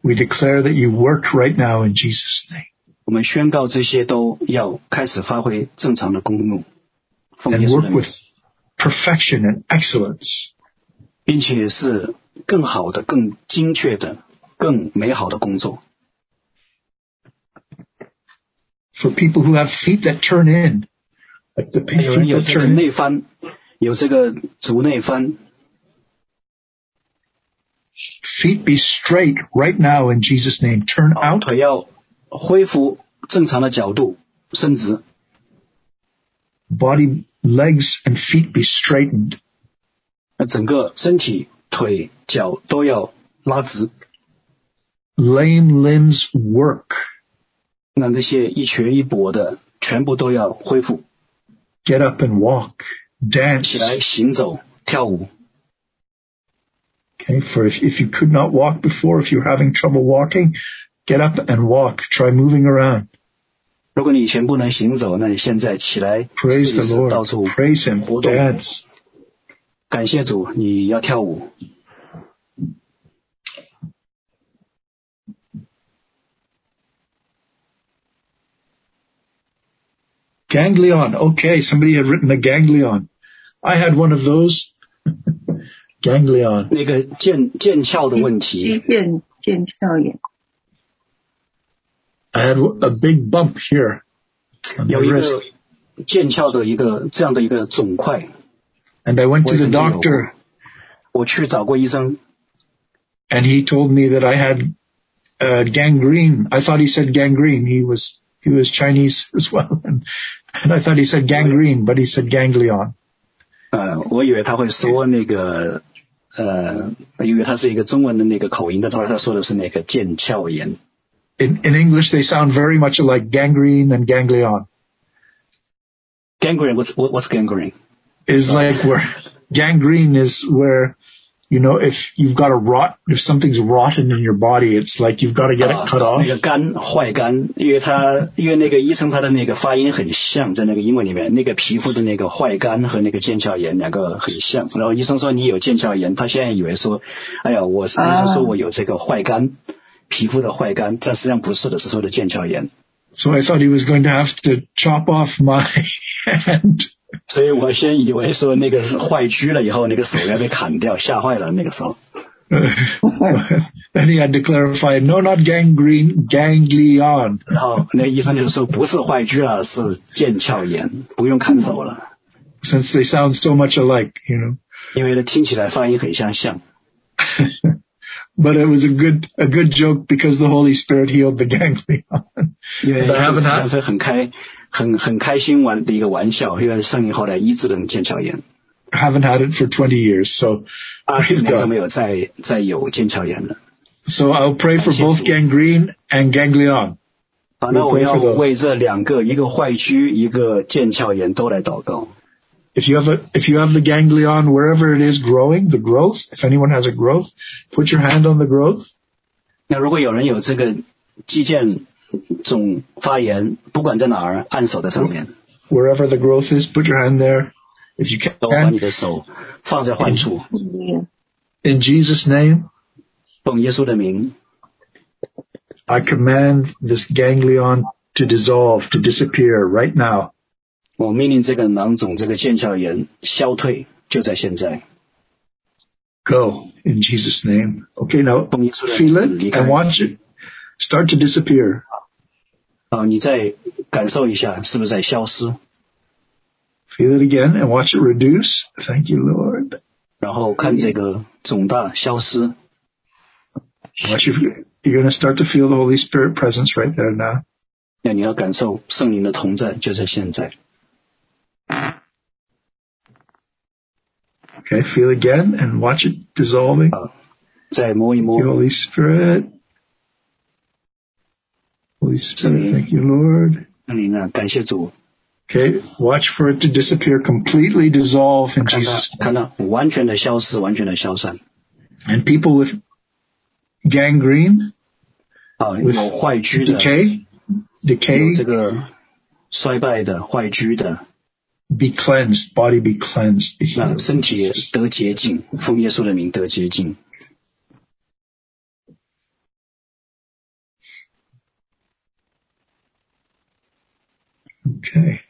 Speaker 1: We declare that you work right now in Jesus' name.
Speaker 2: 我们宣告这些都要开始发挥正常的功用，奉耶
Speaker 1: And
Speaker 2: 稣的
Speaker 1: work
Speaker 2: 名
Speaker 1: with，perfection and excellence.
Speaker 2: 并且是更好的、更精确的、更美好的工作。
Speaker 1: For people who have feet that turn in, like the
Speaker 2: 有人
Speaker 1: feet
Speaker 2: 有
Speaker 1: that
Speaker 2: 这个
Speaker 1: turn
Speaker 2: 内
Speaker 1: in,
Speaker 2: 翻，有这个足内翻，
Speaker 1: feet be straight right now in Jesus' name. Turn
Speaker 2: 啊
Speaker 1: out
Speaker 2: 腿要恢复正常的角度，伸直，
Speaker 1: body, legs, and feet be straightened.
Speaker 2: 那整个身体、腿、脚都要拉直，
Speaker 1: lame limbs work.
Speaker 2: 让这些一瘸一跛的全部都要恢复
Speaker 1: Get up and walk,
Speaker 2: 起
Speaker 1: dance.
Speaker 2: 来，行走、跳舞。
Speaker 1: Okay, for if, if you could not walk before, if you're having trouble walking, get up and walk. Try moving around.
Speaker 2: 如果你以前不能行走，那你现在起来
Speaker 1: Praise
Speaker 2: 试一
Speaker 1: the
Speaker 2: 试到
Speaker 1: Lord.
Speaker 2: 处
Speaker 1: Praise Him.
Speaker 2: 活动。
Speaker 1: Dance.
Speaker 2: 感谢主，你要跳舞。
Speaker 1: Ganglion. Okay, somebody had written a ganglion. I had one of those. (laughs) ganglion.
Speaker 2: 那个腱腱鞘的问
Speaker 3: 肌
Speaker 2: 题，
Speaker 3: 腱腱鞘炎
Speaker 1: I had a big bump here on my
Speaker 2: 有一个
Speaker 1: wrist.
Speaker 2: 腱鞘的一个这样的一个肿块，
Speaker 1: And I went to the
Speaker 2: Wasn't it
Speaker 1: doctor
Speaker 2: 我去找过医生，
Speaker 1: and he told me that I had uh, gangrene. I thought he said gangrene. He was he was Chinese (laughs) as well, and, and I thought he said gangrene, but he said ganglion.
Speaker 2: 呃，我以为他会说那个，呃，因为他是一个中文的那个口音，但是后来他说的是那个腱鞘炎。
Speaker 1: In, in English, they sound very much alike. Gangrene and ganglion
Speaker 2: Gangrene，what's what- what's gangrene？
Speaker 1: is like where gangrene is where You know, if you've got a rot, if something's rotten in your body, it's like you've got to get it cut
Speaker 2: 啊，
Speaker 1: off.
Speaker 2: 那个肝坏肝，因为他因为那个医生他的那个发音很像，在那个英文里面，那个皮肤的那个坏肝和那个腱鞘炎两个很像。然后医生说你有腱鞘炎，他现在以为说，哎呀，我是医
Speaker 3: 啊
Speaker 2: 生说我有这个坏肝，皮肤的坏肝，但实际上不是的，是说的腱鞘炎。
Speaker 1: So I thought he was going to have to chop off my (laughs) hand.
Speaker 2: 所以我先以为说那个是坏疽了，以后那个手要被砍掉，吓坏了那个时候。
Speaker 1: then he had to clarify, no, not gangrene, ganglion.
Speaker 2: 然后那个医生就说不是坏疽了，是腱鞘炎，不用砍手了，
Speaker 1: Since they sound so much alike, you know.
Speaker 2: 因为呢听起来发音很相像。
Speaker 1: But it was a good a good joke because the Holy Spirit healed the (laughs) ganglion.
Speaker 2: 因为
Speaker 1: But haven't I-
Speaker 2: 是很开很很开心玩的一个玩笑，因为圣灵后来医治了腱鞘炎，
Speaker 1: haven't had it for 20 years, so
Speaker 2: 二十
Speaker 1: praise
Speaker 2: 年都
Speaker 1: God.
Speaker 2: 没有再再有腱鞘炎了。
Speaker 1: So I'll pray for both gangrene and ganglion.
Speaker 2: 好，那
Speaker 1: We
Speaker 2: 我
Speaker 1: pray
Speaker 2: 要
Speaker 1: for those.
Speaker 2: 为这两个，一个坏疽，一个腱鞘炎都来祷告。
Speaker 1: If you have a, if you have the ganglion wherever it is growing, the growth, if anyone has a growth, put your hand on the growth.
Speaker 2: 那如果有人有这个肌腱总发炎，不管在哪儿，按手在上面，
Speaker 1: Wherever the growth is, put your hand there. If you
Speaker 2: 然后把
Speaker 1: can,
Speaker 2: 你的手放在患处，
Speaker 3: Yeah.
Speaker 1: in Jesus' name,
Speaker 2: 奉耶稣的名，
Speaker 1: I command this ganglion to dissolve, to disappear right now.
Speaker 2: 我命令这个囊肿、这个腱鞘炎消退，就在现在。
Speaker 1: Go in Jesus' name. Okay, now
Speaker 2: From Israel.
Speaker 1: feel it and watch it start to disappear.
Speaker 2: 啊，你再感受一下，是不是在消失？
Speaker 1: Feel it again and watch it reduce. Thank you, Lord.
Speaker 2: 然后看这个肿大消失，
Speaker 1: Watch you. You're going to start to feel the Holy Spirit presence right there now.
Speaker 2: 那你要感受圣灵的同在，就在现在。
Speaker 1: Okay, feel again and watch it dissolving.
Speaker 2: 啊，再摸一
Speaker 1: Thank you,
Speaker 2: 摸，
Speaker 1: Holy Spirit. Holy Spirit, thank you, Lord.
Speaker 2: 圣灵啊，感谢主，
Speaker 1: Okay, watch for it to disappear, completely dissolve in
Speaker 2: 看到
Speaker 1: Jesus'
Speaker 2: 看到完全的消失，完全的消散。
Speaker 1: And people with gangrene,
Speaker 2: 啊，
Speaker 1: With
Speaker 2: 有坏疽的，
Speaker 1: decay,
Speaker 2: 有
Speaker 1: decay,
Speaker 2: 这个衰败的、坏疽的，
Speaker 1: be cleansed, body be cleansed, be
Speaker 2: 那
Speaker 1: healed.
Speaker 2: 身体得洁净，奉耶稣的名得洁净。
Speaker 1: Okay.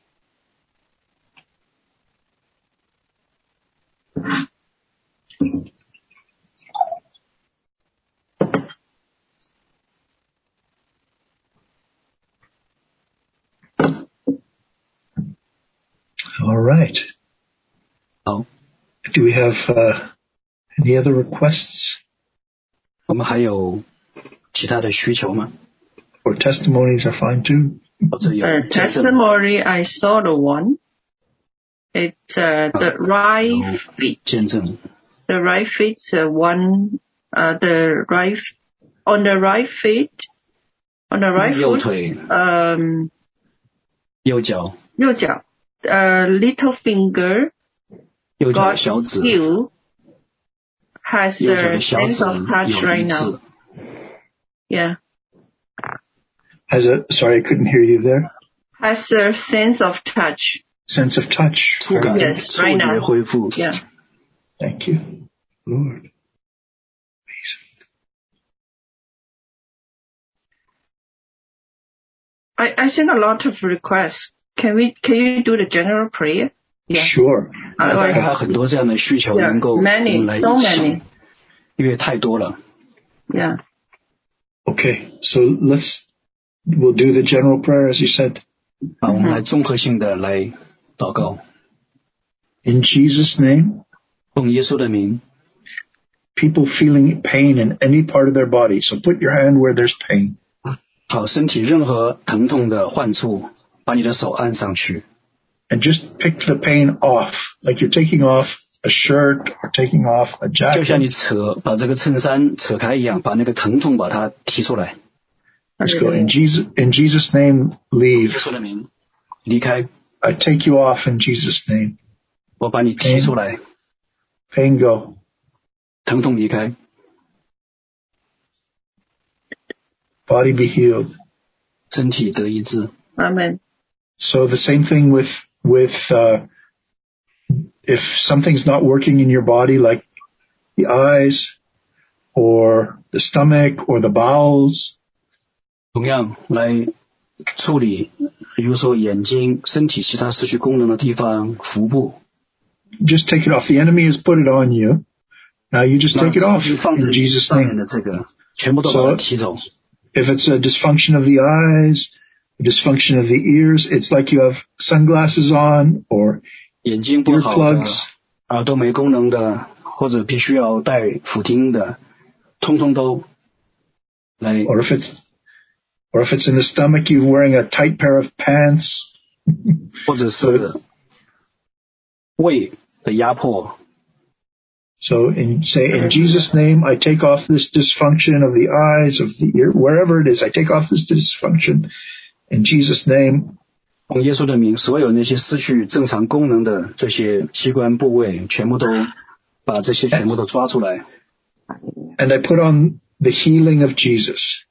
Speaker 1: All right.
Speaker 2: 好，
Speaker 1: Do we have uh, any other requests
Speaker 2: 我们还有其他的需求吗？
Speaker 1: or testimonies are fine too?
Speaker 2: 或者有
Speaker 3: Uh,
Speaker 2: 见证
Speaker 3: testimony, I saw the one. It's uh, the right feet.
Speaker 2: 见证？
Speaker 3: The right feet, uh, one, uh, the right, on the right feet, on the right
Speaker 2: 右
Speaker 3: foot,
Speaker 2: 腿、
Speaker 3: um,
Speaker 2: 右脚、
Speaker 3: 右脚, uh, little finger
Speaker 2: 右脚的
Speaker 3: got
Speaker 2: 小指、右
Speaker 3: healed, has
Speaker 2: 脚的
Speaker 3: a
Speaker 2: 小
Speaker 3: sense
Speaker 2: 指
Speaker 3: of touch
Speaker 2: 有
Speaker 3: right
Speaker 2: 一
Speaker 3: now.
Speaker 2: 致。
Speaker 3: Yeah.
Speaker 1: Has a sorry, I couldn't hear you there.
Speaker 3: Has a sense of touch.
Speaker 1: Sense of touch.
Speaker 2: 触感、
Speaker 3: Yes,
Speaker 2: 触
Speaker 3: right
Speaker 2: 觉
Speaker 3: now.
Speaker 2: 恢复。
Speaker 3: Yeah.
Speaker 1: Thank you, Lord.
Speaker 3: I, I sent a lot of requests. Can we, can you do the general prayer? Yeah.
Speaker 1: Sure.
Speaker 2: 那大
Speaker 3: Otherwise,
Speaker 2: 家很多这样的需求
Speaker 3: yeah,
Speaker 2: 能够我们
Speaker 3: many,
Speaker 2: 来
Speaker 3: so
Speaker 2: 一起
Speaker 3: many.，
Speaker 2: 因为太多了。
Speaker 3: Yeah.
Speaker 1: Okay, so let's we'll do the general prayer as you said.
Speaker 2: 啊，
Speaker 3: 嗯
Speaker 2: 我们来综合性的来祷告，
Speaker 1: In Jesus' name,
Speaker 2: 奉耶稣的名，
Speaker 1: people feeling pain in any part of their body. So put your hand where there's pain.
Speaker 2: 好身体任何疼痛的患处，把你的手按上去，
Speaker 1: And just pick the pain off, like you're taking off a shirt or taking off a
Speaker 2: 就
Speaker 1: jacket.
Speaker 2: 像你扯把这个衬衫扯开一样，把那个疼痛把它提出来。
Speaker 1: Just go in Jesus in Jesus' name, leave.
Speaker 2: 耶稣的名，离开，
Speaker 1: I take you off in Jesus' name.
Speaker 2: 我把你提出来，
Speaker 1: Pain go.
Speaker 2: 疼痛离开，
Speaker 1: body be healed.
Speaker 2: 身体得医治。
Speaker 3: Amen.
Speaker 1: So the same thing with with uh, if something's not working in your body, like the eyes, or the stomach, or the bowels,
Speaker 2: 同样来处理，比如说眼睛、身体其他失去功能的地方、腹部，
Speaker 1: just take it off. The enemy has put it on you. Now you just
Speaker 2: 那
Speaker 1: take it off
Speaker 2: 就放
Speaker 1: in
Speaker 2: 在
Speaker 1: Jesus'
Speaker 2: 上面
Speaker 1: name.
Speaker 2: 的这个，全部都把
Speaker 1: So-
Speaker 2: 它提走。
Speaker 1: If it's a dysfunction of the eyes, a dysfunction of the ears, it's like you have sunglasses on or
Speaker 2: 眼睛不好的
Speaker 1: earplugs.，
Speaker 2: 耳朵啊没功能的，或者必须要戴辅听的，通通都来
Speaker 1: or if it's or if it's in the stomach, you're wearing a tight pair of pants.
Speaker 2: 或者是胃的压迫，
Speaker 1: So in say in Jesus' name, I take off this dysfunction of the eyes, of the ear, wherever it is. I take off this dysfunction in Jesus' name.
Speaker 2: 奉耶稣的名，所有那些失去正常功能的这些器官部位，全部都把这些全部都抓出来，
Speaker 1: And I put on the healing of Jesus.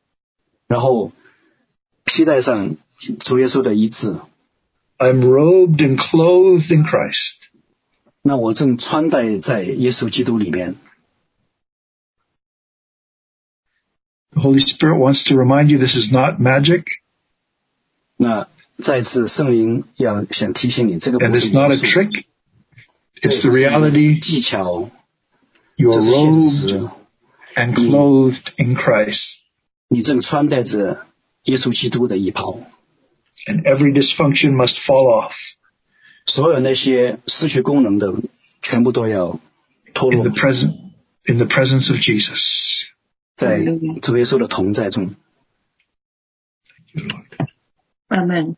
Speaker 2: 然后披戴上主耶稣的医治。
Speaker 1: I'm robed and clothed in Christ.
Speaker 2: 那我正穿戴在耶稣基督里面。
Speaker 1: The Holy Spirit wants to remind you this is not magic
Speaker 2: 那再次圣灵要想提醒你，这个
Speaker 1: and
Speaker 2: 不是
Speaker 1: it's not
Speaker 2: 魔
Speaker 1: a
Speaker 2: 术
Speaker 1: trick.
Speaker 2: 这
Speaker 1: It's the
Speaker 2: 不是
Speaker 1: reality.
Speaker 2: 技巧，
Speaker 1: You
Speaker 2: 这
Speaker 1: are
Speaker 2: 是现实
Speaker 1: robed。and clothed in Christ.
Speaker 2: 你正穿戴着耶稣基督的衣袍，
Speaker 1: And every dysfunction must fall off.
Speaker 2: 所有那些失去功能的，全部都要脱
Speaker 1: in
Speaker 2: 落
Speaker 1: the present in the presence of Jesus.
Speaker 2: 在主耶稣的同在中。
Speaker 3: Amen.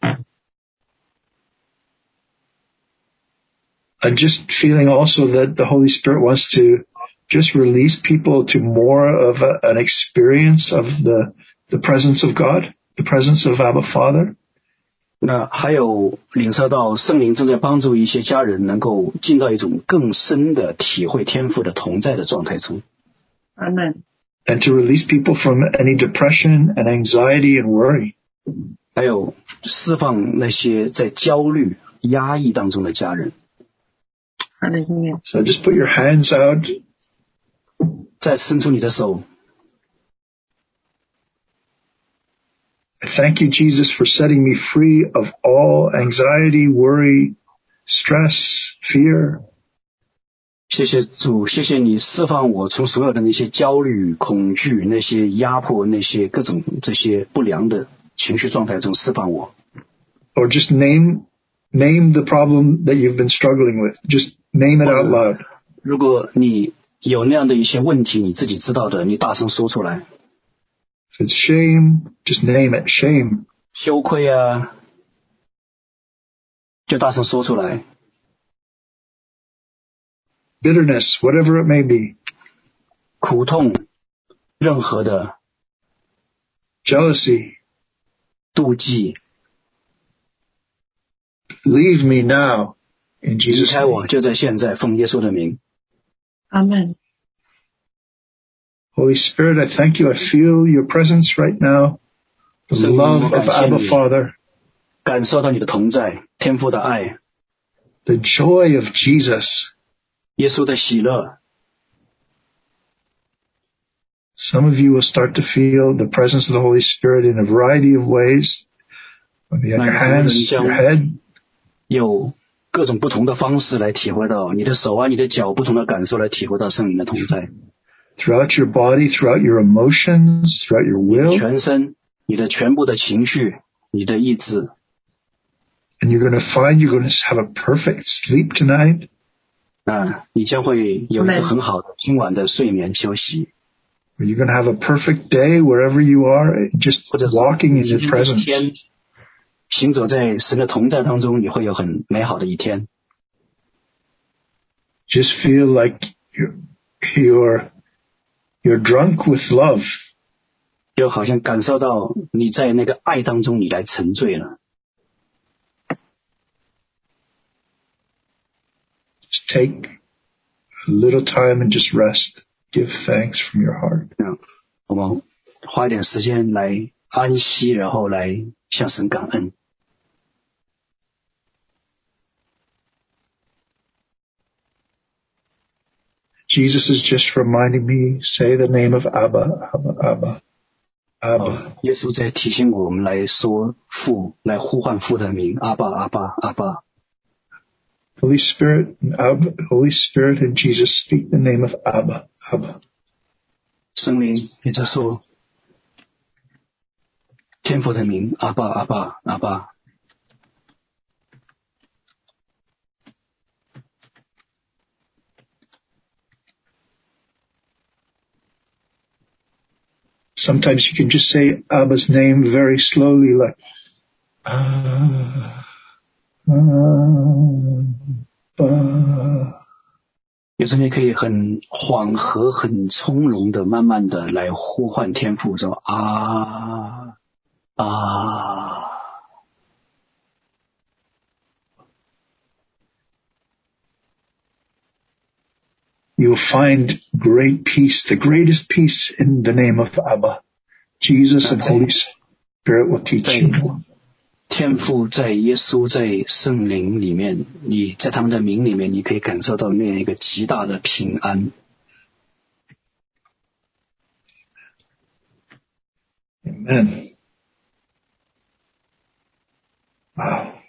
Speaker 1: I'm just feeling also that the Holy Spirit wants to just release people to more of a, an experience of the the presence of God, the presence of Abba Father.
Speaker 2: 那还有领受到圣灵正在帮助一些家人能够进到一种更深的体会天赋的同在的状态中。
Speaker 3: Amen.
Speaker 1: And to release people from any depression and anxiety and worry.
Speaker 2: 还有释放那些在焦虑、压抑当中的家人。
Speaker 3: Hallelujah.
Speaker 1: So just put your hands out.
Speaker 2: 再伸出你的手，
Speaker 1: Thank you, Jesus, for setting me free of all anxiety, worry, stress, fear.
Speaker 2: 谢谢主，谢谢你释放我从所有的那些焦虑、恐惧、那些压迫、那些各种这些不良的情绪状态中释放我。
Speaker 1: or just name name the problem that you've been struggling with. Just name it out loud.
Speaker 2: 如果你有那样的一些问题，你自己知道的，你大声说出来，
Speaker 1: If it's shame, just name it. Shame,
Speaker 2: 羞愧啊，就大声说出来。
Speaker 1: bitterness, whatever it may be,
Speaker 2: 苦痛，任何的
Speaker 1: jealousy.
Speaker 2: 妒忌，
Speaker 1: Leave me now, in
Speaker 2: 离
Speaker 1: Jesus'
Speaker 2: 开
Speaker 1: name.
Speaker 2: 我，就在现在，奉耶稣的名。
Speaker 3: Amen.
Speaker 1: Holy Spirit, I thank you. I feel your presence right now. The
Speaker 2: So
Speaker 1: love
Speaker 2: we
Speaker 1: of
Speaker 2: thank
Speaker 1: Abba
Speaker 2: you.
Speaker 1: Father,
Speaker 2: 感受到你的同在，天父的爱，
Speaker 1: the joy of Jesus.
Speaker 2: 耶稣的喜乐，
Speaker 1: Some of you will start to feel the presence of the Holy Spirit in a variety of ways. Maybe on your hands, your head,
Speaker 2: 有各种不同的方式来体会到你的手啊、你的脚不同的感受，来体会到圣灵的同在。
Speaker 1: throughout your body, throughout your emotions, throughout your will.
Speaker 2: 全身、你的全部的情绪、你的意志，
Speaker 1: and you're going to find you're going to have a perfect sleep tonight.
Speaker 2: 啊，你将会有一个
Speaker 3: Amen
Speaker 2: 很好的今晚的睡眠休息，
Speaker 1: Or you're going to have a perfect day wherever you are, just
Speaker 2: 或者是
Speaker 1: walking in
Speaker 2: 今
Speaker 1: His
Speaker 2: 天
Speaker 1: presence.
Speaker 2: 行走在神的同在当中，你会有很美好的一天。
Speaker 1: Just feel like you're, you're, you're drunk with love.
Speaker 2: 就好像感受到你在那个爱当中，你来沉醉了。
Speaker 1: Just take a little time and just rest. Give thanks from your heart.
Speaker 2: 嗯我们花一点时间来安息，然后来向神感恩。
Speaker 1: Jesus is just reminding me, say the name of Abba, Abba, Abba, Abba.
Speaker 2: 耶稣在提醒我们来说父，来呼唤父的名，阿爸，阿爸，阿爸。
Speaker 1: Holy Spirit and Abba, Holy Spirit and Jesus speak the name of Abba, Abba.
Speaker 2: 圣灵也在说天父的名，阿爸，阿爸，阿爸。
Speaker 1: Sometimes you can just say Abba's name very slowly like, ah, Abba.
Speaker 2: 有时候你可以很缓和、很从容的、慢慢的来呼唤天父，说啊啊。
Speaker 1: You'll find great peace, the greatest peace in the name of Abba. Jesus and
Speaker 2: That's it.
Speaker 1: Holy Spirit will teach
Speaker 2: Thank
Speaker 1: you.
Speaker 2: you. 天赋在耶稣在圣灵里面，你在他们的名里面，你可以感受到那样一个极大的平安。
Speaker 1: Amen. Wow.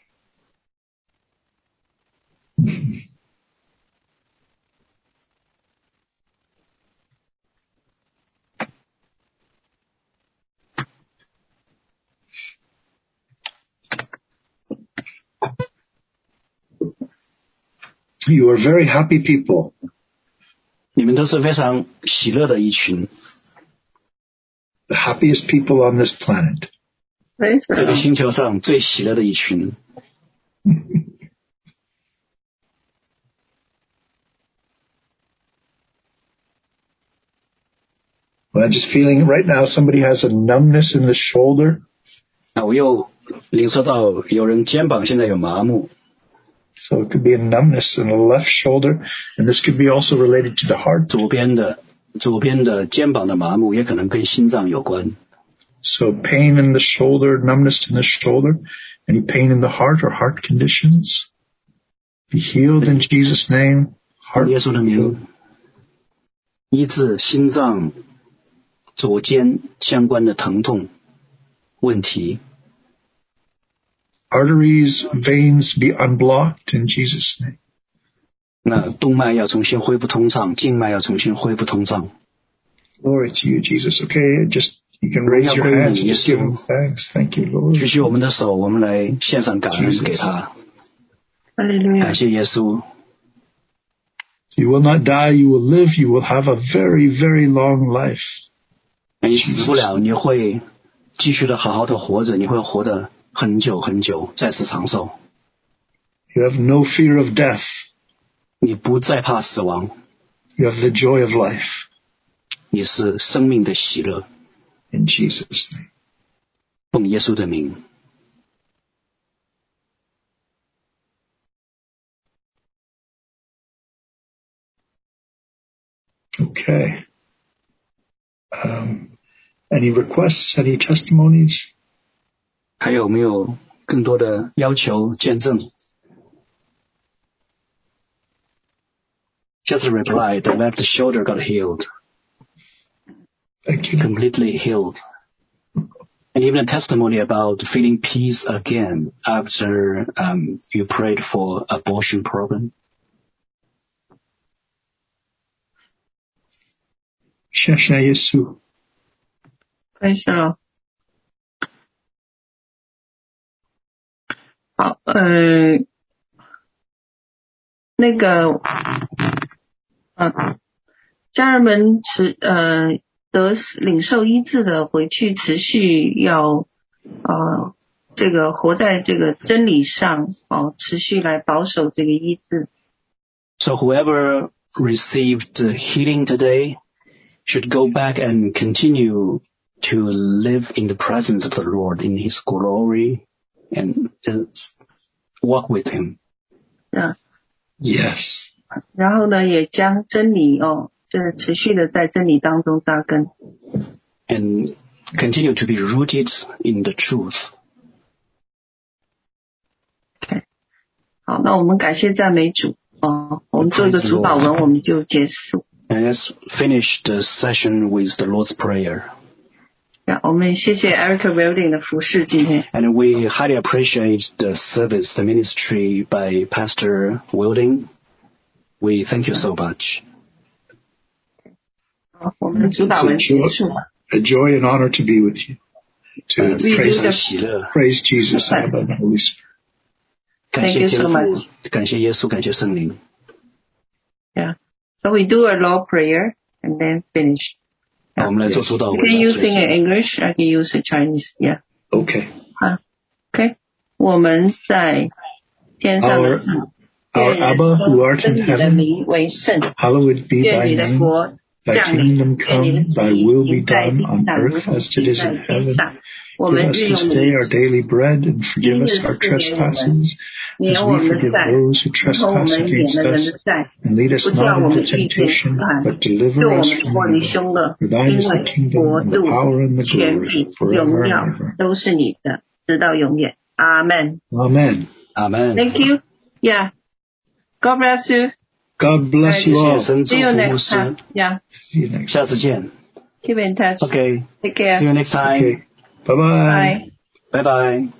Speaker 1: You are very happy people.
Speaker 2: 你们都是非常喜乐的一群，
Speaker 1: The happiest people on this planet.
Speaker 3: Praise
Speaker 2: 这
Speaker 3: the
Speaker 2: 个
Speaker 3: Lord.
Speaker 2: 星球上最喜乐的一群。
Speaker 1: Well, I'm just feeling right now somebody has a numbness in the shoulder.
Speaker 2: 那我又领受到有人肩膀现在有麻木，
Speaker 1: So it could be a numbness in the left shoulder. And this could be also related to the heart.
Speaker 2: 左边的左边的肩膀的麻木也可能跟心脏有关。
Speaker 1: So pain in the shoulder, numbness in the shoulder, any pain in the heart or heart conditions. Be healed in Jesus' name. Heart
Speaker 2: 耶稣的
Speaker 1: healed.
Speaker 2: 名医治心脏、左肩相关的疼痛问题。
Speaker 1: Arteries, veins be unblocked in Jesus' name.
Speaker 2: 那动脉要重新恢复通畅，静脉要重新恢复通畅。
Speaker 1: Glory to you, Jesus. Okay, just you can raise your hands and just give him thanks. Thank you, Lord.
Speaker 2: 举起我们的手，我们来献上感恩给他，
Speaker 3: Hallelujah.
Speaker 2: 感谢耶稣。
Speaker 1: You will not die, you will live, you will have a very, very long life.
Speaker 2: 你死不了，你会继续的好好的活着，你会活得很久很久，再次长寿。
Speaker 1: You have no fear of death.
Speaker 2: 你不再怕死亡，
Speaker 1: You have the joy of life
Speaker 2: 你是生命的喜乐。
Speaker 1: in Jesus' name.
Speaker 2: 奉耶稣的名，
Speaker 1: Okay. Um, any requests? Any testimonies?
Speaker 2: 还有没有更多的要求见证？Just replied, the left shoulder got healed.
Speaker 1: Thank you.
Speaker 2: completely healed. And even a testimony about feeling peace again after um, you prayed for abortion problem.
Speaker 1: Shasha Yesu.
Speaker 3: Praise the Lord. 好，呃，那个，啊，家人们持呃得领受医治的，回去持续要呃这个活在这个真理上哦，持续来保守这个医治。
Speaker 2: So whoever received the healing today should go back and continue to live in the presence of the Lord in His glory and uh, walk with Him.
Speaker 1: Yes.
Speaker 3: 然后呢，也将真理哦这持续的在真理当中扎根，
Speaker 2: and continue to be rooted in the truth.
Speaker 3: 好，那我们感谢赞美主哦。我们做一个
Speaker 2: Praise
Speaker 3: 主导
Speaker 2: the
Speaker 3: 文，
Speaker 1: 啊
Speaker 2: Lord
Speaker 3: 我们就结束。
Speaker 2: And let's finish the session with the Lord's Prayer.
Speaker 3: 那我们谢谢 Erica Welding 的服饰，今天
Speaker 2: And we highly appreciate the service, the ministry by Pastor Wilding. We thank you so much.
Speaker 3: 好，我们主导文结束。
Speaker 1: A joy and honor to be with you. To
Speaker 3: Uh, We do
Speaker 1: praise,
Speaker 3: the-
Speaker 2: 喜乐。
Speaker 1: praise Jesus, Abba, and Holy Spirit.
Speaker 3: Thank you so much.
Speaker 2: 感谢天父，感谢耶稣，感谢圣灵。
Speaker 3: Yeah. So we do a low prayer and then finish.
Speaker 2: 好，我们来做主导
Speaker 3: You
Speaker 2: 文。
Speaker 3: can use in
Speaker 2: 谢谢
Speaker 3: English, I can use in Chinese. Yeah.
Speaker 1: Okay.
Speaker 3: Okay. 我们在天上的
Speaker 1: Our,
Speaker 3: 父，
Speaker 1: our
Speaker 3: 愿人
Speaker 1: Abba who art
Speaker 3: 称
Speaker 1: in
Speaker 3: 你的
Speaker 1: heaven,
Speaker 3: 名为圣，
Speaker 1: hallowed be thy
Speaker 3: 愿你的
Speaker 1: name.
Speaker 3: 国
Speaker 1: Thy
Speaker 3: 降
Speaker 1: kingdom
Speaker 3: 临，愿你的
Speaker 1: come, thy
Speaker 3: 旨意
Speaker 1: will be
Speaker 3: 行在
Speaker 1: done
Speaker 3: 地
Speaker 1: on
Speaker 3: 上，如
Speaker 1: earth
Speaker 3: 同
Speaker 1: as it
Speaker 3: 行
Speaker 1: is
Speaker 3: 在
Speaker 1: in
Speaker 3: 天
Speaker 1: heaven.
Speaker 3: 上。我
Speaker 1: Give
Speaker 3: 们
Speaker 1: us
Speaker 3: 日用
Speaker 1: this
Speaker 3: 的
Speaker 1: day
Speaker 3: 日
Speaker 1: our
Speaker 3: 子，
Speaker 1: daily bread and forgive us our trespasses
Speaker 3: 免
Speaker 1: as
Speaker 3: 我
Speaker 1: we
Speaker 3: 们
Speaker 1: forgive
Speaker 3: 在
Speaker 1: those who
Speaker 3: 和
Speaker 1: trespass
Speaker 3: 我们免
Speaker 1: against
Speaker 3: 了人
Speaker 1: us.
Speaker 3: 的债，
Speaker 1: And lead us not
Speaker 3: 不叫我
Speaker 1: into
Speaker 3: 们遇见试
Speaker 1: temptation,
Speaker 3: 探，
Speaker 1: but
Speaker 3: 救
Speaker 1: deliver
Speaker 3: 我
Speaker 1: us
Speaker 3: 们
Speaker 1: from
Speaker 3: 脱离
Speaker 1: evil.
Speaker 3: 凶恶，
Speaker 1: For thine
Speaker 3: 因
Speaker 1: is the
Speaker 3: 为
Speaker 1: kingdom,
Speaker 3: 国
Speaker 1: and the
Speaker 3: 度、
Speaker 1: power, and the
Speaker 3: 权
Speaker 1: glory,
Speaker 3: 柄、
Speaker 1: forever
Speaker 3: 荣
Speaker 1: and
Speaker 3: 耀
Speaker 1: ever.
Speaker 3: 都是你的，直到永远。阿门。
Speaker 1: Amen.
Speaker 2: Amen.
Speaker 3: Thank you. Yeah. God bless you.
Speaker 1: God bless you all.
Speaker 2: 谢谢神
Speaker 3: See
Speaker 2: 祝
Speaker 3: you
Speaker 2: 福
Speaker 3: next
Speaker 2: 牧师。
Speaker 3: time. Yeah.
Speaker 1: See you next.
Speaker 2: 下次见。
Speaker 3: Keep in touch.
Speaker 2: Okay.
Speaker 3: Take
Speaker 2: See you
Speaker 3: care.
Speaker 2: next time.
Speaker 1: Okay. Bye-bye.
Speaker 3: Bye.
Speaker 2: Bye bye.